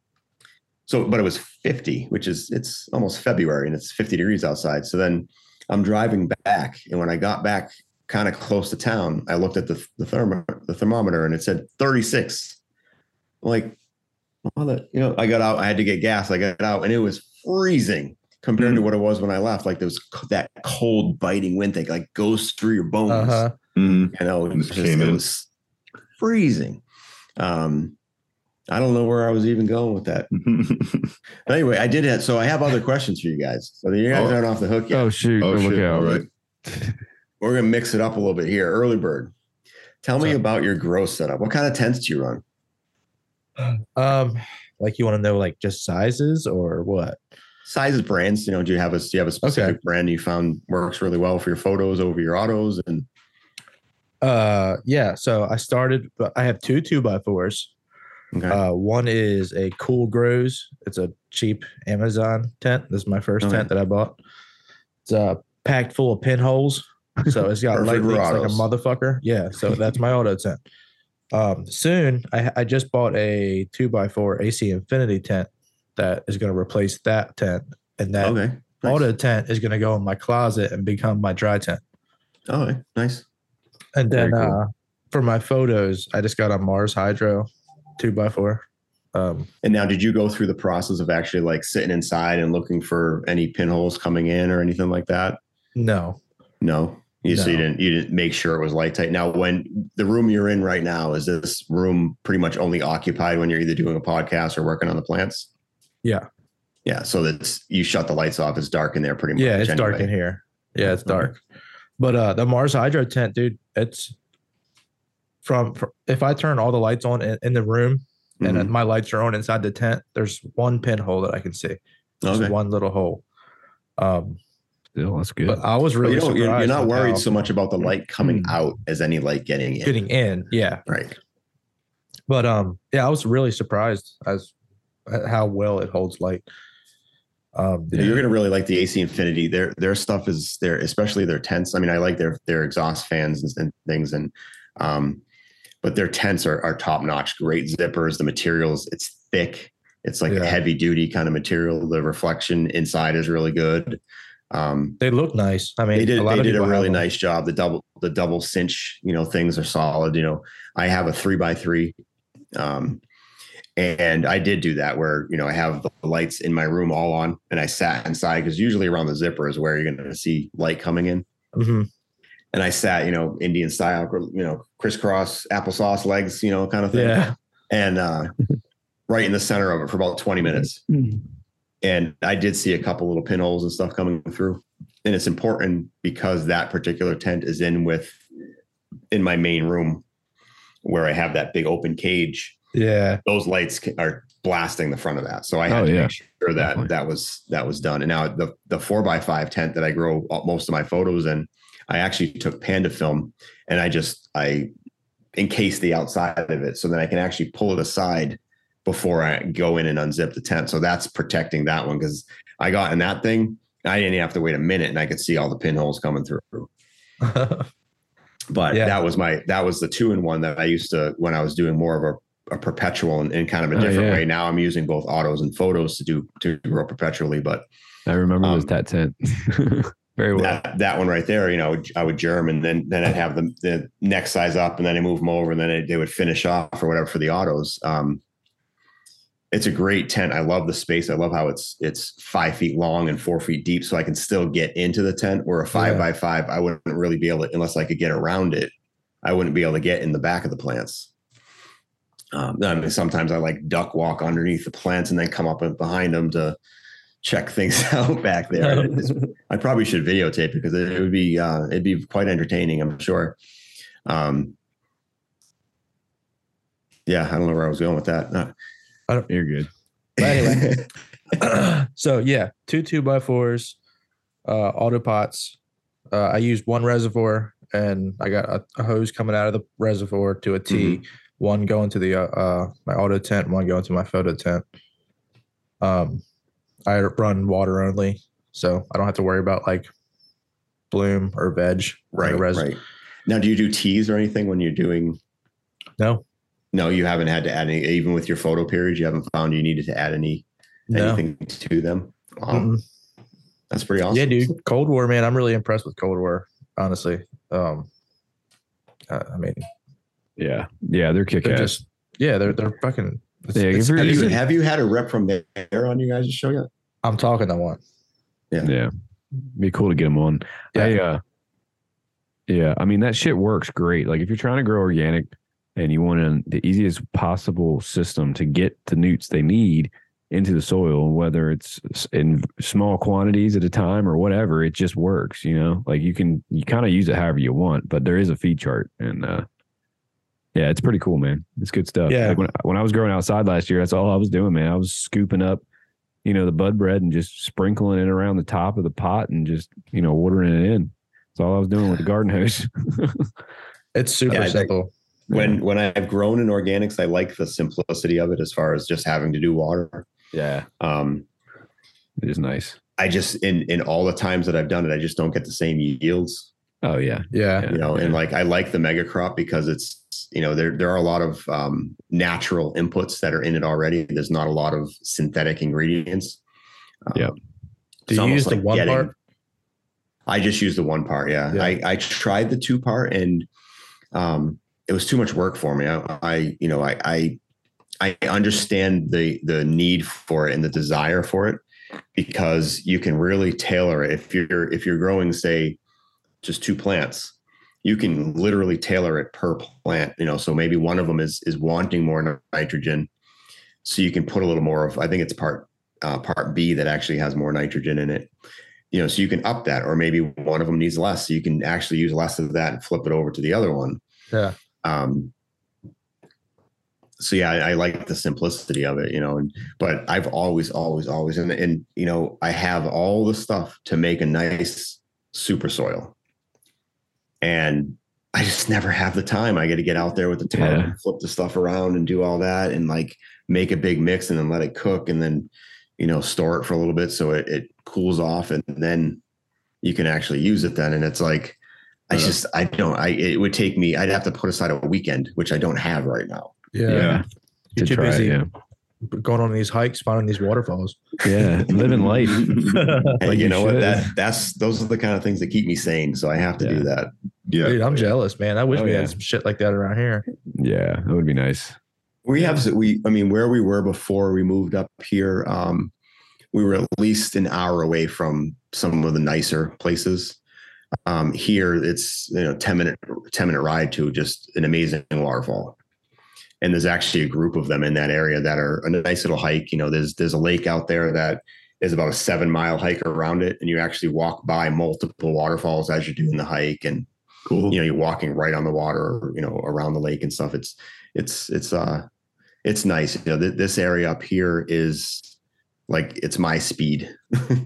Speaker 2: so but it was 50, which is it's almost February and it's 50 degrees outside. So then I'm driving back, and when I got back kind of close to town, I looked at the the, thermo, the thermometer and it said 36. I'm like, mother, you know, I got out. I had to get gas. I got out, and it was freezing compared to what it was when I left. Like there was c- that cold, biting wind thing, like goes through your bones.
Speaker 5: Uh huh.
Speaker 3: Mhm.
Speaker 2: You know, it was,
Speaker 3: This
Speaker 2: just,
Speaker 3: came
Speaker 2: it
Speaker 3: in.
Speaker 2: was freezing. Um, I don't know where I was even going with that. But anyway, I did it. So I have other questions for you guys. So you guys
Speaker 3: Oh.
Speaker 2: aren't off the hook yet.
Speaker 4: Oh shoot! Oh,
Speaker 3: oh
Speaker 4: look
Speaker 3: shit!
Speaker 4: out!
Speaker 3: All right.
Speaker 2: We're gonna mix it up a little bit here. Early bird, tell me about your grow setup. What kind of tents do you run?
Speaker 5: Um, like you want to know like just sizes or what?
Speaker 2: Sizes, brands. You know, do you have a do you have a specific
Speaker 5: Okay.
Speaker 2: brand you found works really well for your photos over your autos? And
Speaker 5: Uh, yeah. So I started. But I have two two by fours.
Speaker 2: okay,
Speaker 5: Uh, one is a Cool Grows. It's a cheap Amazon tent. This is my first
Speaker 2: Okay.
Speaker 5: tent that I bought. It's uh, packed full of pinholes, so it's got light
Speaker 2: Perfect
Speaker 5: leaks like a
Speaker 2: Dorados.
Speaker 5: motherfucker. Yeah, so that's my auto tent. Um, soon, I, I just bought a two by four AC Infinity tent that is going to replace that tent, and that
Speaker 2: okay, nice.
Speaker 5: auto tent is going to go in my closet and become my dry tent.
Speaker 2: All right, nice.
Speaker 5: And
Speaker 4: Very
Speaker 5: then
Speaker 4: cool.
Speaker 5: uh, for my photos, I just got a Mars Hydro two by four. Um,
Speaker 2: And now, did you go through the process of actually like sitting inside and looking for any pinholes coming in or anything like that?
Speaker 5: no,
Speaker 2: No. You, So you
Speaker 5: No.
Speaker 2: didn't you didn't make sure it was light tight. Now, when the room you're in right now is this room pretty much only occupied when you're either doing a podcast or working on the plants?
Speaker 5: Yeah.
Speaker 2: Yeah. So that's you shut the lights off. It's dark in there pretty much.
Speaker 5: Yeah, it's
Speaker 2: anyway.
Speaker 5: dark
Speaker 2: Mm-hmm.
Speaker 5: in here. Yeah, it's
Speaker 2: Okay.
Speaker 5: dark. But uh the Mars Hydro tent, dude, it's from, fr- if I turn all the lights on in, in the room and
Speaker 2: Mhm.
Speaker 5: my lights are on inside the tent, there's one pinhole that I can see. Just
Speaker 2: Okay.
Speaker 5: one little hole. Um
Speaker 4: Still, that's good.
Speaker 5: But I was
Speaker 2: Mm-hmm. But
Speaker 5: really
Speaker 2: you don't, you're, you're
Speaker 5: surprised
Speaker 2: not
Speaker 5: with
Speaker 2: worried
Speaker 5: how Mm.
Speaker 2: so much about the light coming out as any light getting in.
Speaker 5: getting in. Yeah.
Speaker 2: Right.
Speaker 5: But um, yeah, I was really surprised as at how well it holds light. Um,
Speaker 2: Yeah, You're gonna really like the AC Infinity. Their their stuff is their especially their tents. I mean, I like their their exhaust fans and, and things, and um, but their tents are are top notch. Great zippers. The materials it's thick. It's like
Speaker 5: Yeah.
Speaker 2: a heavy duty kind of material. The reflection inside is really good. Um,
Speaker 5: they look nice. I mean,
Speaker 2: they did
Speaker 5: a lot
Speaker 2: they
Speaker 5: of
Speaker 2: did a
Speaker 5: people have
Speaker 2: really
Speaker 5: them.
Speaker 2: nice job. The double the double cinch, you know, things are solid. You know, I have a three by three. Um and I did do that where you know I have the lights in my room all on and I sat inside because usually around the zipper is where you're gonna see light coming in.
Speaker 5: Mhm.
Speaker 2: And I sat, you know, Indian style, you know, crisscross applesauce legs, you know, kind of thing.
Speaker 5: Yeah.
Speaker 2: And uh right in the center of it for about 20 minutes and I did see a couple little pinholes and stuff coming through. And it's important because that particular tent is in with in my main room where I have that big open cage.
Speaker 5: Yeah.
Speaker 2: Those lights ca- are blasting the front of that, so I had
Speaker 4: Oh,
Speaker 2: to
Speaker 4: yeah.
Speaker 2: make sure that
Speaker 4: Definitely.
Speaker 2: that was that was done. And now the the four by five tent that I grow all- most of my photos in, I actually took panda film and I just I encased the outside of it so that I can actually pull it aside before I go in and unzip the tent. So that's protecting that one because I got in that thing. I didn't have to wait a minute and I could see all the pinholes coming through. But
Speaker 5: Yeah.
Speaker 2: that was my that was the two in one that I used to when I was doing more of a, a perpetual and in kind of a
Speaker 4: Oh,
Speaker 2: different
Speaker 4: yeah.
Speaker 2: way. Now I'm using both autos and photos to do to grow perpetually. But
Speaker 4: I remember
Speaker 2: Um,
Speaker 4: this that tent very well.
Speaker 2: that, that one right there, you know, I would, I would germ and then then I'd have the, the next size up and then I move them over and then it, they would finish off or whatever for the autos. Um, it's a great tent. I love the space. I love how it's it's five feet long and four feet deep, so I can still get into the tent. Where a five
Speaker 5: Yeah.
Speaker 2: by five, I wouldn't really be able to unless I could get around it. I wouldn't be able to get in the back of the plants. Um, I mean, sometimes I like duck walk underneath the plants and then come up and behind them to check things out back there. It's- I probably should videotape it because it, it would be uh, it'd be quite entertaining, I'm sure. Um, yeah, I don't know where I was going with that. Uh,
Speaker 4: You're good.
Speaker 5: But anyway. so yeah, two two by fours, uh, auto pots. Uh, I used one reservoir, and I got a, a hose coming out of the reservoir to a T,
Speaker 2: Mm-hmm.
Speaker 5: One going to the uh, uh, my auto tent, one going to my photo tent. Um, I run water only, so I don't have to worry about like bloom or veg. on the
Speaker 2: right,
Speaker 5: res-
Speaker 2: right. Now, do you do teas or anything when you're doing?
Speaker 5: No,
Speaker 2: No, you haven't had to add any, even with your photo periods. You haven't found you needed to add any
Speaker 5: no.
Speaker 2: anything to them. Wow,
Speaker 5: Mm-mm.
Speaker 2: that's pretty awesome.
Speaker 5: Yeah, dude. Cold War, man. I'm really impressed with Cold War, honestly. Um, I I mean,
Speaker 4: Yeah. Yeah. They're kick
Speaker 5: they're
Speaker 4: ass.
Speaker 5: just yeah, they're they're fucking. it's-
Speaker 4: Yeah,
Speaker 5: it's-
Speaker 4: if you're-
Speaker 2: Have you,
Speaker 4: Dude.
Speaker 2: have you had a rep from there on you guys' show yet?
Speaker 5: I'm talking to one.
Speaker 4: Yeah. Be cool to get them on.
Speaker 5: Yeah.
Speaker 4: I, uh, yeah. I mean, that shit works great. Like, if you're trying to grow organic and you want an, the easiest possible system to get the newts they need into the soil, whether it's s- in small quantities at a time or whatever, it just works, you know? Like, you can, you kind of use it however you want, but there is a feed chart. And, uh, yeah, it's pretty cool, man. It's good stuff.
Speaker 5: Yeah.
Speaker 4: Like when, when I was growing outside last year, that's all I was doing, man. I was scooping up you know, the bud bread and just sprinkling it around the top of the pot and just, you know, watering it in. That's all I was doing with the garden hose.
Speaker 5: It's super
Speaker 2: Yeah, I think-
Speaker 5: simple.
Speaker 2: When when I've grown in organics, I like the simplicity of it as far as just having to do water.
Speaker 4: yeah.
Speaker 2: Um,
Speaker 4: It is nice.
Speaker 2: I just in in all the times that I've done it, I just don't get the same yields.
Speaker 4: Oh yeah.
Speaker 5: yeah.
Speaker 4: Yeah.
Speaker 2: you know and like i like the mega crop because it's you know there there are a lot of um, natural inputs that are in it already there's not a lot of synthetic ingredients
Speaker 4: Yep.
Speaker 5: Do
Speaker 2: it's
Speaker 5: you
Speaker 2: almost
Speaker 5: use the
Speaker 2: like
Speaker 5: one
Speaker 2: getting-
Speaker 5: part?
Speaker 2: i just use the one part yeah,
Speaker 5: Yeah.
Speaker 2: I, I tried the two part and um it was too much work for me i, I you know I, I i understand the the need for it and the desire for it because you can really tailor it if you're if you're growing say just two plants you can literally tailor it per plant you know so maybe one of them is is wanting more nitrogen so you can put a little more of i think it's part uh, part b that actually has more nitrogen in it you know so you can up that or maybe one of them needs less so you can actually Um, use less of that and flip it over to the other one
Speaker 5: Yeah.
Speaker 2: um so yeah, I, I like the simplicity of it, you know. And but I've always, always, always, and and you know, I have all the stuff to make a nice super soil, and I just never have the time. I got to get out there with the tub,
Speaker 4: Yeah.
Speaker 2: and flip the stuff around, and do all that, and like make a big mix, and then let it cook, and then you know, store it for a little bit so it, it cools off, and then you can actually use it. Then, and it's like. I
Speaker 3: Yeah.
Speaker 2: just I don't I it would take me I'd have to put aside a weekend which I don't have right now.
Speaker 5: Yeah.
Speaker 3: Yeah.
Speaker 5: You're too
Speaker 4: try it,
Speaker 5: busy
Speaker 4: yeah.
Speaker 5: going on these hikes, finding these waterfalls.
Speaker 4: Yeah, living life.
Speaker 2: Hey,
Speaker 4: Like
Speaker 2: you
Speaker 4: you
Speaker 2: know what?
Speaker 4: should.
Speaker 2: That that's those are the kind of things that keep me sane. So I have to
Speaker 4: Yeah.
Speaker 2: do that.
Speaker 3: Yeah.
Speaker 5: Dude, I'm jealous, man. I wish
Speaker 4: Oh,
Speaker 5: we
Speaker 4: yeah.
Speaker 5: had some shit like that around here.
Speaker 4: Yeah, that would be nice.
Speaker 2: We have we I mean where we were before we moved up here, um, we were at least an hour away from some of the nicer places. Um, here it's you know 10 minute 10 minute ride to just an amazing waterfall. And there's actually a group of them in that area that are a nice little hike. You know, there's there's a lake out there that is about a seven mile hike around it, and you actually walk by multiple waterfalls as you're doing the hike and
Speaker 3: Cool.
Speaker 2: you know you're walking right on the water or you know around the lake and stuff it's it's it's uh it's nice you know th- this area up here is like it's my speed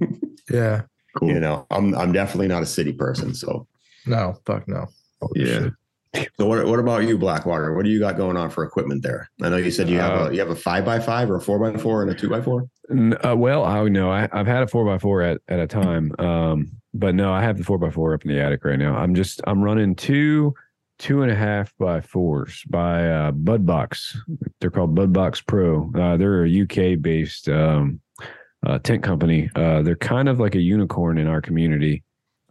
Speaker 5: Yeah.
Speaker 3: Cool.
Speaker 2: you know i'm i'm definitely not a city person so
Speaker 5: No, fuck no. Holy
Speaker 3: Yeah.
Speaker 5: shit.
Speaker 2: so what, what about you blackwater what do you got going on for equipment there i know you said you have
Speaker 4: Uh,
Speaker 2: a you have a five by five or a four by four and a two by four
Speaker 4: N- Uh, well, I know I, I've had a four by four at, at a time, um, but no, I have the four by four up in the attic right now. I'm just I'm running two two and a half by fours by uh, Budbox. They're called Budbox Pro. Uh, they're a UK based um, uh, tent company. Uh, they're kind of like a unicorn in our community.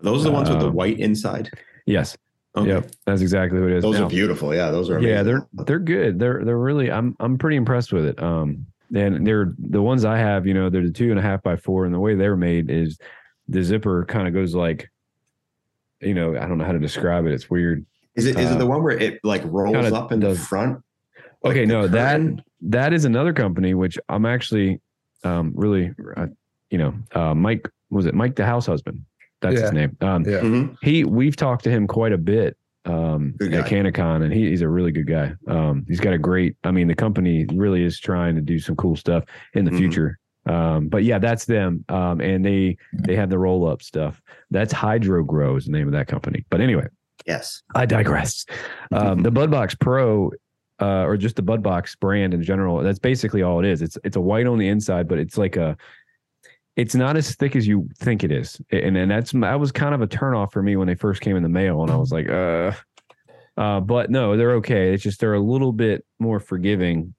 Speaker 2: those are the ones with the
Speaker 4: Um,
Speaker 2: white inside
Speaker 4: Yes, yep, that's exactly what it is.
Speaker 2: those
Speaker 4: Now-
Speaker 2: are beautiful yeah those are amazing.
Speaker 4: yeah they're they're good they're they're really i'm i'm pretty impressed with it um and they're the ones i have you know they're the two and a half by four and the way they're made is the zipper kind of goes like you know i don't know how to describe it it's weird
Speaker 2: is it is
Speaker 4: uh,
Speaker 2: it the one where it like rolls
Speaker 4: kinda
Speaker 2: up in the
Speaker 4: does-
Speaker 2: front Like
Speaker 4: okay
Speaker 2: the
Speaker 4: no that
Speaker 2: curtain?
Speaker 4: that is another company which i'm actually um really uh, you know uh mike was it mike the house husband that's his name um
Speaker 5: Yeah.
Speaker 2: Mhm.
Speaker 4: he we've talked to him quite a bit um
Speaker 2: Good
Speaker 4: at
Speaker 2: guy.
Speaker 4: Canicon and he, he's a really good guy. Um he's got a great I mean the company really is trying to do some cool stuff in the
Speaker 2: Mhm.
Speaker 4: future. Um but yeah that's them. Um and they they have the roll up stuff. That's Hydro Grow is the name of that company. But anyway,
Speaker 2: yes
Speaker 4: I digress. Um, the Budbox Pro, uh, or just the Budbox brand in general, that's basically all it is. It's it's a white on the inside, but it's like a, it's not as thick as you think it is, and and that's that was kind of a turnoff for me when they first came in the mail, and I was like, uh, uh, but no, they're okay. It's just they're a little bit more forgiving,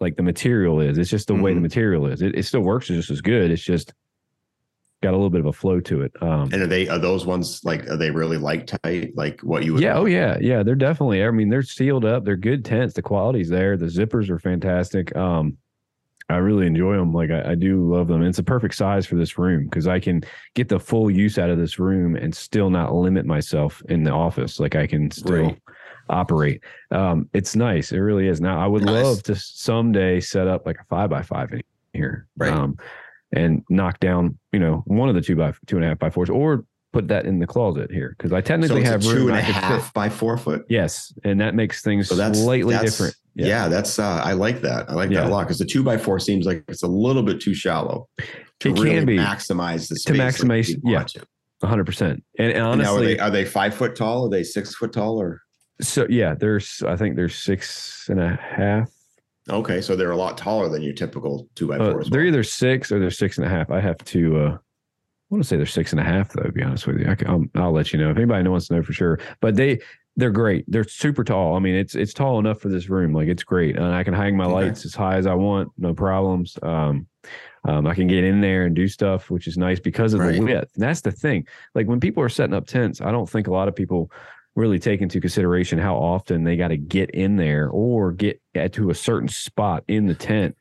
Speaker 4: like the material is. It's just the way the
Speaker 2: Mhm.
Speaker 4: material is. It, it still works just as good. It's just got a little bit of a flow to it. Um,
Speaker 2: And are they are those ones like are they really light tight? Like what you would
Speaker 4: Yeah. Oh, yeah. Yeah. They're definitely. I mean, they're sealed up. They're good tents. The quality's there. The zippers are fantastic. Um, I really enjoy them. Like I, I do love them. And it's a perfect size for this room because I can get the full use out of this room and still not limit myself in the office. Like I can still
Speaker 2: Right.
Speaker 4: operate. Um, it's nice. It really is. Now I would
Speaker 2: Nice.
Speaker 4: love to someday set up like a five by five in here.
Speaker 2: Right.
Speaker 4: Um, and knock down, you know, one of the two by two and a half by fours, or put that in the closet here because I
Speaker 2: so
Speaker 4: technically
Speaker 2: it's a
Speaker 4: have
Speaker 2: two
Speaker 4: room
Speaker 2: and a
Speaker 4: I could fit-
Speaker 2: half by four foot.
Speaker 4: Yes, and that makes things
Speaker 2: So that's
Speaker 4: slightly
Speaker 2: that's-
Speaker 4: different.
Speaker 2: Yeah. that's uh I like that. I like
Speaker 4: Yeah.
Speaker 2: that a lot because the two by four seems like it's a little bit too shallow to
Speaker 4: It can
Speaker 2: really
Speaker 4: be.
Speaker 2: maximize the space.
Speaker 4: To
Speaker 2: like
Speaker 4: maximize-
Speaker 2: you
Speaker 4: yeah.
Speaker 2: want to.
Speaker 4: hundred percent. And,
Speaker 2: And
Speaker 4: and
Speaker 2: now are
Speaker 4: honestly,
Speaker 2: they are they five foot tall? Are they six foot tall or
Speaker 4: so yeah, there's I think there's six and a half.
Speaker 2: okay, so they're a lot taller than your typical two by
Speaker 4: Uh,
Speaker 2: four.
Speaker 4: they're either six or they're six and a half. I have to. uh I want to say they're six and a half, though. To be honest with you, I can, um, I'll let you know if anybody wants to know for sure. But they they're great. They're super tall. I mean, it's it's tall enough for this room. Like it's great, and I can hang my
Speaker 2: Okay.
Speaker 4: lights as high as I want, no problems. Um, um, I can get in there and do stuff, which is nice because of
Speaker 2: Right.
Speaker 4: the width. And that's the thing. Like when people are setting up tents, I don't think a lot of people really take into consideration how often they got to get in there or get at- to a certain spot in the tent.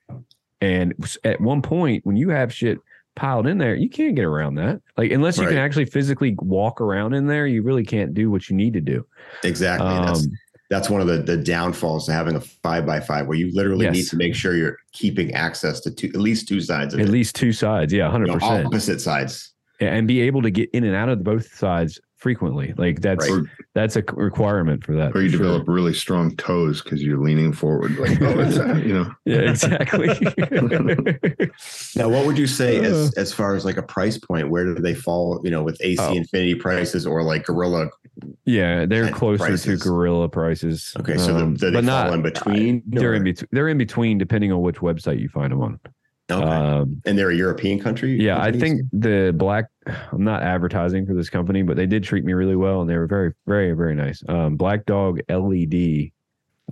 Speaker 4: And s- at one point, when you have shit piled in there, you can't get around that. Like unless you can
Speaker 2: Right.
Speaker 4: actually physically walk around in there, you really can't do what you need to do.
Speaker 2: exactly. that's
Speaker 4: Um,
Speaker 2: that's one of the, the downfalls to having a five by five where you literally
Speaker 4: Yes.
Speaker 2: need to make sure you're keeping access to two at least two sides of
Speaker 4: at
Speaker 2: it.
Speaker 4: least two sides, yeah,
Speaker 2: You
Speaker 4: hundred
Speaker 2: know,
Speaker 4: percent,
Speaker 2: opposite sides.
Speaker 4: and be able to get in and out of both sides frequently. Like that's
Speaker 2: Right.
Speaker 3: Or
Speaker 4: That's a requirement for that.
Speaker 3: Or you
Speaker 4: for sure.
Speaker 3: develop really strong toes because you're leaning forward. Like, oh, it's, uh, you know,
Speaker 4: Yeah, exactly.
Speaker 2: Now, what would you say as as far as like a price point? Where do they fall? You know, with AC
Speaker 4: Oh.
Speaker 2: Infinity prices or like Gorilla?
Speaker 4: yeah, they're
Speaker 2: Kind of
Speaker 4: closer to
Speaker 2: prices.
Speaker 4: gorilla prices.
Speaker 2: Okay, so the,
Speaker 4: um,
Speaker 2: do they
Speaker 4: but
Speaker 2: fall
Speaker 4: not.
Speaker 2: in between.
Speaker 4: they're
Speaker 2: or-
Speaker 4: in between. They're in between, depending on which website you find them on.
Speaker 2: okay.
Speaker 4: Um,
Speaker 2: and they're a European country.
Speaker 4: yeah, I
Speaker 2: companies?
Speaker 4: think the black. I'm not advertising for this company, but they did treat me really well, and they were very, very, very nice. Um, black Dog LED.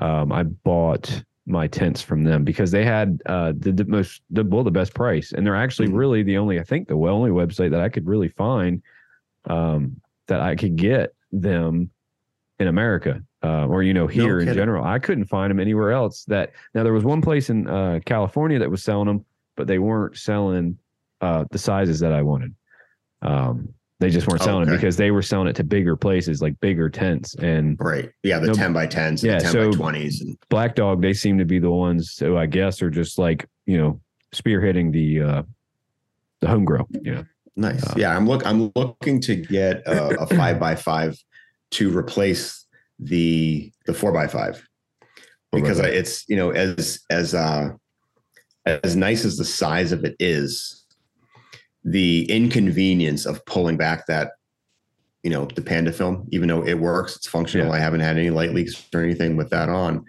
Speaker 4: Um, I bought my tents from them because they had uh, the, the most, the well, the best price, and they're actually
Speaker 2: Mhm.
Speaker 4: really the only, I think, the only website that I could really find um, that I could get them in America uh, or you know here in
Speaker 2: kidding.
Speaker 4: general. I couldn't find them anywhere else. That now there was one place in uh, California that was selling them, but they weren't selling uh, the sizes that I wanted. Um, they just weren't
Speaker 2: Oh,
Speaker 4: selling it
Speaker 2: okay.
Speaker 4: because they were selling it to bigger places like bigger tents and
Speaker 2: right. Yeah, the
Speaker 4: No,
Speaker 2: ten by tens, and
Speaker 4: yeah,
Speaker 2: the ten
Speaker 4: so-
Speaker 2: by twenties, and
Speaker 4: Black Dog, they seem to be the ones who I guess are just like, you know, spearheading the uh the home grow. You know.
Speaker 2: nice.
Speaker 4: Uh,
Speaker 2: yeah, I'm look. I'm looking to get a, a five by five to replace the the four by five because I, it's you know as as uh as nice as the size of it is, the inconvenience of pulling back that you know the panda film, even though it works, it's functional. I haven't had any light leaks or anything with that on.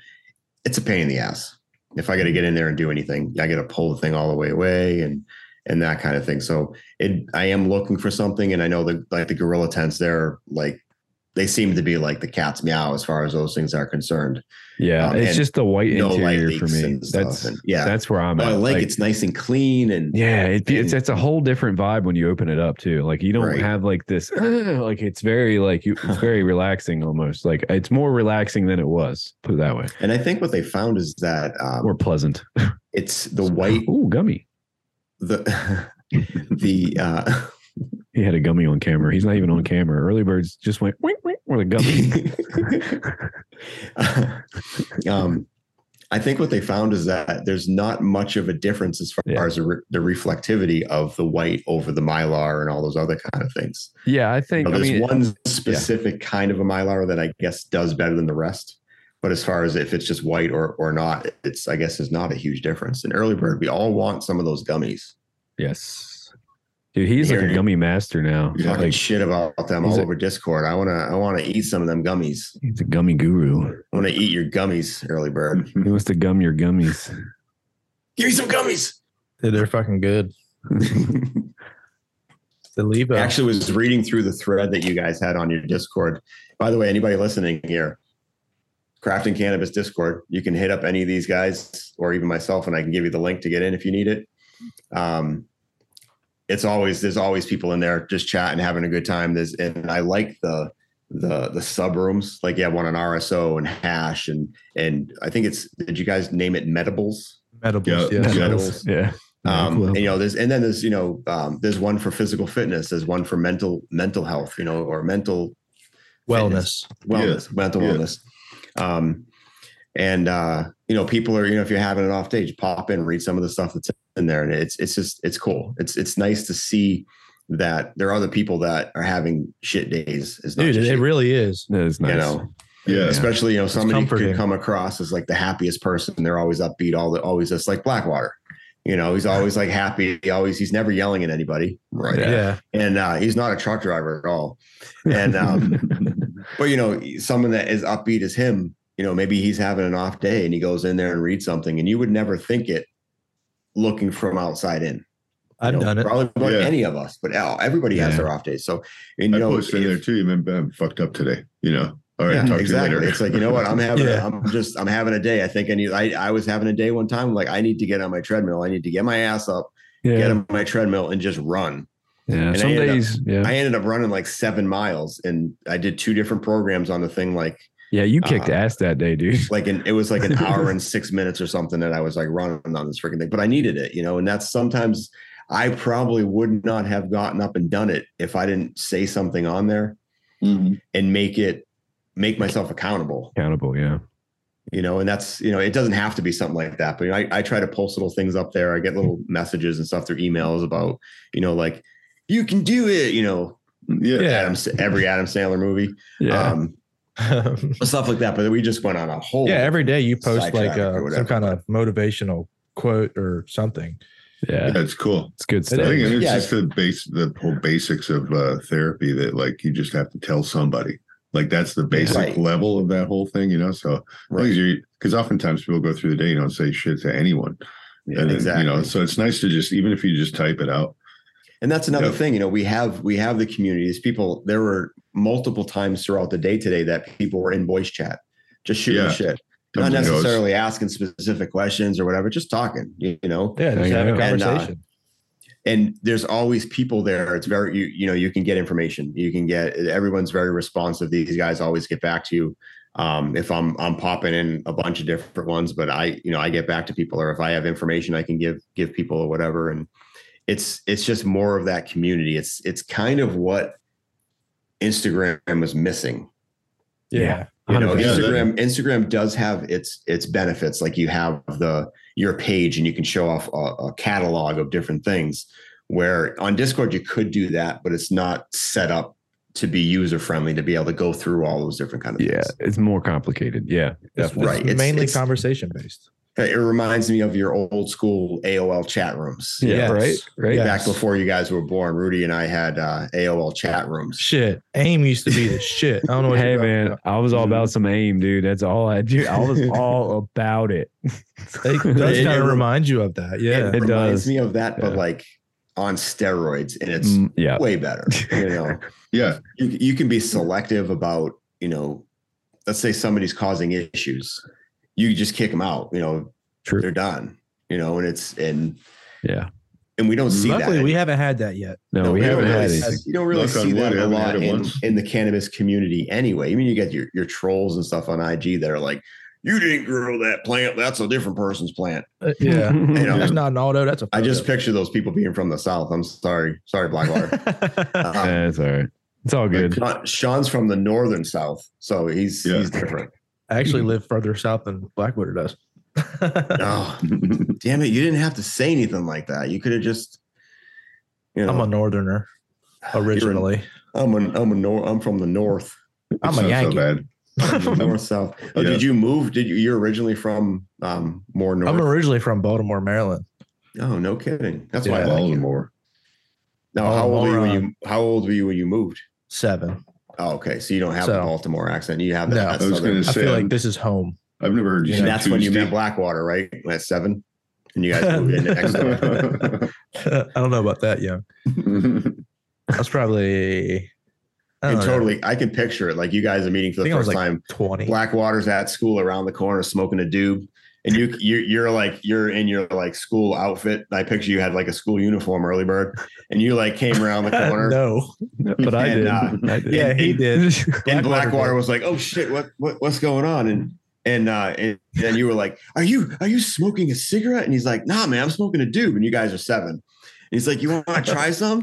Speaker 2: It's a pain in the ass. If I got to get in there and do anything, I got to pull the thing all the way away and and that kind of thing. So it, I am looking for something, and I know that like the gorilla tents, they're like they seem to be like the cat's meow as far as those things are concerned.
Speaker 4: Yeah.
Speaker 2: Um,
Speaker 4: it's
Speaker 2: and
Speaker 4: just the white
Speaker 2: no light
Speaker 4: interior for
Speaker 2: leaks
Speaker 4: me.
Speaker 2: and stuff,
Speaker 4: That's
Speaker 2: and- yeah.
Speaker 4: that's where I'm
Speaker 2: But
Speaker 4: at.
Speaker 2: I like,
Speaker 4: Like,
Speaker 2: it's nice and clean and
Speaker 4: yeah, it, it's
Speaker 2: and-
Speaker 4: it's a whole different vibe when you open it up too. Like you don't
Speaker 2: Right.
Speaker 4: have like this, "Ugh," like it's very like you, it's very relaxing almost. Like it's more relaxing than it was. Put it that way,
Speaker 2: And I think what they found is that um,
Speaker 4: more pleasant.
Speaker 2: it's the white
Speaker 4: Ooh, gummy.
Speaker 2: the the uh,
Speaker 4: He had a gummy on camera. He's not even on camera. Early birds just went wink wink with a gummy.
Speaker 2: um, I think what they found is that there's not much of a difference as far
Speaker 4: Yeah.
Speaker 2: as the, re- the reflectivity of the white over the mylar and all those other kind of things.
Speaker 4: yeah, I
Speaker 2: You
Speaker 4: think.
Speaker 2: know,
Speaker 4: I
Speaker 2: there's
Speaker 4: mean,
Speaker 2: one specific kind of a mylar that I guess does better than the rest. But as far as if it's just white or or not, it's I guess is not a huge difference. In early bird, we all want some of those gummies.
Speaker 4: Yes. Dude, he's like
Speaker 2: Here.
Speaker 4: a gummy master now.
Speaker 2: You're talking
Speaker 4: Like,
Speaker 2: shit about them
Speaker 4: he's
Speaker 2: all
Speaker 4: a-
Speaker 2: over Discord. I wanna I wanna eat some of them gummies.
Speaker 4: he's a gummy guru.
Speaker 2: I wanna eat your gummies, early bird.
Speaker 4: He wants to gum your gummies.
Speaker 2: Give me some gummies.
Speaker 5: Yeah, they're fucking good. The Levo.
Speaker 2: I actually was reading through the thread that you guys had on your Discord. By the way, anybody listening here, crafting cannabis Discord, you can hit up any of these guys or even myself, and I can give you the link to get in if you need it. Um, it's always there's always people in there just chatting, having a good time. There's and I like the the the sub rooms. Like you have one on RSO and hash and and I think it's did you guys name it Metables?
Speaker 5: Medibles,
Speaker 3: Yeah.
Speaker 5: yes.
Speaker 3: Yeah.
Speaker 2: Medals.
Speaker 4: Yeah.
Speaker 2: um,
Speaker 4: Cool.
Speaker 2: and, you know there's and then there's you know um, there's one for physical fitness there's one for mental mental health you know or mental
Speaker 5: Wellness.
Speaker 2: wellness mental
Speaker 3: Yeah.
Speaker 2: wellness um, and uh, you know people are you know if you're having an off day just pop in read some of the stuff that's in there and it's it's just it's cool it's it's nice to see that there are other people that are having shit days it's not
Speaker 5: Dude,
Speaker 2: just
Speaker 5: it
Speaker 2: you,
Speaker 5: really is.
Speaker 4: That is
Speaker 2: you
Speaker 4: nice.
Speaker 2: know
Speaker 3: yeah.
Speaker 2: especially you know somebody
Speaker 5: comforting.
Speaker 2: could come across as like the happiest person they're always upbeat all the always just like blackwater you know he's always like happy he always he's never yelling at anybody right
Speaker 5: Yeah.
Speaker 2: and uh, he's not a truck driver at all and um but you know someone that is upbeat as him you know maybe he's having an off day and he goes in there and reads something and you would never think it looking from outside in
Speaker 5: I've
Speaker 2: you know,
Speaker 5: done it.
Speaker 2: probably like
Speaker 3: Yeah.
Speaker 2: any of us but oh, everybody has
Speaker 4: Yeah.
Speaker 2: their off days so and
Speaker 3: I
Speaker 2: you know
Speaker 3: posted in
Speaker 2: if-
Speaker 3: there too. You remember I'm fucked up today. You know. All right.
Speaker 2: yeah,
Speaker 3: talk
Speaker 2: exactly.
Speaker 3: to you later.
Speaker 2: It's like you know what I'm having.
Speaker 5: Yeah.
Speaker 2: I'm just I'm having a day. I think I need. I I was having a day one time. Like I need to get on my treadmill. I need to get my ass up,
Speaker 4: Yeah.
Speaker 2: get on my treadmill, and just run.
Speaker 4: yeah.
Speaker 2: I
Speaker 4: Some
Speaker 2: ended up-
Speaker 4: days, yeah.
Speaker 2: I ended up running like seven miles, and I did two different programs on the thing. Like
Speaker 4: yeah, you kicked
Speaker 2: uh,
Speaker 4: ass that day, dude.
Speaker 2: like an it was like an hour and six minutes or something that I was like running on this freaking thing. But I needed it, you know. And that's sometimes I probably would not have gotten up and done it if I didn't say something on there
Speaker 3: Mhm.
Speaker 2: and make it make myself accountable.
Speaker 4: Accountable, yeah.
Speaker 2: you know, and that's you know, it doesn't have to be something like that. But you know, I, I try to post little things up there. I get little
Speaker 3: Mm-hmm.
Speaker 2: messages and stuff through emails about you know, like you can do it. You know,
Speaker 3: Yeah.
Speaker 2: Adam, every Adam Sandler movie.
Speaker 4: Yeah.
Speaker 2: Um, stuff like that. But we just went on a whole.
Speaker 5: yeah, every day you post
Speaker 2: Sidetrack
Speaker 5: like
Speaker 2: or
Speaker 5: uh,
Speaker 2: whatever.
Speaker 5: some kind of motivational quote or something.
Speaker 4: Yeah,
Speaker 3: That's cool.
Speaker 4: it's good
Speaker 3: I
Speaker 4: stuff.
Speaker 3: think it's
Speaker 2: Yeah.
Speaker 3: just the base, the whole basics of uh, therapy that like you just have to tell somebody. Like that's the basic
Speaker 2: Right.
Speaker 3: level of that whole thing, you know. So
Speaker 2: right.
Speaker 3: because oftentimes people go through the day and don't say shit to anyone,
Speaker 2: Yeah,
Speaker 3: and then,
Speaker 2: exactly.
Speaker 3: you know. So it's nice to just even if you just type it out.
Speaker 2: And that's another
Speaker 3: Yep.
Speaker 2: thing, you know, we have we have the communities. People, there were multiple times throughout the day today that people were in voice chat, just shooting
Speaker 3: Yeah.
Speaker 2: shit, not
Speaker 3: You know, it's-
Speaker 2: necessarily asking specific questions or whatever, just talking, you know.
Speaker 5: Yeah, just have
Speaker 4: Hang
Speaker 5: a
Speaker 4: out.
Speaker 2: And, uh,
Speaker 5: conversation.
Speaker 2: And there's always people there. It's very you, you know, you can get information. You can get everyone's very responsive. These guys always get back to you. Um, if I'm I'm popping in a bunch of different ones, but I, you know, I get back to people or if I have information I can give give people or whatever. And it's it's just more of that community. It's it's kind of what Instagram was missing.
Speaker 4: yeah.
Speaker 5: yeah.
Speaker 2: You know,
Speaker 4: 100%.
Speaker 2: Instagram Instagram does have its its benefits. Like you have the your page and you can show off a, a catalog of different things. Where on Discord you could do that, but it's not set up to be user friendly to be able to go through all those different kind of
Speaker 4: Yeah,
Speaker 2: things.
Speaker 4: it's more complicated. Yeah,
Speaker 5: It's,
Speaker 4: definitely.
Speaker 2: right.
Speaker 5: it's
Speaker 2: It's-
Speaker 5: mainly
Speaker 2: it's-
Speaker 5: conversation based.
Speaker 2: It reminds me of your old school AOL chat rooms.
Speaker 4: Yeah,
Speaker 5: Yes.
Speaker 4: right, right.
Speaker 5: Yeah.
Speaker 2: Back before you guys were born, Rudy and I had uh, AOL chat rooms.
Speaker 5: Shit. AIM used to be the shit. I don't know what
Speaker 4: Hey
Speaker 5: you're talking
Speaker 4: man,
Speaker 5: about.
Speaker 4: I was all about some aim, dude. That's all I do. I was all about it.
Speaker 2: It-
Speaker 5: It does kind
Speaker 2: it-
Speaker 5: of remind you of that. Yeah.
Speaker 2: it,
Speaker 4: It
Speaker 2: reminds
Speaker 4: does.
Speaker 2: me of that, but
Speaker 4: Yeah.
Speaker 2: like on steroids, and it's
Speaker 4: Mm, yeah,
Speaker 2: way better. You know,
Speaker 3: Yeah,
Speaker 2: you you can be selective about you know, let's say somebody's causing issues, you just kick them out. You know,
Speaker 4: true.
Speaker 2: they're done. You know, and it's and
Speaker 4: Yeah,
Speaker 2: and we don't see
Speaker 5: Luckily,
Speaker 2: that.
Speaker 5: we haven't had that yet.
Speaker 4: no, we,
Speaker 2: don't
Speaker 4: haven't
Speaker 2: really
Speaker 4: had
Speaker 2: see-
Speaker 4: it.
Speaker 2: You don't really
Speaker 3: Knock on
Speaker 2: see
Speaker 3: wood,
Speaker 2: that a
Speaker 3: haven't
Speaker 2: lot
Speaker 3: had it
Speaker 2: in,
Speaker 3: once.
Speaker 2: in the cannabis community anyway. I mean, you get your your trolls and stuff on IG that are like, "You didn't grow that plant. That's a different person's plant."
Speaker 5: Uh, yeah.
Speaker 2: You know,
Speaker 4: Mm-hmm.
Speaker 5: That's not an auto. That's a.
Speaker 2: I just picture those people being from the south. I'm sorry, sorry, Blackwater.
Speaker 5: picture.
Speaker 2: Um,
Speaker 4: Yeah, it's all right. It's all good.
Speaker 2: Sean- Sean's from the northern south, so he's
Speaker 3: Yeah.
Speaker 2: he's different.
Speaker 5: I actually live further south than Blackwater does.
Speaker 2: Oh, damn it! You didn't have to say anything like that. You could have just, you know,
Speaker 5: I'm a northerner originally.
Speaker 2: I'm a, I'm a nor- I'm from the north,
Speaker 5: I'm
Speaker 3: it's
Speaker 5: a
Speaker 3: not
Speaker 5: Yankee.
Speaker 3: So bad.
Speaker 2: north south. Oh,
Speaker 3: Yeah.
Speaker 2: did you move? Did you? You're originally from um more north.
Speaker 5: I'm originally from Baltimore, Maryland.
Speaker 2: oh, no kidding. That's why.
Speaker 5: Yeah. Oh,
Speaker 2: I like you.
Speaker 3: Baltimore.
Speaker 2: Now, how old were you when
Speaker 5: Baltimore.
Speaker 2: you? How old were you when you moved?
Speaker 5: Seven.
Speaker 2: Oh, okay. So you don't have a
Speaker 5: So-
Speaker 2: Baltimore accent. You have
Speaker 5: No.
Speaker 2: that. that
Speaker 3: I was
Speaker 2: southern-
Speaker 3: gonna
Speaker 5: I
Speaker 3: say-
Speaker 5: feel
Speaker 3: Sam.
Speaker 5: like this is home.
Speaker 3: I've never heard you.
Speaker 2: and
Speaker 3: say
Speaker 2: that's when you
Speaker 3: Tuesday.
Speaker 2: met Blackwater, right? At seven, and you guys moved in next door.
Speaker 5: I don't know about that, young. I was probably. I
Speaker 2: And
Speaker 5: don't know,
Speaker 2: totally, I can picture it. Like you guys are meeting for
Speaker 5: I
Speaker 2: the
Speaker 5: think I was
Speaker 2: first
Speaker 5: like
Speaker 2: time.
Speaker 5: twenty.
Speaker 2: Blackwater's at school around the corner smoking a doob. And you, you, you're like, you're in your like school outfit. I picture you had like a school uniform, early bird, and you like came around the corner.
Speaker 5: no.
Speaker 4: But I
Speaker 2: And,
Speaker 4: did.
Speaker 2: uh,
Speaker 4: I did.
Speaker 5: Yeah, he did.
Speaker 2: and
Speaker 5: Blackwater
Speaker 2: Blackwater
Speaker 5: did.
Speaker 2: was like, "Oh shit, what, what, what's going on?" And and uh, and then you were like, "Are you, are you smoking a cigarette?" And he's like, "Nah, man, I'm smoking a doob." And you guys are seven. And he's like, "You want to try some?"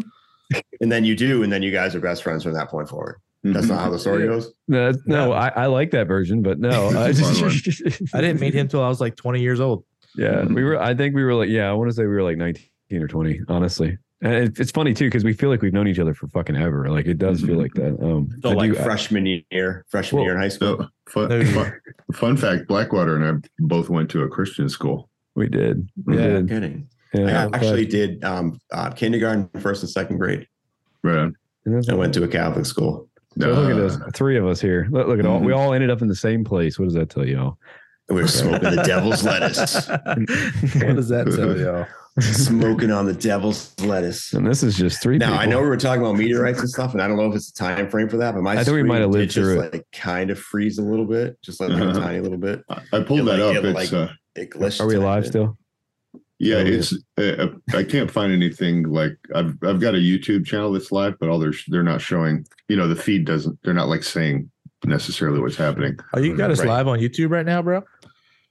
Speaker 2: And then you do, and then you guys are best friends from that point forward. That's not how the story goes.
Speaker 4: No, no,
Speaker 5: No.
Speaker 4: I, I like that version, but no, I,
Speaker 3: It's a fun
Speaker 5: I didn't meet him till I was like twenty years old.
Speaker 4: Yeah, we were. I think we were like, yeah, I want to say we were like nineteen or twenty, honestly. And it, it's funny too because we feel like we've known each other for fucking ever. Like it does feel like that. Um,
Speaker 2: So
Speaker 4: I
Speaker 2: like
Speaker 4: do-
Speaker 2: freshman year, freshman
Speaker 4: Well, uh,
Speaker 2: year in high school.
Speaker 3: So, fun,
Speaker 5: No, you-
Speaker 3: fun, fun fact: Blackwater and I both went to a Christian school.
Speaker 4: we did. We
Speaker 3: Yeah.
Speaker 4: did.
Speaker 2: kidding.
Speaker 4: Yeah,
Speaker 2: I actually did um, uh, kindergarten, first and second grade.
Speaker 3: Right? on.
Speaker 4: but-
Speaker 2: I went to a Catholic school.
Speaker 4: So look at this.
Speaker 3: Uh,
Speaker 4: Three of us here. Look, look at all. We all ended up in the same place. What does that tell y'all?
Speaker 2: We were smoking the devil's lettuce,
Speaker 5: what does that tell y'all?
Speaker 2: smoking on the devil's lettuce.
Speaker 4: And this is just three.
Speaker 2: Now I know
Speaker 4: people.
Speaker 2: we were talking about meteorites and stuff, and I don't know if it's a time frame for that, but my
Speaker 4: I think we
Speaker 2: screen
Speaker 4: might have
Speaker 2: did
Speaker 4: lived through
Speaker 2: just like kind of freeze a little bit, just like,
Speaker 3: Uh-huh.
Speaker 2: a tiny little bit.
Speaker 3: I pulled
Speaker 2: Yeah,
Speaker 3: that
Speaker 2: like-
Speaker 3: up.
Speaker 2: yeah,
Speaker 3: it's
Speaker 2: like-
Speaker 3: uh,
Speaker 2: It glitched.
Speaker 4: Are we alive
Speaker 2: and-
Speaker 4: still?
Speaker 3: Yeah,
Speaker 4: Oh, yeah.
Speaker 3: it's uh, I can't find anything like I've I've got a YouTube channel that's live, but all they're they're not showing. You know, the feed doesn't. They're not like saying necessarily what's happening.
Speaker 5: Oh, you got us
Speaker 2: Right.
Speaker 5: live on YouTube right now, bro.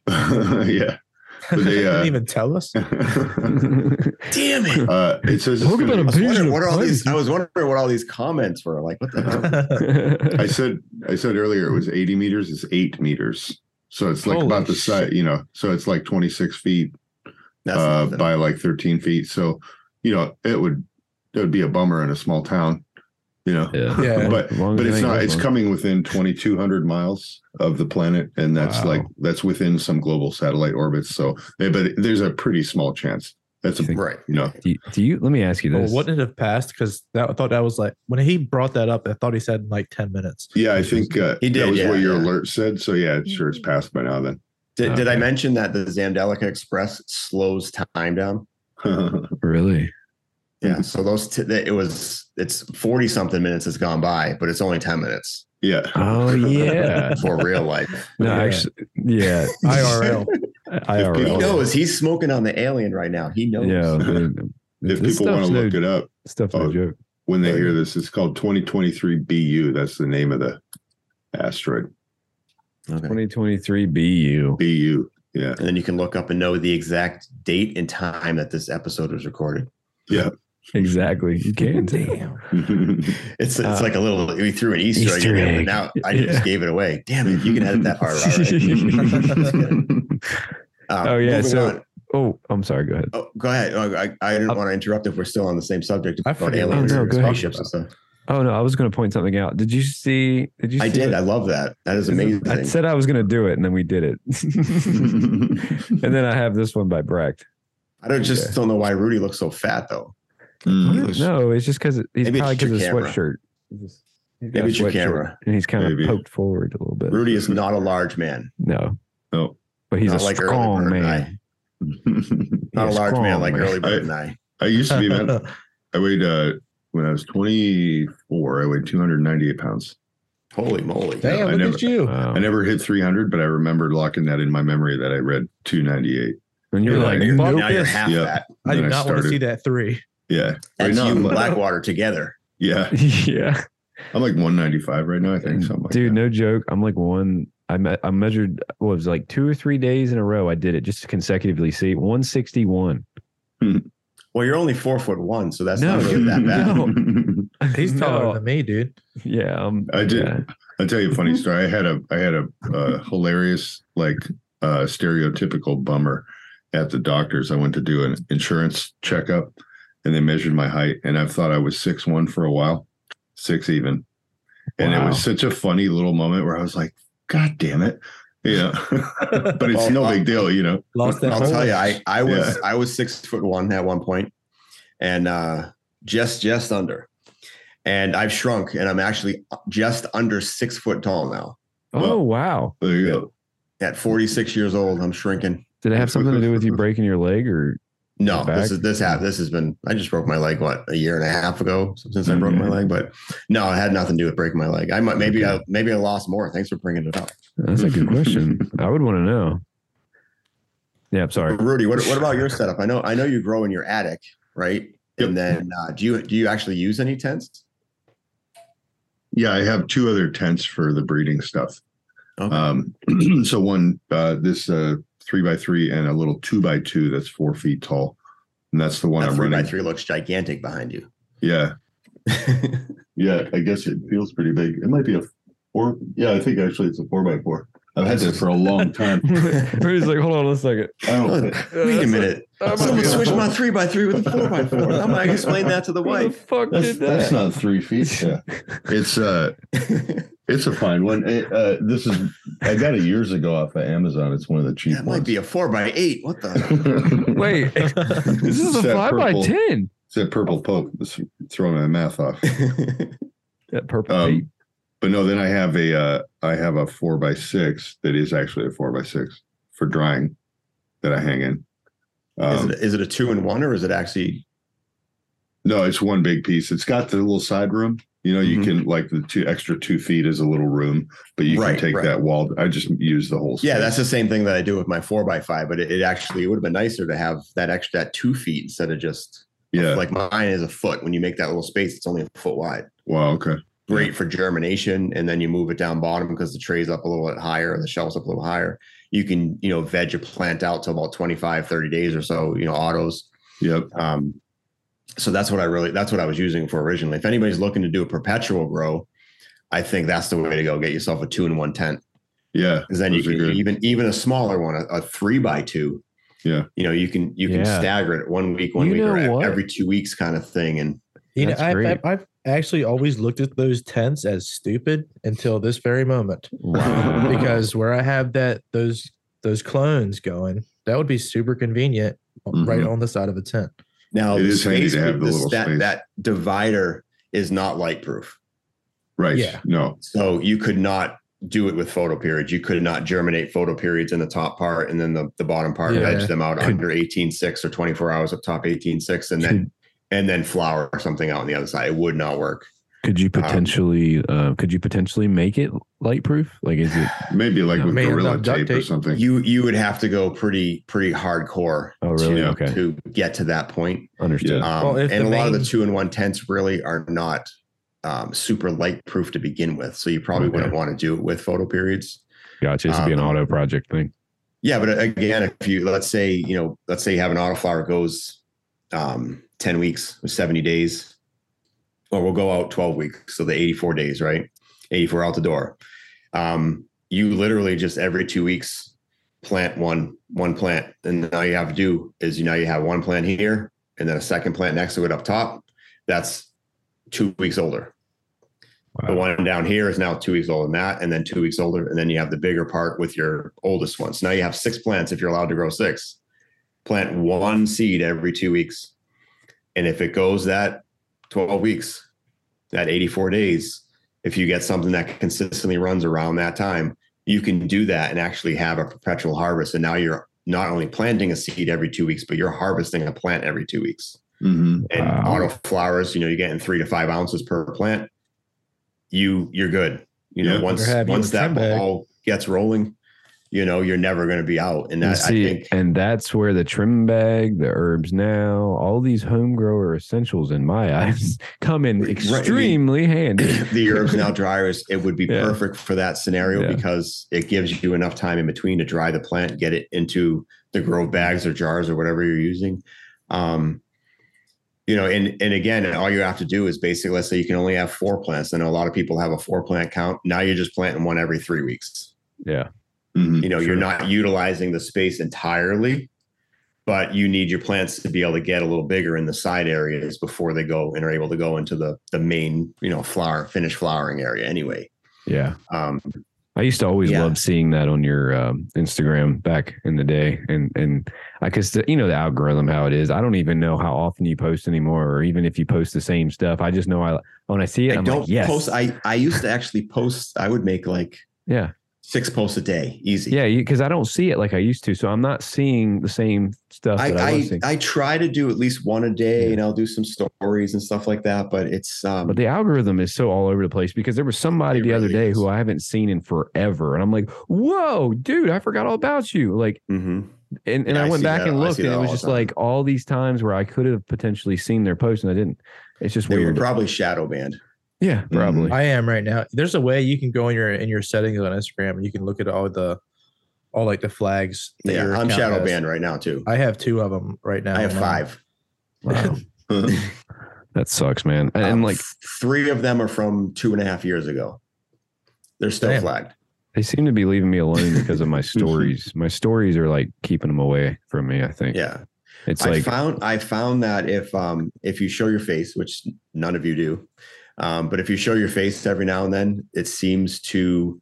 Speaker 3: yeah, But they,
Speaker 5: you
Speaker 3: uh,
Speaker 5: didn't even tell us.
Speaker 2: Damn it!
Speaker 3: uh, it says. it's
Speaker 4: Talk
Speaker 3: gonna-
Speaker 4: about
Speaker 2: I was wondering
Speaker 4: Vision
Speaker 2: what are all these.
Speaker 4: crazy.
Speaker 2: I was wondering what all these comments were like. What the hell?
Speaker 3: I said I said earlier it was 80 meters. It's eight meters, so it's like
Speaker 5: Holy
Speaker 3: about the
Speaker 5: shit.
Speaker 3: size. You know, so it's like 26 feet
Speaker 2: That's
Speaker 3: uh,
Speaker 2: nothing.
Speaker 3: by like 13 feet. So, you know, it would it would be a bummer in a small town you know.
Speaker 4: Yeah.
Speaker 5: Yeah.
Speaker 3: But
Speaker 4: As long as
Speaker 3: but
Speaker 4: it
Speaker 3: it's
Speaker 4: ain't
Speaker 3: not.
Speaker 4: good
Speaker 3: It's
Speaker 4: ones.
Speaker 3: coming within 2,200 miles of the planet, and that's
Speaker 4: Wow.
Speaker 3: like that's within some global satellite orbits. So, eh, but there's a pretty small chance. That's a
Speaker 4: You think-
Speaker 2: Right.
Speaker 3: you know.
Speaker 4: Do you, do you- Let me ask you
Speaker 5: Well,
Speaker 4: this.
Speaker 5: wouldn't it have passed? Because that I thought that was like when he brought that up, I thought he said in like ten minutes.
Speaker 3: Yeah, I think uh,
Speaker 2: He did,
Speaker 3: that was what
Speaker 2: yeah,
Speaker 3: your
Speaker 2: yeah. Mm-hmm.
Speaker 3: alert said. So yeah, it's sure it's passed by now. Then
Speaker 2: Did, did I
Speaker 4: Okay.
Speaker 2: mention that the Zandelica Express slows time down?
Speaker 4: really?
Speaker 2: Yeah. So those t- that- it was it's forty something minutes has gone by, but it's only ten minutes
Speaker 3: yeah.
Speaker 4: Oh yeah.
Speaker 2: for real life.
Speaker 4: No,
Speaker 5: Yeah.
Speaker 4: actually, yeah.
Speaker 5: IRL.
Speaker 4: IRL.
Speaker 2: He
Speaker 3: Really?
Speaker 2: knows he's smoking on the alien right now. He knows.
Speaker 4: Oh, Yeah. dude.
Speaker 3: if
Speaker 4: This
Speaker 3: people want
Speaker 4: stuff's
Speaker 3: to
Speaker 4: no-
Speaker 3: look it up
Speaker 4: stuff's no
Speaker 3: Oh.
Speaker 4: joke.
Speaker 3: when they
Speaker 2: Right.
Speaker 3: hear this, it's called 2023 BU. That's the name of the asteroid.
Speaker 2: Okay.
Speaker 4: 2023 BU.
Speaker 3: BU. Yeah.
Speaker 2: And then you can look up and know the exact date and time that this episode was recorded.
Speaker 4: Exactly. You can.
Speaker 5: Damn.
Speaker 3: Oh.
Speaker 2: It's it's
Speaker 4: Uh,
Speaker 2: like a little we threw an Easter, egg, in
Speaker 4: Easter
Speaker 2: there,
Speaker 4: egg.
Speaker 2: but now I
Speaker 4: Yeah.
Speaker 2: just gave it away. Damn it! You can edit that part. out, right? Um,
Speaker 4: Oh, yeah,
Speaker 2: moving
Speaker 4: so-
Speaker 2: on.
Speaker 4: oh, I'm sorry. Go ahead.
Speaker 2: oh, go ahead. Oh, I, I didn't want to interrupt if we're still on the same subject
Speaker 5: I
Speaker 2: about
Speaker 5: forget-
Speaker 2: aliens
Speaker 4: Oh, no,
Speaker 2: and
Speaker 4: go ahead.
Speaker 2: spaceships and stuff.
Speaker 4: Oh no, I was going to point something out. Did you see? Did you?
Speaker 2: I
Speaker 4: see
Speaker 2: did.
Speaker 4: that-
Speaker 2: I love that. That is amazing.
Speaker 4: I said I was going to do it, and then we did it. and then I have this one by Brecht.
Speaker 2: I don't just
Speaker 4: Yeah.
Speaker 2: don't know why Rudy looks so fat though.
Speaker 3: Mm.
Speaker 4: No, it's just because he's
Speaker 2: Maybe it's
Speaker 4: probably
Speaker 2: your
Speaker 4: because his
Speaker 2: camera.
Speaker 4: sweatshirt. He's just- he's got
Speaker 2: Maybe
Speaker 4: a
Speaker 2: it's your
Speaker 4: sweatshirt,
Speaker 2: camera.
Speaker 4: and he's kind
Speaker 3: Maybe.
Speaker 4: of poked forward a little bit.
Speaker 2: Rudy is not a large man.
Speaker 4: No,
Speaker 3: No.
Speaker 4: but he's
Speaker 2: Not
Speaker 4: a
Speaker 2: like Early
Speaker 4: strong
Speaker 2: Bird and I.
Speaker 4: man.
Speaker 2: Not
Speaker 4: He's
Speaker 2: a large man
Speaker 4: strong,
Speaker 2: like Early
Speaker 3: I-
Speaker 2: Bird and I.
Speaker 3: I used to be, man. I weighed, uh, when I was 24, I weighed 298 pounds.
Speaker 2: Holy moly!
Speaker 5: Damn,
Speaker 3: I
Speaker 5: look
Speaker 3: never-
Speaker 5: at you.
Speaker 4: Wow.
Speaker 3: I never hit 300, but I remember locking that in my memory that I read 298.
Speaker 4: and you're
Speaker 5: Yeah,
Speaker 4: like,
Speaker 5: you're
Speaker 2: now
Speaker 4: nope.
Speaker 2: you're half
Speaker 3: Yeah.
Speaker 2: that.
Speaker 5: I do
Speaker 3: Then I
Speaker 5: not want to
Speaker 3: started-
Speaker 5: see that three.
Speaker 3: Yeah.
Speaker 2: That's
Speaker 3: now
Speaker 2: you
Speaker 3: I'm
Speaker 2: and
Speaker 3: like-
Speaker 2: Blackwater together.
Speaker 3: Yeah.
Speaker 4: yeah.
Speaker 3: I'm like 195 right now, I think. Something like
Speaker 4: Dude,
Speaker 3: that.
Speaker 4: no joke. I'm like one. I me- I measured what was it, like two or three days in a row. I did it just to consecutively. See, 161.
Speaker 2: Well, you're only four foot one, so that's
Speaker 4: No,
Speaker 2: not really
Speaker 4: dude,
Speaker 2: that bad.
Speaker 4: no.
Speaker 5: He's taller
Speaker 4: No.
Speaker 5: than me, dude.
Speaker 4: Yeah, um,
Speaker 3: I did.
Speaker 4: yeah.
Speaker 3: I'll tell you a funny story. I had a I had a, uh hilarious like uh, stereotypical bummer at the doctor's. I went to do an insurance checkup, and they measured my height, and I've thought I was six one for a while, six even, and it
Speaker 4: Wow.
Speaker 3: was such a funny little moment where I was like, "God damn it!" Yeah, but it's
Speaker 2: Well,
Speaker 3: no
Speaker 2: uh,
Speaker 3: big deal, you know.
Speaker 5: Lost that.
Speaker 2: I'll
Speaker 5: whole-
Speaker 2: tell you, I, I was
Speaker 3: Yeah.
Speaker 2: I was six foot one at one point, and uh, just just under. And I've shrunk, and I'm actually just under six foot tall now.
Speaker 4: Oh wow!
Speaker 3: There you go.
Speaker 2: At 46 years old, I'm shrinking.
Speaker 4: Did it have something to do with you breaking your leg or?
Speaker 2: No,
Speaker 4: Your back?
Speaker 2: this is this
Speaker 3: Mm.
Speaker 2: ha- this has been. I just broke my leg what a year and a half ago since I
Speaker 3: Mm-hmm.
Speaker 2: broke my leg, but no, it had nothing to do with breaking my leg. I might maybe I maybe I lost more. Thanks for bringing it up,
Speaker 4: That's a good question. I would want to know. Yeah, I'm sorry.
Speaker 2: Rudy. What, what about your setup? I know I know you grow in your attic, right? And then uh, do you do you actually use any tents?
Speaker 3: Yeah, I have two other tents for the breeding stuff.
Speaker 2: Okay.
Speaker 3: Um, so one, uh, this uh, three by three and a little two by two that's four feet tall, and that's the one
Speaker 2: That
Speaker 3: I'm
Speaker 2: three by
Speaker 3: running.
Speaker 2: three looks gigantic behind you.
Speaker 3: Yeah,
Speaker 2: That's
Speaker 3: yeah. I guess it feels pretty big. It might be a four. Yeah, I think actually it's a four by four. I've had that for a long time.
Speaker 4: He's like, hold on a second.
Speaker 3: I don't.
Speaker 2: Wait a minute. Someone switched my three by three with a four by four. How am I gonna explain that to the
Speaker 4: What the
Speaker 2: wife?
Speaker 4: fuck
Speaker 3: That's,
Speaker 4: did
Speaker 3: that's
Speaker 4: that?
Speaker 3: not three feet. Yeah. It's uh,
Speaker 2: that
Speaker 3: it's a fine one. It, uh, this is I got it years ago off of Amazon. It's one of the cheap
Speaker 2: might
Speaker 3: ones.
Speaker 2: be a four by eight. What the?
Speaker 3: Wait,
Speaker 4: Wait, this is a
Speaker 3: It's that
Speaker 4: five by
Speaker 3: purple-
Speaker 4: ten.
Speaker 3: It's that purple poke. It's throwing my math off.
Speaker 4: That purple
Speaker 3: Um,
Speaker 4: paint.
Speaker 3: but no, then I have a uh, I have a four by six that is actually a four by six for drying that I hang in.
Speaker 2: is,
Speaker 3: Um,
Speaker 2: it, is it a two and one or is it actually?
Speaker 3: no, it's one big piece. It's got the little side room. You know, you
Speaker 2: Mhm.
Speaker 3: can like the two extra two feet is a little room, but you
Speaker 2: Right,
Speaker 3: can take
Speaker 2: right.
Speaker 3: that wall. I just use the whole.
Speaker 2: Yeah,
Speaker 3: space.
Speaker 2: that's the same thing that I do with my four by five, but it, it actually it would have been nicer to have that extra that two feet instead of just
Speaker 3: yeah.
Speaker 2: like mine is a foot. When you make that little space, it's only a foot wide.
Speaker 3: wow. Okay.
Speaker 2: great for germination and then you move it down bottom because the tray's up a little bit higher the shelves up a little higher you can you know veg a plant out to about 25 30 days or so you know autos
Speaker 3: Yep.
Speaker 2: um so that's what i really that's what i was using for originally if anybody's looking to do a perpetual grow i think that's the way to go get yourself a two in one tent
Speaker 3: Yeah.
Speaker 2: because then you
Speaker 3: Those are
Speaker 2: can
Speaker 3: good.
Speaker 2: even even a smaller one a, a three by two
Speaker 3: Yeah.
Speaker 2: you know you can you can
Speaker 4: Yeah.
Speaker 2: stagger it one week one
Speaker 4: You
Speaker 2: week or
Speaker 4: know
Speaker 2: e-
Speaker 4: what?
Speaker 2: every two weeks kind of thing and
Speaker 5: You know,
Speaker 4: That's
Speaker 5: I've,
Speaker 4: great.
Speaker 5: I've, I've actually always looked at those tents as stupid until this very moment because where I have that those those clones going, that would be super convenient right
Speaker 2: Mm-hmm.
Speaker 3: Mhm.
Speaker 5: on the side of a tent.
Speaker 2: Now
Speaker 3: It
Speaker 2: the
Speaker 3: is handy
Speaker 2: space
Speaker 3: to have
Speaker 2: with
Speaker 3: the
Speaker 2: this-
Speaker 3: little
Speaker 2: that,
Speaker 3: space.
Speaker 2: that divider is not light proof.
Speaker 3: right.
Speaker 5: Yeah.
Speaker 3: No.
Speaker 2: So you could not do it with photo periods. You could not germinate photo periods in the top part and then the, the bottom part,
Speaker 5: Yeah.
Speaker 2: veg them out
Speaker 4: Could-
Speaker 2: under 18.6 or 24 hours up top 18.6 and then and then flower something out on the other side. It would not work.
Speaker 4: Could
Speaker 3: Um,
Speaker 4: you potentially uh could you potentially make it light proof? Like is it
Speaker 3: Maybe like
Speaker 5: No,
Speaker 3: with
Speaker 5: maybe
Speaker 3: gorilla
Speaker 5: not duct
Speaker 3: tape, or
Speaker 5: tape.
Speaker 3: something.
Speaker 2: You you would have to go pretty pretty hardcore
Speaker 4: oh really?
Speaker 3: Yeah.
Speaker 4: Okay.
Speaker 2: to get to that point.
Speaker 4: Understood.
Speaker 3: Yeah.
Speaker 2: Um,
Speaker 5: Well,
Speaker 2: and
Speaker 5: if
Speaker 2: a
Speaker 5: the
Speaker 2: lot of the
Speaker 5: main-
Speaker 2: two and one tents really are not um, super light proof to begin with. So you probably
Speaker 4: Okay.
Speaker 2: wouldn't want to do it with photo periods.
Speaker 4: Gotcha. This would be an
Speaker 2: Um,
Speaker 4: auto project thing.
Speaker 2: Yeah, but uh, again, if you let's say you know, let's say you have an auto flower goes um, ten weeks or seventy days, or we'll go out twelve weeks, so the eighty-four days, right? Eighty-four out the door. Um, you literally just every two weeks plant one one plant, and all you have to do is you know you have one plant here, and then a second plant next to it up top. That's two weeks older. The one down here is now two weeks older than that, and then two weeks older, and then you have the bigger part with your oldest ones. Now you have six plants if you're allowed to grow six. Plant one seed every two weeks, and if it goes that 12 weeks, that 84 days, if you get something that consistently runs around that time, you can do that and actually have a perpetual harvest. And now you're not only planting a seed every two weeks, but you're harvesting a plant every two weeks
Speaker 3: hmm
Speaker 2: and
Speaker 4: Wow.
Speaker 2: auto flowers, you know, you're getting three to five ounces per plant. You you're good. You know,
Speaker 3: Yeah.
Speaker 2: once
Speaker 5: You're happy
Speaker 2: once
Speaker 5: with
Speaker 2: that
Speaker 5: ten bag.
Speaker 2: ball gets rolling, you know, you're never going to be out. And
Speaker 4: And
Speaker 2: that
Speaker 4: see,
Speaker 2: I think
Speaker 4: and that's where the trim bag, the herbs now, all these home grower essentials in my eyes come in
Speaker 2: Right, I mean-
Speaker 4: extremely handy.
Speaker 2: the herbs now dryers it would be
Speaker 4: Yeah.
Speaker 2: perfect for that scenario
Speaker 4: Yeah.
Speaker 2: because it gives you enough time in between to dry the plant, get it into the grow bags or jars or whatever you're using. Um, you know, and and again, all you have to do is basically let's say you can only have four plants. I know a lot of people have a four plant count. Now you're just planting one every three weeks.
Speaker 4: Yeah.
Speaker 3: hmm
Speaker 2: you know you're
Speaker 4: Sure.
Speaker 2: not utilizing the space entirely but you need your plants to be able to get a little bigger in the side areas before they go and are able to go into the the main you know flower finished flowering area anyway
Speaker 4: Yeah.
Speaker 2: um
Speaker 4: I used to always
Speaker 2: Yeah.
Speaker 4: love seeing that on your um, Instagram back in the day, and and I cause the, you know the algorithm how it is. I don't even know how often you post anymore, or even if you post the same stuff. I just know I when I see it,
Speaker 2: i
Speaker 4: I'm
Speaker 2: don't
Speaker 4: like, yes,
Speaker 2: post i i used to actually post i would make like
Speaker 4: yeah,
Speaker 2: six posts a day easy
Speaker 4: yeah, because I don't see it like I used to, so I'm not seeing the same stuff
Speaker 2: I,
Speaker 4: that I, was
Speaker 2: I,
Speaker 4: seeing.
Speaker 2: I try to do at least one a day
Speaker 4: Yeah.
Speaker 2: and I'll do some stories and stuff like that, but it's um
Speaker 4: but the algorithm is so all over the place because there was somebody
Speaker 2: It
Speaker 4: the other
Speaker 2: really
Speaker 4: day
Speaker 2: is.
Speaker 4: who I haven't seen in forever, and I'm like, whoa, dude, I forgot all about you. Like,
Speaker 2: mhm.
Speaker 4: and, and
Speaker 2: Yeah,
Speaker 4: I
Speaker 2: I
Speaker 4: went
Speaker 2: see
Speaker 4: back
Speaker 2: that.
Speaker 4: and
Speaker 2: I
Speaker 4: looked,
Speaker 2: see
Speaker 4: and
Speaker 2: that
Speaker 4: it was
Speaker 2: all
Speaker 4: just
Speaker 2: the time.
Speaker 4: like all these times where I could have potentially seen their post and I didn't. It's just
Speaker 2: they were mm-hmm.
Speaker 4: weird.
Speaker 2: probably shadow banned.
Speaker 4: yeah, probably.
Speaker 5: I am right now. There's a way you can go in your in your settings on Instagram and you can look at all the all like the flags. that
Speaker 2: Yeah,
Speaker 5: your
Speaker 2: I'm
Speaker 5: account
Speaker 2: shadow
Speaker 5: has.
Speaker 2: banned right now too.
Speaker 5: I have two of them right now.
Speaker 2: I have
Speaker 5: on mine.
Speaker 2: five.
Speaker 4: wow, that sucks, man. And, and
Speaker 2: Um,
Speaker 4: like
Speaker 2: f- three of them are from two and a half years ago. They're still
Speaker 5: Damn.
Speaker 2: flagged.
Speaker 4: they seem to be leaving me alone because of my stories. My stories are like keeping them away from me. I think.
Speaker 2: Yeah,
Speaker 4: it's
Speaker 2: I
Speaker 4: like
Speaker 2: found I found that if um if you show your face, which none of you do, um, but if you show your face every now and then, it seems to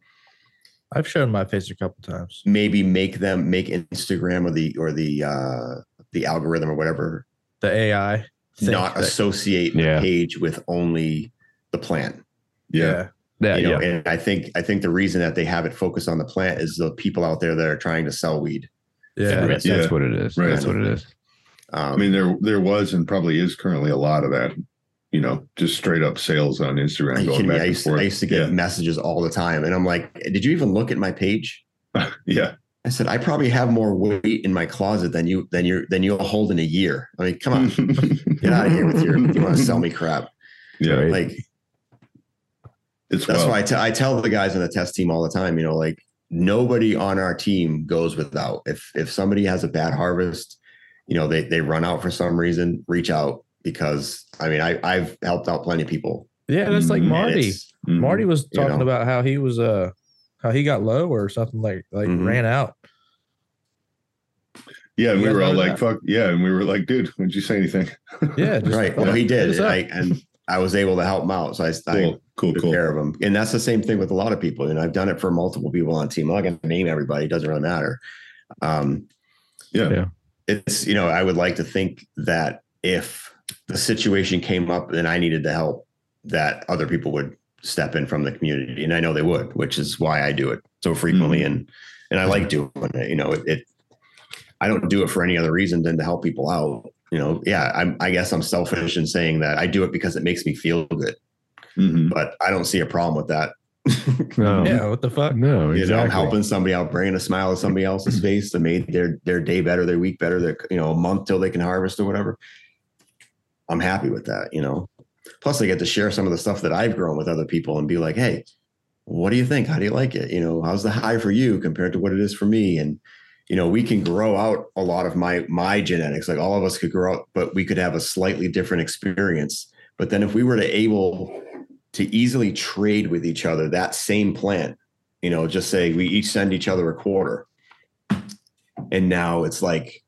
Speaker 5: I've shown my face a couple times.
Speaker 2: maybe make them make Instagram or the or the uh, the algorithm or whatever
Speaker 5: The AI. thing
Speaker 2: not
Speaker 5: that-
Speaker 2: associate the
Speaker 4: Yeah.
Speaker 2: page with only the plant.
Speaker 3: Yeah.
Speaker 4: that.
Speaker 2: you know,
Speaker 4: yeah,
Speaker 2: and I think I think the reason that they have it focused on the plant is the people out there that are trying to sell weed.
Speaker 5: Yeah.
Speaker 4: that's,
Speaker 3: Yeah.
Speaker 4: that's what it is.
Speaker 3: Right.
Speaker 4: That's what it is.
Speaker 2: Um,
Speaker 3: I mean, there there was and probably is currently a lot of that. You know, just straight up sales on
Speaker 2: Are
Speaker 3: Instagram
Speaker 2: you
Speaker 3: going
Speaker 2: kidding me?
Speaker 3: back
Speaker 2: I
Speaker 3: and
Speaker 2: used, to,
Speaker 3: forth.
Speaker 2: I used to get
Speaker 3: yeah.
Speaker 2: messages all the time, and I'm like, "Did you even look at my page?"
Speaker 3: yeah.
Speaker 2: I said, "I probably have more weight in my closet than you than you than you'll hold in a year." I mean, come on, get out of here with your you want to sell me crap.
Speaker 3: Yeah,
Speaker 4: Right.
Speaker 2: Like
Speaker 3: it's
Speaker 2: that's
Speaker 3: wild.
Speaker 2: why I te- I tell the guys on the test team all the time. You know, like nobody on our team goes without. If if somebody has a bad harvest, you know they they run out for some reason, reach out because I mean I I've helped out plenty of people.
Speaker 5: Yeah, that's like
Speaker 3: Mm,
Speaker 2: And
Speaker 5: Marty.
Speaker 2: it's-
Speaker 3: Mhm.
Speaker 5: Marty was
Speaker 2: You
Speaker 5: talking
Speaker 2: know.
Speaker 5: about how he was uh how he got low or something like like
Speaker 2: Mhm.
Speaker 5: ran out.
Speaker 3: Yeah, and
Speaker 5: You
Speaker 3: we
Speaker 5: guys
Speaker 3: were all
Speaker 5: remember
Speaker 3: like,
Speaker 5: that?
Speaker 3: "Fuck!" Yeah, and we were like, "Dude, would not you say anything?"
Speaker 5: Yeah, just
Speaker 2: right.
Speaker 5: fuck,
Speaker 2: Well, he
Speaker 5: hit
Speaker 2: did.
Speaker 5: us
Speaker 2: And,
Speaker 5: up.
Speaker 2: I, and I was able to help him out. So I, I
Speaker 3: Cool, cool,
Speaker 2: took
Speaker 3: cool.
Speaker 2: care of them. And that's the same thing with a lot of people. You know, I've done it for multiple people on team. I'm not going to name everybody. It doesn't really matter. Um,
Speaker 3: Yeah.
Speaker 4: Yeah.
Speaker 2: It's, you know, I would like to think that if the situation came up and I needed the help, that other people would step in from the community. And I know they would, which is why I do it so frequently.
Speaker 3: Mm-hmm.
Speaker 2: And, and I like doing it, you know, it, it, I don't do it for any other reason than to help people out. You know, yeah, I'm, I guess I'm selfish in saying that I do it because it makes me feel good
Speaker 3: Mhm.
Speaker 2: but I don't see a problem with that.
Speaker 4: No,
Speaker 5: yeah, what the fuck?
Speaker 4: no,
Speaker 2: You
Speaker 4: exactly.
Speaker 2: know, I'm helping somebody out, bringing a smile to somebody else's face that made their their day better, their week better, their you know a month till they can harvest or whatever. I'm happy with that, you know. Plus, I get to share some of the stuff that I've grown with other people and be like, hey, what do you think? How do you like it? You know, how's the high for you compared to what it is for me? And you know, we can grow out a lot of my my genetics. Like all of us could grow out, but we could have a slightly different experience. But then if we were to able to easily trade with each other that same plant, you know, just say we each send each other a quarter. And now it's like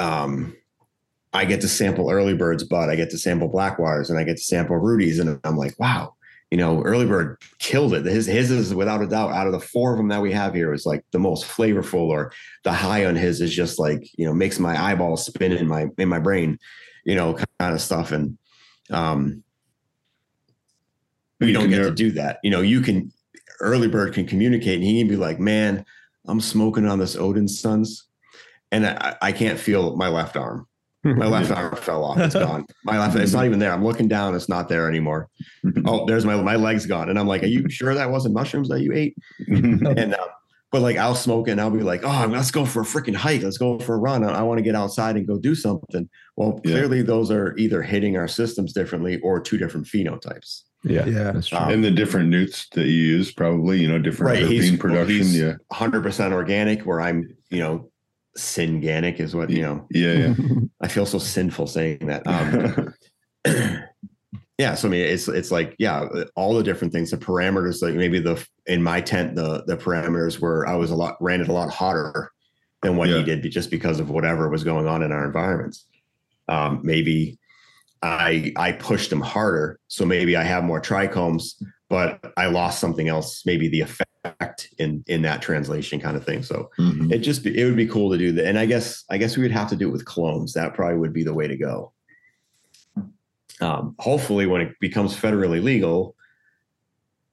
Speaker 2: um I get to sample early birds, but I get to sample black waters and I get to sample Rudy's. And I'm like, wow, you know, early bird killed it. His his is without a doubt out of the four of them that we have here is like the most flavorful or the high on his is just like, you know, makes my eyeballs spin in my in my brain, you know, kind of stuff. And um we
Speaker 3: You
Speaker 2: don't
Speaker 3: can
Speaker 2: get
Speaker 3: never-
Speaker 2: to do that. You know, you can early bird can communicate and he can be like, man, I'm smoking on this Odin Sons. And I, I can't feel my left arm. My left arm fell off. It's gone. My left, it's not even there. I'm looking down. It's not there anymore. Oh, there's my my leg's gone. And I'm like, are you sure that wasn't mushrooms that you ate?
Speaker 3: Mm-hmm.
Speaker 2: And uh, but like I'll smoke it and I'll be like, oh, let's go for a freaking hike. Let's go for a run. I, want to get outside and go do something. Well,
Speaker 3: Yeah.
Speaker 2: clearly those are either hitting our systems differently or two different phenotypes.
Speaker 4: Yeah,
Speaker 5: Yeah.
Speaker 4: that's true.
Speaker 2: Um,
Speaker 3: and the different newts that you use, probably, you know, different
Speaker 2: Right,
Speaker 3: right,
Speaker 2: he's-
Speaker 3: production.
Speaker 2: he's-
Speaker 3: yeah.
Speaker 2: 100% organic, where I'm, you know, synganic is what you know.
Speaker 3: Yeah. Yeah.
Speaker 2: I feel so sinful saying that. Um, yeah so i mean it's it's like yeah all the different things the parameters like maybe the in my tent the the parameters were i was a lot ran it a lot hotter than what
Speaker 3: Yeah.
Speaker 2: he did be- just because of whatever was going on in our environments um maybe i i pushed him harder so maybe i have more trichomes but i lost something else maybe the effect in in that translation kind of thing so
Speaker 3: Mhm.
Speaker 2: it just be, it would be cool to do that and i guess i guess we would have to do it with clones that probably would be the way to go um, hopefully when it becomes federally legal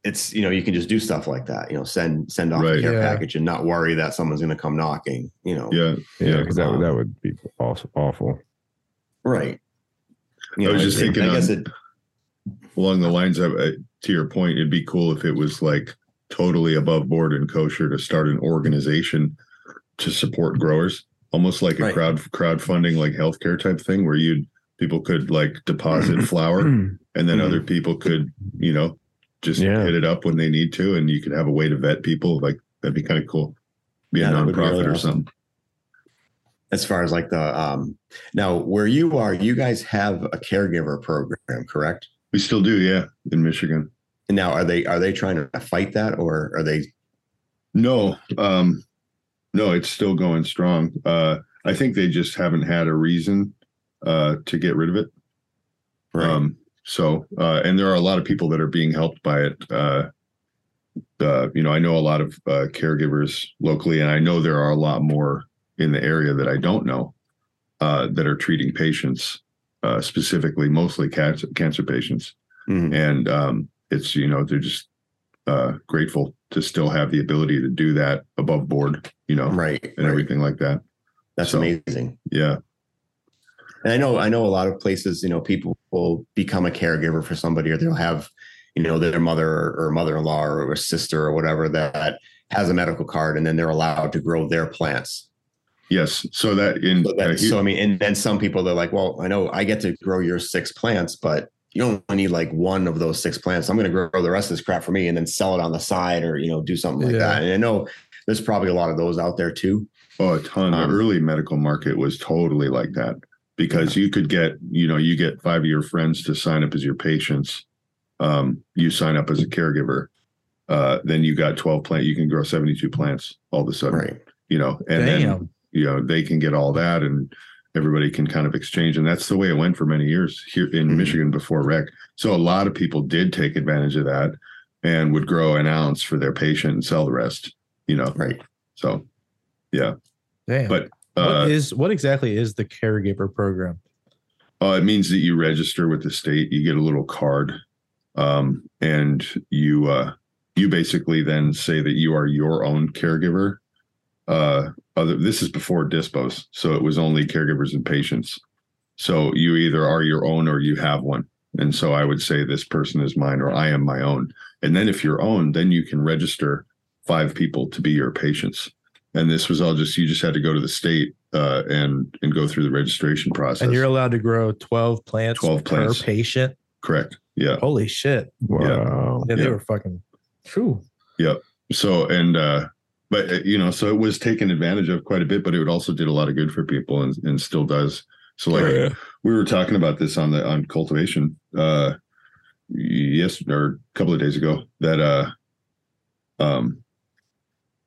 Speaker 2: it's you know you can just do stuff like that you know send send off
Speaker 3: Right.
Speaker 2: a care
Speaker 5: Yeah.
Speaker 2: package and not worry that someone's going to come knocking you know
Speaker 3: Yeah.
Speaker 4: yeah, because that would that would be awful. awful.
Speaker 2: right you
Speaker 3: I was just
Speaker 2: it-
Speaker 3: thinking
Speaker 2: i guess
Speaker 3: on-
Speaker 2: it
Speaker 3: along the lines of uh, to your point it'd be cool if it was like totally above board and kosher to start an organization to support growers almost like a
Speaker 2: Right.
Speaker 3: crowd crowdfunding like healthcare type thing where you'd people could like
Speaker 2: Mm-hmm.
Speaker 3: deposit flour and then
Speaker 2: Mhm.
Speaker 3: other people could you know just
Speaker 4: Yeah.
Speaker 3: hit it up when they need to and you could have a way to vet people like that'd be kind of cool be a
Speaker 2: Yeah, that would be really
Speaker 3: nonprofit or
Speaker 2: awesome.
Speaker 3: something
Speaker 2: as far as like the um now where you are you guys have a caregiver program correct
Speaker 3: we still do yeah in michigan
Speaker 2: and now are they are they trying to fight that or are they
Speaker 3: No, um, no, it's still going strong. Uh, I think they just haven't had a reason uh, to get rid of it. Um, so, uh, and there are a lot of people that are being helped by it. Uh, uh, you know, I know a lot of uh, caregivers locally, and I know there are a lot more in the area that I don't know uh, that are treating patients, uh, specifically mostly cancer, cancer patients
Speaker 2: Mhm.
Speaker 3: and um, it's you know they're just uh, grateful to still have the ability to do that above board, you know,
Speaker 2: right
Speaker 3: and
Speaker 2: right.
Speaker 3: everything like that.
Speaker 2: that's
Speaker 3: so-
Speaker 2: amazing
Speaker 3: Yeah,
Speaker 2: And I know I know a lot of places, you know, people will become a caregiver for somebody or they'll have, you know, their mother or, or mother-in-law or, or sister or whatever that has a medical card and then they're allowed to grow their plants.
Speaker 3: yes. So that in
Speaker 2: So, that,
Speaker 3: uh, he-
Speaker 2: so I mean, and then some people they're like, well, I know I get to grow your six plants, but you only need like one of those six plants. I'm going to grow the rest of this crap for me and then sell it on the side or, you know, do something like
Speaker 5: Yeah.
Speaker 2: that. And I know there's probably a lot of those out there too.
Speaker 3: oh, a ton.
Speaker 2: Um,
Speaker 3: the early medical market was totally like that because you could get you know you get five of your friends to sign up as your patients. Um, you sign up as a caregiver. Uh, then you got 12 plant you can grow 72 plants all of a sudden
Speaker 2: Right.
Speaker 3: you know and then
Speaker 5: Damn.
Speaker 3: you know they can get all that and everybody can kind of exchange. And that's the way it went for many years here in
Speaker 2: Mhm.
Speaker 3: Michigan before rec. So a lot of people did take advantage of that and would grow an ounce for their patient and sell the rest, you know.
Speaker 2: Right.
Speaker 3: So
Speaker 5: Damn.
Speaker 3: But, uh,
Speaker 5: what is what exactly is the caregiver program?
Speaker 3: Uh, it means that you register with the state. You get a little card, um, and you uh, you basically then say that you are your own caregiver. Uh, other this is before dispos, so it was only caregivers and patients. So you either are your own or you have one. And so I would say this person is mine or I am my own. And then if you're own, then you can register five people to be your patients. And this was all just you just had to go to the state uh, and and go through the registration process.
Speaker 5: And you're allowed to grow 12 plants
Speaker 3: 12 plants.
Speaker 5: per patient.
Speaker 3: Correct. Yeah.
Speaker 5: Holy shit.
Speaker 4: Wow.
Speaker 5: Yeah, they
Speaker 3: Yeah.
Speaker 5: were fucking true.
Speaker 3: So and uh but uh, you know, so it was taken advantage of quite a bit, but it also did a lot of good for people and, and still does. So like we were talking about this on the on cultivation uh yes or a couple of days ago that uh um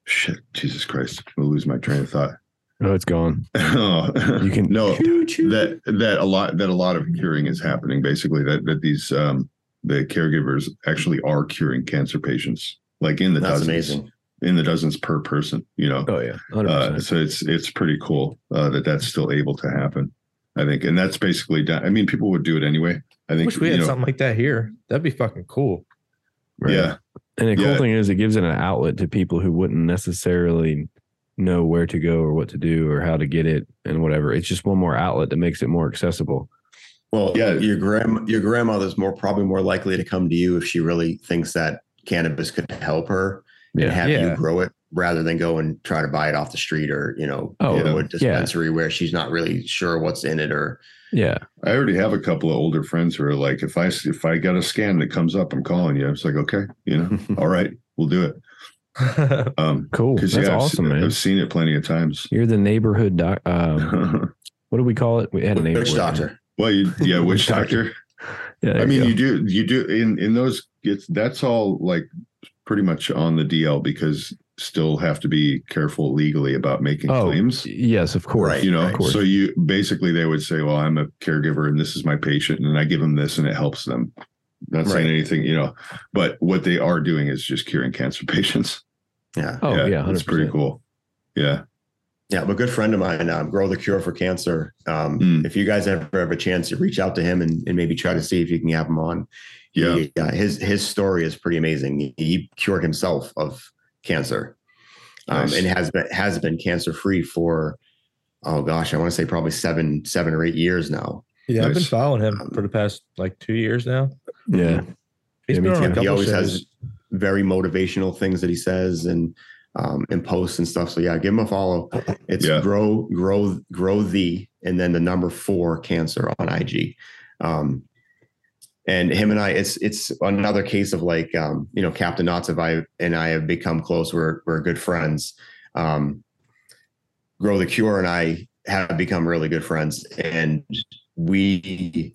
Speaker 3: shit, Jesus Christ, i will lose my train of thought.
Speaker 4: No, it's gone.
Speaker 3: oh,
Speaker 4: You can
Speaker 3: no
Speaker 4: Choo-choo.
Speaker 3: that that a lot that a lot of curing is happening basically that that these um the caregivers actually are curing cancer patients like in the
Speaker 2: That's
Speaker 3: dozens
Speaker 2: amazing.
Speaker 3: in the dozens per person you know
Speaker 4: Oh yeah,
Speaker 3: uh,
Speaker 4: 100%.
Speaker 3: so it's it's pretty cool uh, that that's still able to happen i think and that's basically done i mean people would do it anyway i think
Speaker 5: Wish we
Speaker 3: you
Speaker 5: had
Speaker 3: know,
Speaker 5: something like that here. That'd be fucking cool.
Speaker 4: Right.
Speaker 3: yeah
Speaker 4: And the cool
Speaker 3: yeah.
Speaker 4: thing is, it gives it an outlet to people who wouldn't necessarily know where to go or what to do or how to get it and whatever. It's just one more outlet that makes it more accessible.
Speaker 2: Well,
Speaker 3: Yeah.
Speaker 2: yeah, your grand your grandmother's more probably more likely to come to you if she really thinks that cannabis could help her and
Speaker 4: Yeah.
Speaker 2: have
Speaker 5: Yeah.
Speaker 2: you grow it rather than go and try to buy it off the street or you know go
Speaker 4: Oh,
Speaker 2: to
Speaker 3: yeah.
Speaker 2: a dispensary where she's not really sure what's in it or
Speaker 4: Yeah.
Speaker 3: i already have a couple of older friends who are like if i if i got a scan that comes up i'm calling you it's like okay you know all right we'll do it um
Speaker 4: Cool. That's
Speaker 3: because yeah, I've,
Speaker 4: awesome, man.
Speaker 3: I've seen it plenty of times
Speaker 4: You're the neighborhood doc. Um, what do we call it? We had a name.
Speaker 2: witch
Speaker 4: for it.
Speaker 2: doctor.
Speaker 3: Well, you, yeah, witch
Speaker 4: Doctor.
Speaker 3: doctor.
Speaker 4: Yeah, there
Speaker 3: I mean,
Speaker 4: go.
Speaker 3: you do, you do in in those. It's that's all like pretty much on the DL because still have to be careful legally about making
Speaker 4: Oh,
Speaker 3: claims.
Speaker 4: yes, of course.
Speaker 2: Right,
Speaker 3: you know,
Speaker 4: of course.
Speaker 3: so you basically they would say, "Well, I'm a caregiver and this is my patient, and I give them this, and it helps them." Not saying
Speaker 2: Right.
Speaker 3: anything, you know, but what they are doing is just curing cancer patients.
Speaker 2: Yeah.
Speaker 4: oh yeah,
Speaker 3: that's pretty
Speaker 4: 100%.
Speaker 3: cool. Yeah,
Speaker 2: Yeah, I'm a good friend of mine, um, Grow the Cure for Cancer. Um,
Speaker 3: Mm.
Speaker 2: If you guys ever have a chance to reach out to him and, and maybe try to see if you can have him on.
Speaker 3: yeah.
Speaker 2: He, uh, his his story is pretty amazing. He, he cured himself of cancer, um,
Speaker 3: Nice.
Speaker 2: and has been has been cancer free for oh gosh, I want to say probably seven seven or eight years now.
Speaker 5: yeah, I've been
Speaker 3: Nice.
Speaker 5: following him for the past like two years now.
Speaker 4: Yeah.
Speaker 5: He's
Speaker 4: Yeah, me
Speaker 5: been on a
Speaker 4: too.
Speaker 5: couple
Speaker 2: He always
Speaker 5: shows.
Speaker 2: has very motivational things that he says and um, and posts and stuff. So yeah, give him a follow. It's
Speaker 3: Yeah.
Speaker 2: grow grow grow the and then the number four cancer on IG. Um, and him and I, it's it's another case of like um, you know Captain Knotts of I and I have become close. We're we're good friends. Um, grow the cure and I have become really good friends, and we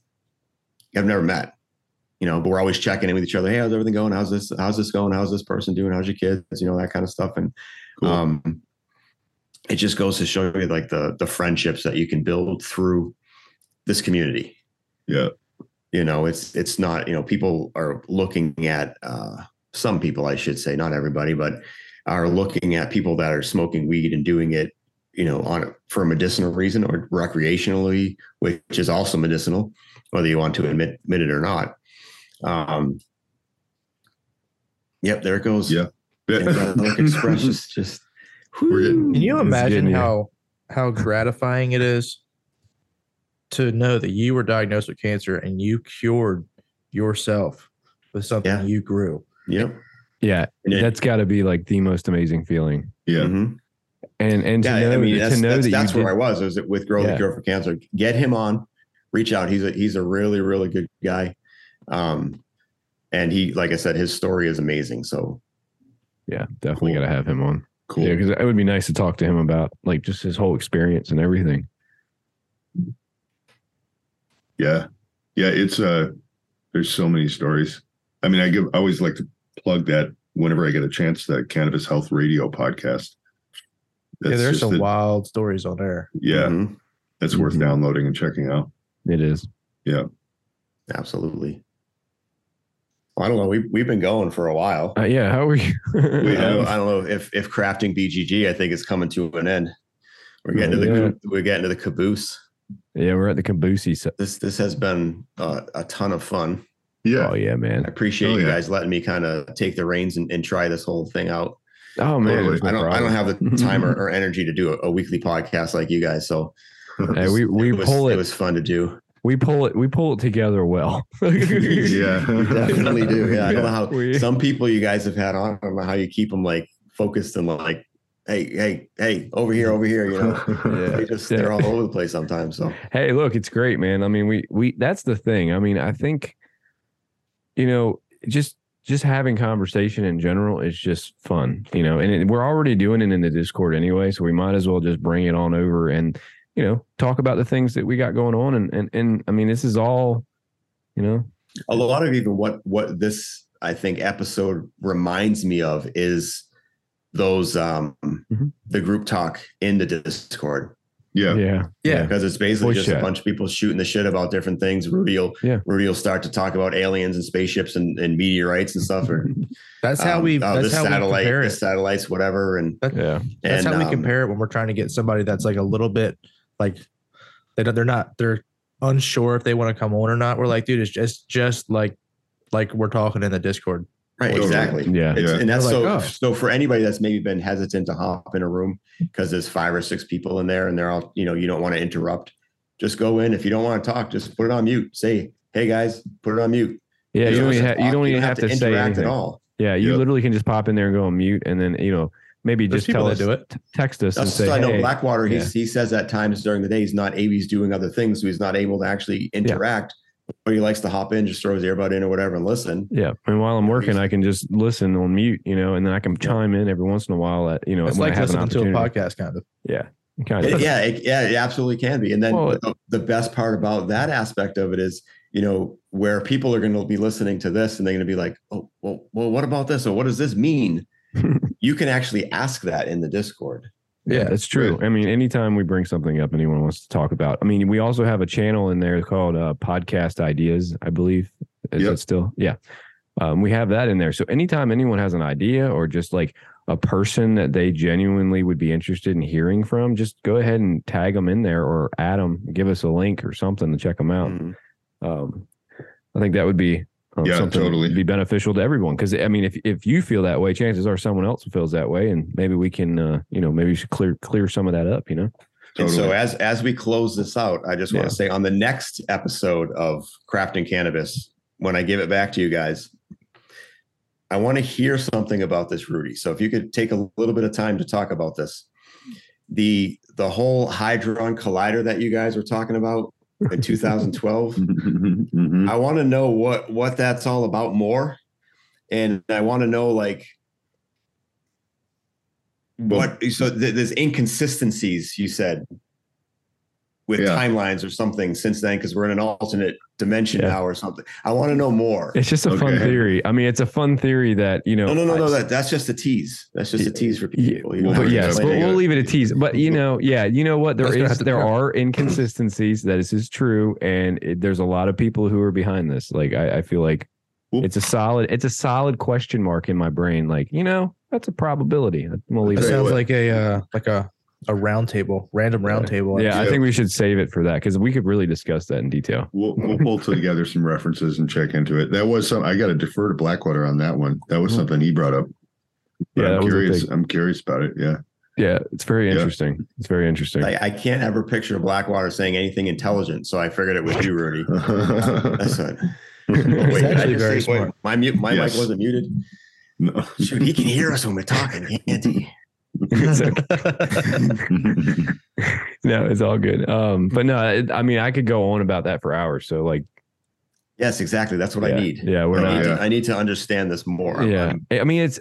Speaker 2: have never met you know, but we're always checking in with each other. Hey, how's everything going? How's this? How's this going? How's this person doing? How's your kids? You know, that kind of stuff. And
Speaker 3: Cool.
Speaker 2: um, it just goes to show you like the the friendships that you can build through this community.
Speaker 3: Yeah.
Speaker 2: You know, it's it's not you know people are looking at uh, some people, I should say, not everybody, but are looking at people that are smoking weed and doing it, you know, on for a medicinal reason or recreationally, which is also medicinal, whether you want to admit admit it or not. Um, yep, there it goes.
Speaker 3: Yeah.
Speaker 2: And that Look Express is just.
Speaker 3: We're getting-
Speaker 5: Can you
Speaker 4: It's
Speaker 5: imagine
Speaker 4: getting-
Speaker 5: how how gratifying it is to know that you were diagnosed with cancer and you cured yourself with something
Speaker 2: Yeah.
Speaker 5: you grew?
Speaker 2: Yep.
Speaker 4: Yeah,
Speaker 2: And it-
Speaker 4: that's got to be like the most amazing feeling.
Speaker 3: yeah.
Speaker 2: Mhm.
Speaker 4: And and to
Speaker 2: Yeah,
Speaker 4: know,
Speaker 2: I mean, that's,
Speaker 4: to know
Speaker 2: that's,
Speaker 4: that
Speaker 2: that's
Speaker 4: you
Speaker 2: where I
Speaker 4: did,
Speaker 2: was. Was with Grow
Speaker 4: Yeah.
Speaker 2: the Cure for Cancer. Get him on. Reach out. He's a he's a really really good guy, um, and he like I said, his story is amazing. So
Speaker 4: yeah, definitely
Speaker 3: Cool.
Speaker 4: got to have him on.
Speaker 3: Cool.
Speaker 4: Yeah, because it would be nice to talk to him about like just his whole experience and everything.
Speaker 3: Yeah. Yeah. It's uh there's so many stories. I mean, I give I always like to plug that whenever I get a chance, that cannabis health radio podcast.
Speaker 5: yeah,
Speaker 3: That's
Speaker 5: there's
Speaker 3: just
Speaker 5: some
Speaker 3: the-
Speaker 5: wild stories on there.
Speaker 3: yeah,
Speaker 2: mhm.
Speaker 3: That's worth
Speaker 4: Mhm.
Speaker 3: downloading and checking out.
Speaker 4: It is.
Speaker 2: Absolutely. Well, I don't know. We we've been going for a while.
Speaker 4: Uh, yeah. How are you?
Speaker 2: We
Speaker 3: have.
Speaker 2: I don't know if if crafting BGG. I think it's coming to an end. We're getting to the
Speaker 4: Yeah.
Speaker 2: we're getting to the caboose.
Speaker 4: yeah, we're at the Kabusi. se-
Speaker 2: This this has been uh, a ton of fun.
Speaker 3: Yeah.
Speaker 4: Oh yeah,
Speaker 2: I
Speaker 4: man.
Speaker 2: appreciate
Speaker 3: Oh,
Speaker 2: you
Speaker 3: yeah.
Speaker 2: guys letting me kind of take the reins and, and try this whole thing out.
Speaker 4: Oh man.
Speaker 3: Totally.
Speaker 4: there's no
Speaker 2: I don't I
Speaker 4: problem.
Speaker 2: don't have the time or, or energy to do a, a weekly podcast like you guys. So
Speaker 4: Hey, we we
Speaker 2: it was,
Speaker 4: pull
Speaker 2: It
Speaker 4: it,
Speaker 2: was fun to do.
Speaker 4: We pull it. We pull it together well.
Speaker 3: yeah.
Speaker 2: Definitely do. Yeah, I don't know how
Speaker 4: We-
Speaker 2: some people you guys have had on. I don't know how you keep them like focused and like, hey, hey, hey, over here, over here. You know,
Speaker 3: yeah.
Speaker 2: they just
Speaker 4: Yeah.
Speaker 2: they're all over the place sometimes. So
Speaker 4: hey look it's great man i mean we we that's the thing i mean i think you know just just having conversation in general is just fun you know and it, we're already doing it in the discord anyway so we might as well just bring it on over and you know talk about the things that we got going on and and, and i mean this is all you know
Speaker 2: a lot of even what what this I think episode reminds me of is those um
Speaker 4: Mhm.
Speaker 2: the group talk in the Discord
Speaker 3: Yeah.
Speaker 4: yeah
Speaker 5: Yeah.
Speaker 2: because it's basically
Speaker 4: Voice
Speaker 2: just
Speaker 4: chat.
Speaker 2: a bunch of people shooting the shit about different things. Rudy will
Speaker 4: Yeah.
Speaker 2: Rudy will start to talk about aliens and spaceships and, and meteorites and stuff. Or
Speaker 5: That's how
Speaker 2: um,
Speaker 5: we.
Speaker 2: oh,
Speaker 5: that's
Speaker 2: this
Speaker 5: how we
Speaker 2: satellite,
Speaker 5: compare
Speaker 2: this
Speaker 5: it.
Speaker 2: satellites, whatever, and
Speaker 4: yeah
Speaker 5: That's
Speaker 2: and,
Speaker 5: how we
Speaker 2: um,
Speaker 5: compare it when we're trying to get somebody that's like a little bit like they don't- they're not they're unsure if they want to come on or not. We're like, dude, it's just it's just like like we're talking in the Discord.
Speaker 2: Right,
Speaker 3: Totally.
Speaker 2: exactly.
Speaker 4: yeah
Speaker 2: It's,
Speaker 3: Yeah.
Speaker 2: And that's
Speaker 5: Like,
Speaker 2: so.
Speaker 5: oh.
Speaker 2: So for anybody that's maybe been hesitant to hop in a room because there's five or six people in there and they're all, you know, you don't want to interrupt. Just go in. If you don't want to talk, just put it on mute. Say, "Hey guys, put it on mute."
Speaker 4: yeah you
Speaker 2: don't
Speaker 4: don't even
Speaker 2: have
Speaker 4: have,
Speaker 2: to
Speaker 4: you
Speaker 2: talk.
Speaker 4: don't even have, to, say
Speaker 2: interact
Speaker 4: anything
Speaker 2: at all.
Speaker 4: yeah you
Speaker 3: Yep.
Speaker 4: literally can just pop in there and go on mute and then you know maybe
Speaker 5: There's
Speaker 4: just
Speaker 5: people
Speaker 4: tell
Speaker 5: that
Speaker 4: us
Speaker 5: do it.
Speaker 4: t- text us
Speaker 2: That's
Speaker 4: and
Speaker 2: so
Speaker 4: say
Speaker 2: I know
Speaker 4: hey,
Speaker 2: Blackwater. He's, he says at times during the day he's not able. He's doing other things, so he's not able to actually interact. But he likes to hop in, just throw his earbud in or whatever, and listen.
Speaker 4: Yeah, and while I'm
Speaker 2: At
Speaker 4: working,
Speaker 2: least-
Speaker 4: I can just listen on mute, you know, and then I can chime in every once in a while. At you know,
Speaker 5: It's
Speaker 4: when I
Speaker 5: like
Speaker 4: have an
Speaker 5: listening to a
Speaker 4: opportunity.
Speaker 5: podcast kind of.
Speaker 4: Kind
Speaker 2: It-
Speaker 4: of.
Speaker 2: yeah, it, yeah, it absolutely can be. And then
Speaker 4: Well,
Speaker 2: the, the best part about that aspect of it is, you know, where people are going to be listening to this and they're going to be like, oh, well, well, what about this? Or what does this mean? you can actually ask that in the Discord.
Speaker 4: Yeah,
Speaker 5: Yeah.
Speaker 4: that's true. I mean, anytime we bring something up, anyone wants to talk about. I mean, we also have a channel in there called uh, Podcast Ideas, I believe. Is
Speaker 3: Yep.
Speaker 4: it still? Yeah. Um, we have that in there. So anytime anyone has an idea or just like a person that they genuinely would be interested in hearing from, just go ahead and tag them in there or add them, give us a link or something to check them out.
Speaker 2: Mm.
Speaker 4: um, I think that would be um,
Speaker 3: Yeah,
Speaker 4: something
Speaker 3: totally.
Speaker 4: that'd be beneficial to everyone. Because I mean, if if you feel that way, chances are someone else feels that way, and maybe we can, uh, you know, maybe we should clear clear some of that up. You know,
Speaker 2: And so
Speaker 3: Totally.
Speaker 2: as as we close this out, I just want
Speaker 4: Yeah.
Speaker 2: to say on the next episode of Crafting Cannabis, when I give it back to you guys, I want to hear something about this, Rudy. So if you could take a little bit of time to talk about this. The the whole Hydron collider that you guys were talking about in 2012.
Speaker 3: Mhm.
Speaker 2: I want to know what what that's all about more, and I want to know like what. So th- there's inconsistencies you said with
Speaker 3: Yeah.
Speaker 2: timelines or something since then because we're in an alternate dimension
Speaker 4: Yeah.
Speaker 2: now or something. I want to know more.
Speaker 4: it's just a fun
Speaker 3: Okay.
Speaker 4: theory. I mean, it's a fun theory that you know.
Speaker 2: No, no, no,
Speaker 4: I-
Speaker 2: no. That that's just a tease. That's just a tease for people. You don't
Speaker 3: Well,
Speaker 2: have
Speaker 4: But
Speaker 2: to
Speaker 4: yes,
Speaker 2: explain
Speaker 4: but
Speaker 2: it.
Speaker 4: we'll leave it a tease. But you know, yeah, you know what? There
Speaker 5: That's gonna
Speaker 4: is
Speaker 5: have to
Speaker 4: there
Speaker 5: be-
Speaker 4: are inconsistencies. That is is true, and it, there's a lot of people who are behind this. Like I, I feel like
Speaker 3: Well-
Speaker 4: it's a solid it's a solid question mark in my brain. Like you know, that's a probability. I'm gonna leave
Speaker 5: It
Speaker 4: it.
Speaker 3: Tell you
Speaker 5: sounds
Speaker 3: what.
Speaker 5: like a uh, like a a round table, random round table.
Speaker 4: Yeah, I
Speaker 3: Yeah.
Speaker 4: think we should save it for that because we could really discuss that in detail.
Speaker 3: We'll, we'll pull together some references and check into it. That was some. I got to defer to Blackwater on that one. That was
Speaker 4: Mhm.
Speaker 3: something he brought up. But
Speaker 4: Yeah, that
Speaker 3: I'm
Speaker 4: was a
Speaker 3: curious.
Speaker 4: big-
Speaker 3: I'm curious about it. Yeah.
Speaker 4: Yeah, it's very
Speaker 3: Yeah.
Speaker 4: interesting. It's very interesting.
Speaker 2: I, I can't ever picture Blackwater saying anything intelligent, so I figured it was you, Rudy. That's it.
Speaker 5: He's
Speaker 2: Wait, did I
Speaker 5: actually
Speaker 2: just
Speaker 5: very
Speaker 2: say- wait,
Speaker 5: smart.
Speaker 2: my mute, my
Speaker 3: Yes.
Speaker 2: mic wasn't muted.
Speaker 3: No.
Speaker 2: Shoot, he can hear us when we're talking, can't he?
Speaker 4: It's okay. no, it's all good. Um, but no, it, I mean, I could go on about that for hours. So like,
Speaker 2: Yes, exactly. That's what
Speaker 4: yeah,
Speaker 2: I need.
Speaker 4: Yeah, we're
Speaker 2: I,
Speaker 3: Oh,
Speaker 4: not.
Speaker 2: need
Speaker 3: yeah.
Speaker 2: to, I need to understand this more. I'm-
Speaker 4: Yeah,
Speaker 2: I'm
Speaker 4: I mean, it's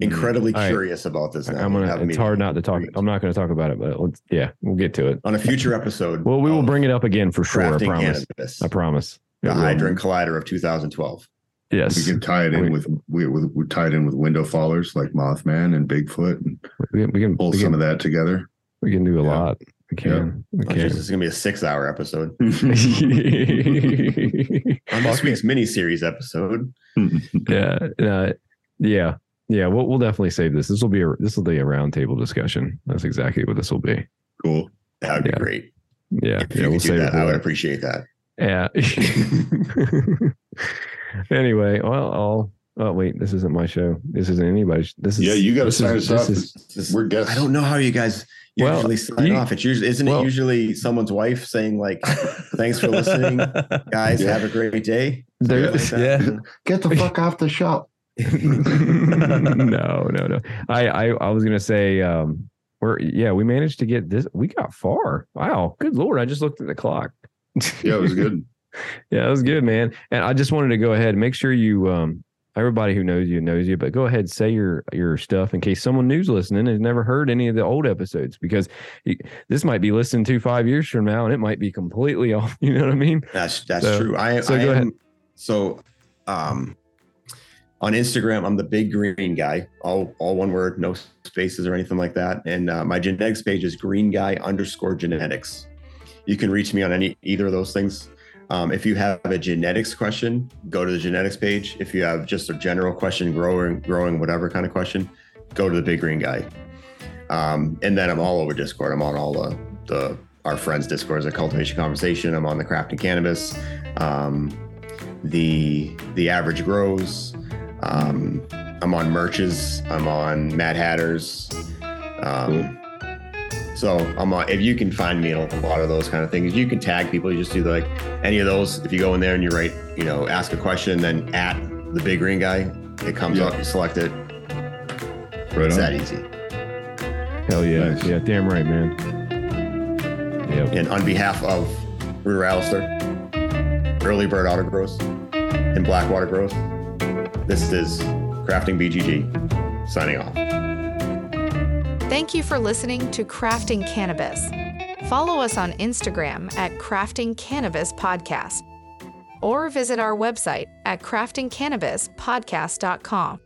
Speaker 2: incredibly
Speaker 4: All right.
Speaker 2: curious about this. Now.
Speaker 4: I'm
Speaker 2: Have
Speaker 4: gonna.
Speaker 2: me-
Speaker 4: It's hard not to talk. I'm not gonna talk about it, but let's, yeah, we'll get to it.
Speaker 2: on a future episode.
Speaker 4: Well, we will
Speaker 2: of
Speaker 4: bring it up again for sure. I
Speaker 2: Crafting
Speaker 4: promise.
Speaker 2: Cannabis,
Speaker 4: I promise.
Speaker 2: the
Speaker 4: It will.
Speaker 2: Hydra and Collider of 2012.
Speaker 3: We
Speaker 4: Yes,
Speaker 3: can tie it in
Speaker 4: Wait.
Speaker 3: with we, we, we tie it in with window fallers like Mothman and Bigfoot and
Speaker 4: we can. We can.
Speaker 3: pull
Speaker 4: We
Speaker 3: some
Speaker 4: can,
Speaker 3: of that together.
Speaker 4: we can do a
Speaker 3: Yeah.
Speaker 4: lot. We can. We
Speaker 2: Oh,
Speaker 4: can.
Speaker 2: geez, This is gonna be a six-hour episode.
Speaker 4: yeah,
Speaker 2: On this week's mini-series episode,
Speaker 4: uh, yeah, yeah. We'll we'll definitely save this. This will be a this will be a roundtable discussion. That's exactly what this will be.
Speaker 3: Cool.
Speaker 2: that would be
Speaker 4: Yeah.
Speaker 2: great.
Speaker 4: Yeah,
Speaker 2: If you
Speaker 4: yeah.
Speaker 2: could
Speaker 4: We'll
Speaker 2: do
Speaker 4: save
Speaker 2: that, I would
Speaker 4: it.
Speaker 2: appreciate that.
Speaker 4: For that. Yeah. anyway, well, I'll. Oh wait, this isn't my show. This isn't anybody's. This is
Speaker 6: Yeah, you got to
Speaker 4: this
Speaker 6: sign
Speaker 4: is-
Speaker 6: us up.
Speaker 4: this is-
Speaker 2: This-
Speaker 6: We're guests.
Speaker 2: I don't know how you guys
Speaker 4: Well,
Speaker 2: usually sign
Speaker 4: you-
Speaker 2: off. It's usually isn't
Speaker 4: well-
Speaker 2: it usually someone's wife saying like, "Thanks for listening, guys.
Speaker 6: Yeah.
Speaker 2: Have a great day."
Speaker 4: there,
Speaker 2: Something like that.
Speaker 6: Get the fuck off the shop.
Speaker 4: no, no, no. I, I, I was gonna say, um, we're yeah, we managed to get this. We got far. Wow, good lord! I just looked at the clock.
Speaker 6: Yeah, it was good.
Speaker 4: yeah, that was good, man. And I just wanted to go ahead and make sure you, um, everybody who knows you knows you, but go ahead say your your stuff in case someone new's listening and has never heard any of the old episodes because you- this might be listened to five years from now and it might be completely off. You know what I mean?
Speaker 2: That's that's
Speaker 4: So-
Speaker 2: true. I
Speaker 4: so
Speaker 2: I
Speaker 4: go
Speaker 2: am,
Speaker 4: ahead.
Speaker 2: So, um, on Instagram, I'm the big green guy. All all one word, no spaces or anything like that. And uh, my genetics page is green guy underscore genetics. You can reach me on any either of those things. Um, if you have a genetics question, go to the genetics page. If you have just a general question, growing, growing, whatever kind of question, go to the big green guy. Um, and then I'm all over Discord. I'm on all the, the our friends' Discords at Cultivation Conversation. I'm on the Crafting Cannabis, um, the the Average Grows. Um, I'm on Merches. I'm on Mad Hatters. Um, so I'm on. If you can find me in a lot of those kind of things, you can tag people. You just do like any of those. If you go in there and you write, you know, ask a question, then at the Big Green Guy, it comes
Speaker 3: Yeah.
Speaker 2: up. You select it.
Speaker 3: Right
Speaker 2: It's
Speaker 3: on.
Speaker 2: that easy.
Speaker 4: Hell yeah,
Speaker 3: Nice.
Speaker 4: yeah, damn right, man. Yep.
Speaker 2: and on behalf of Rooter Alistair, Early Bird Auto Growth, and Blackwater Growth, this is Crafting BGG signing off.
Speaker 1: Thank you for listening to Crafting Cannabis. Follow us on Instagram at Crafting Cannabis Podcast or visit our website at craftingcannabispodcast.com.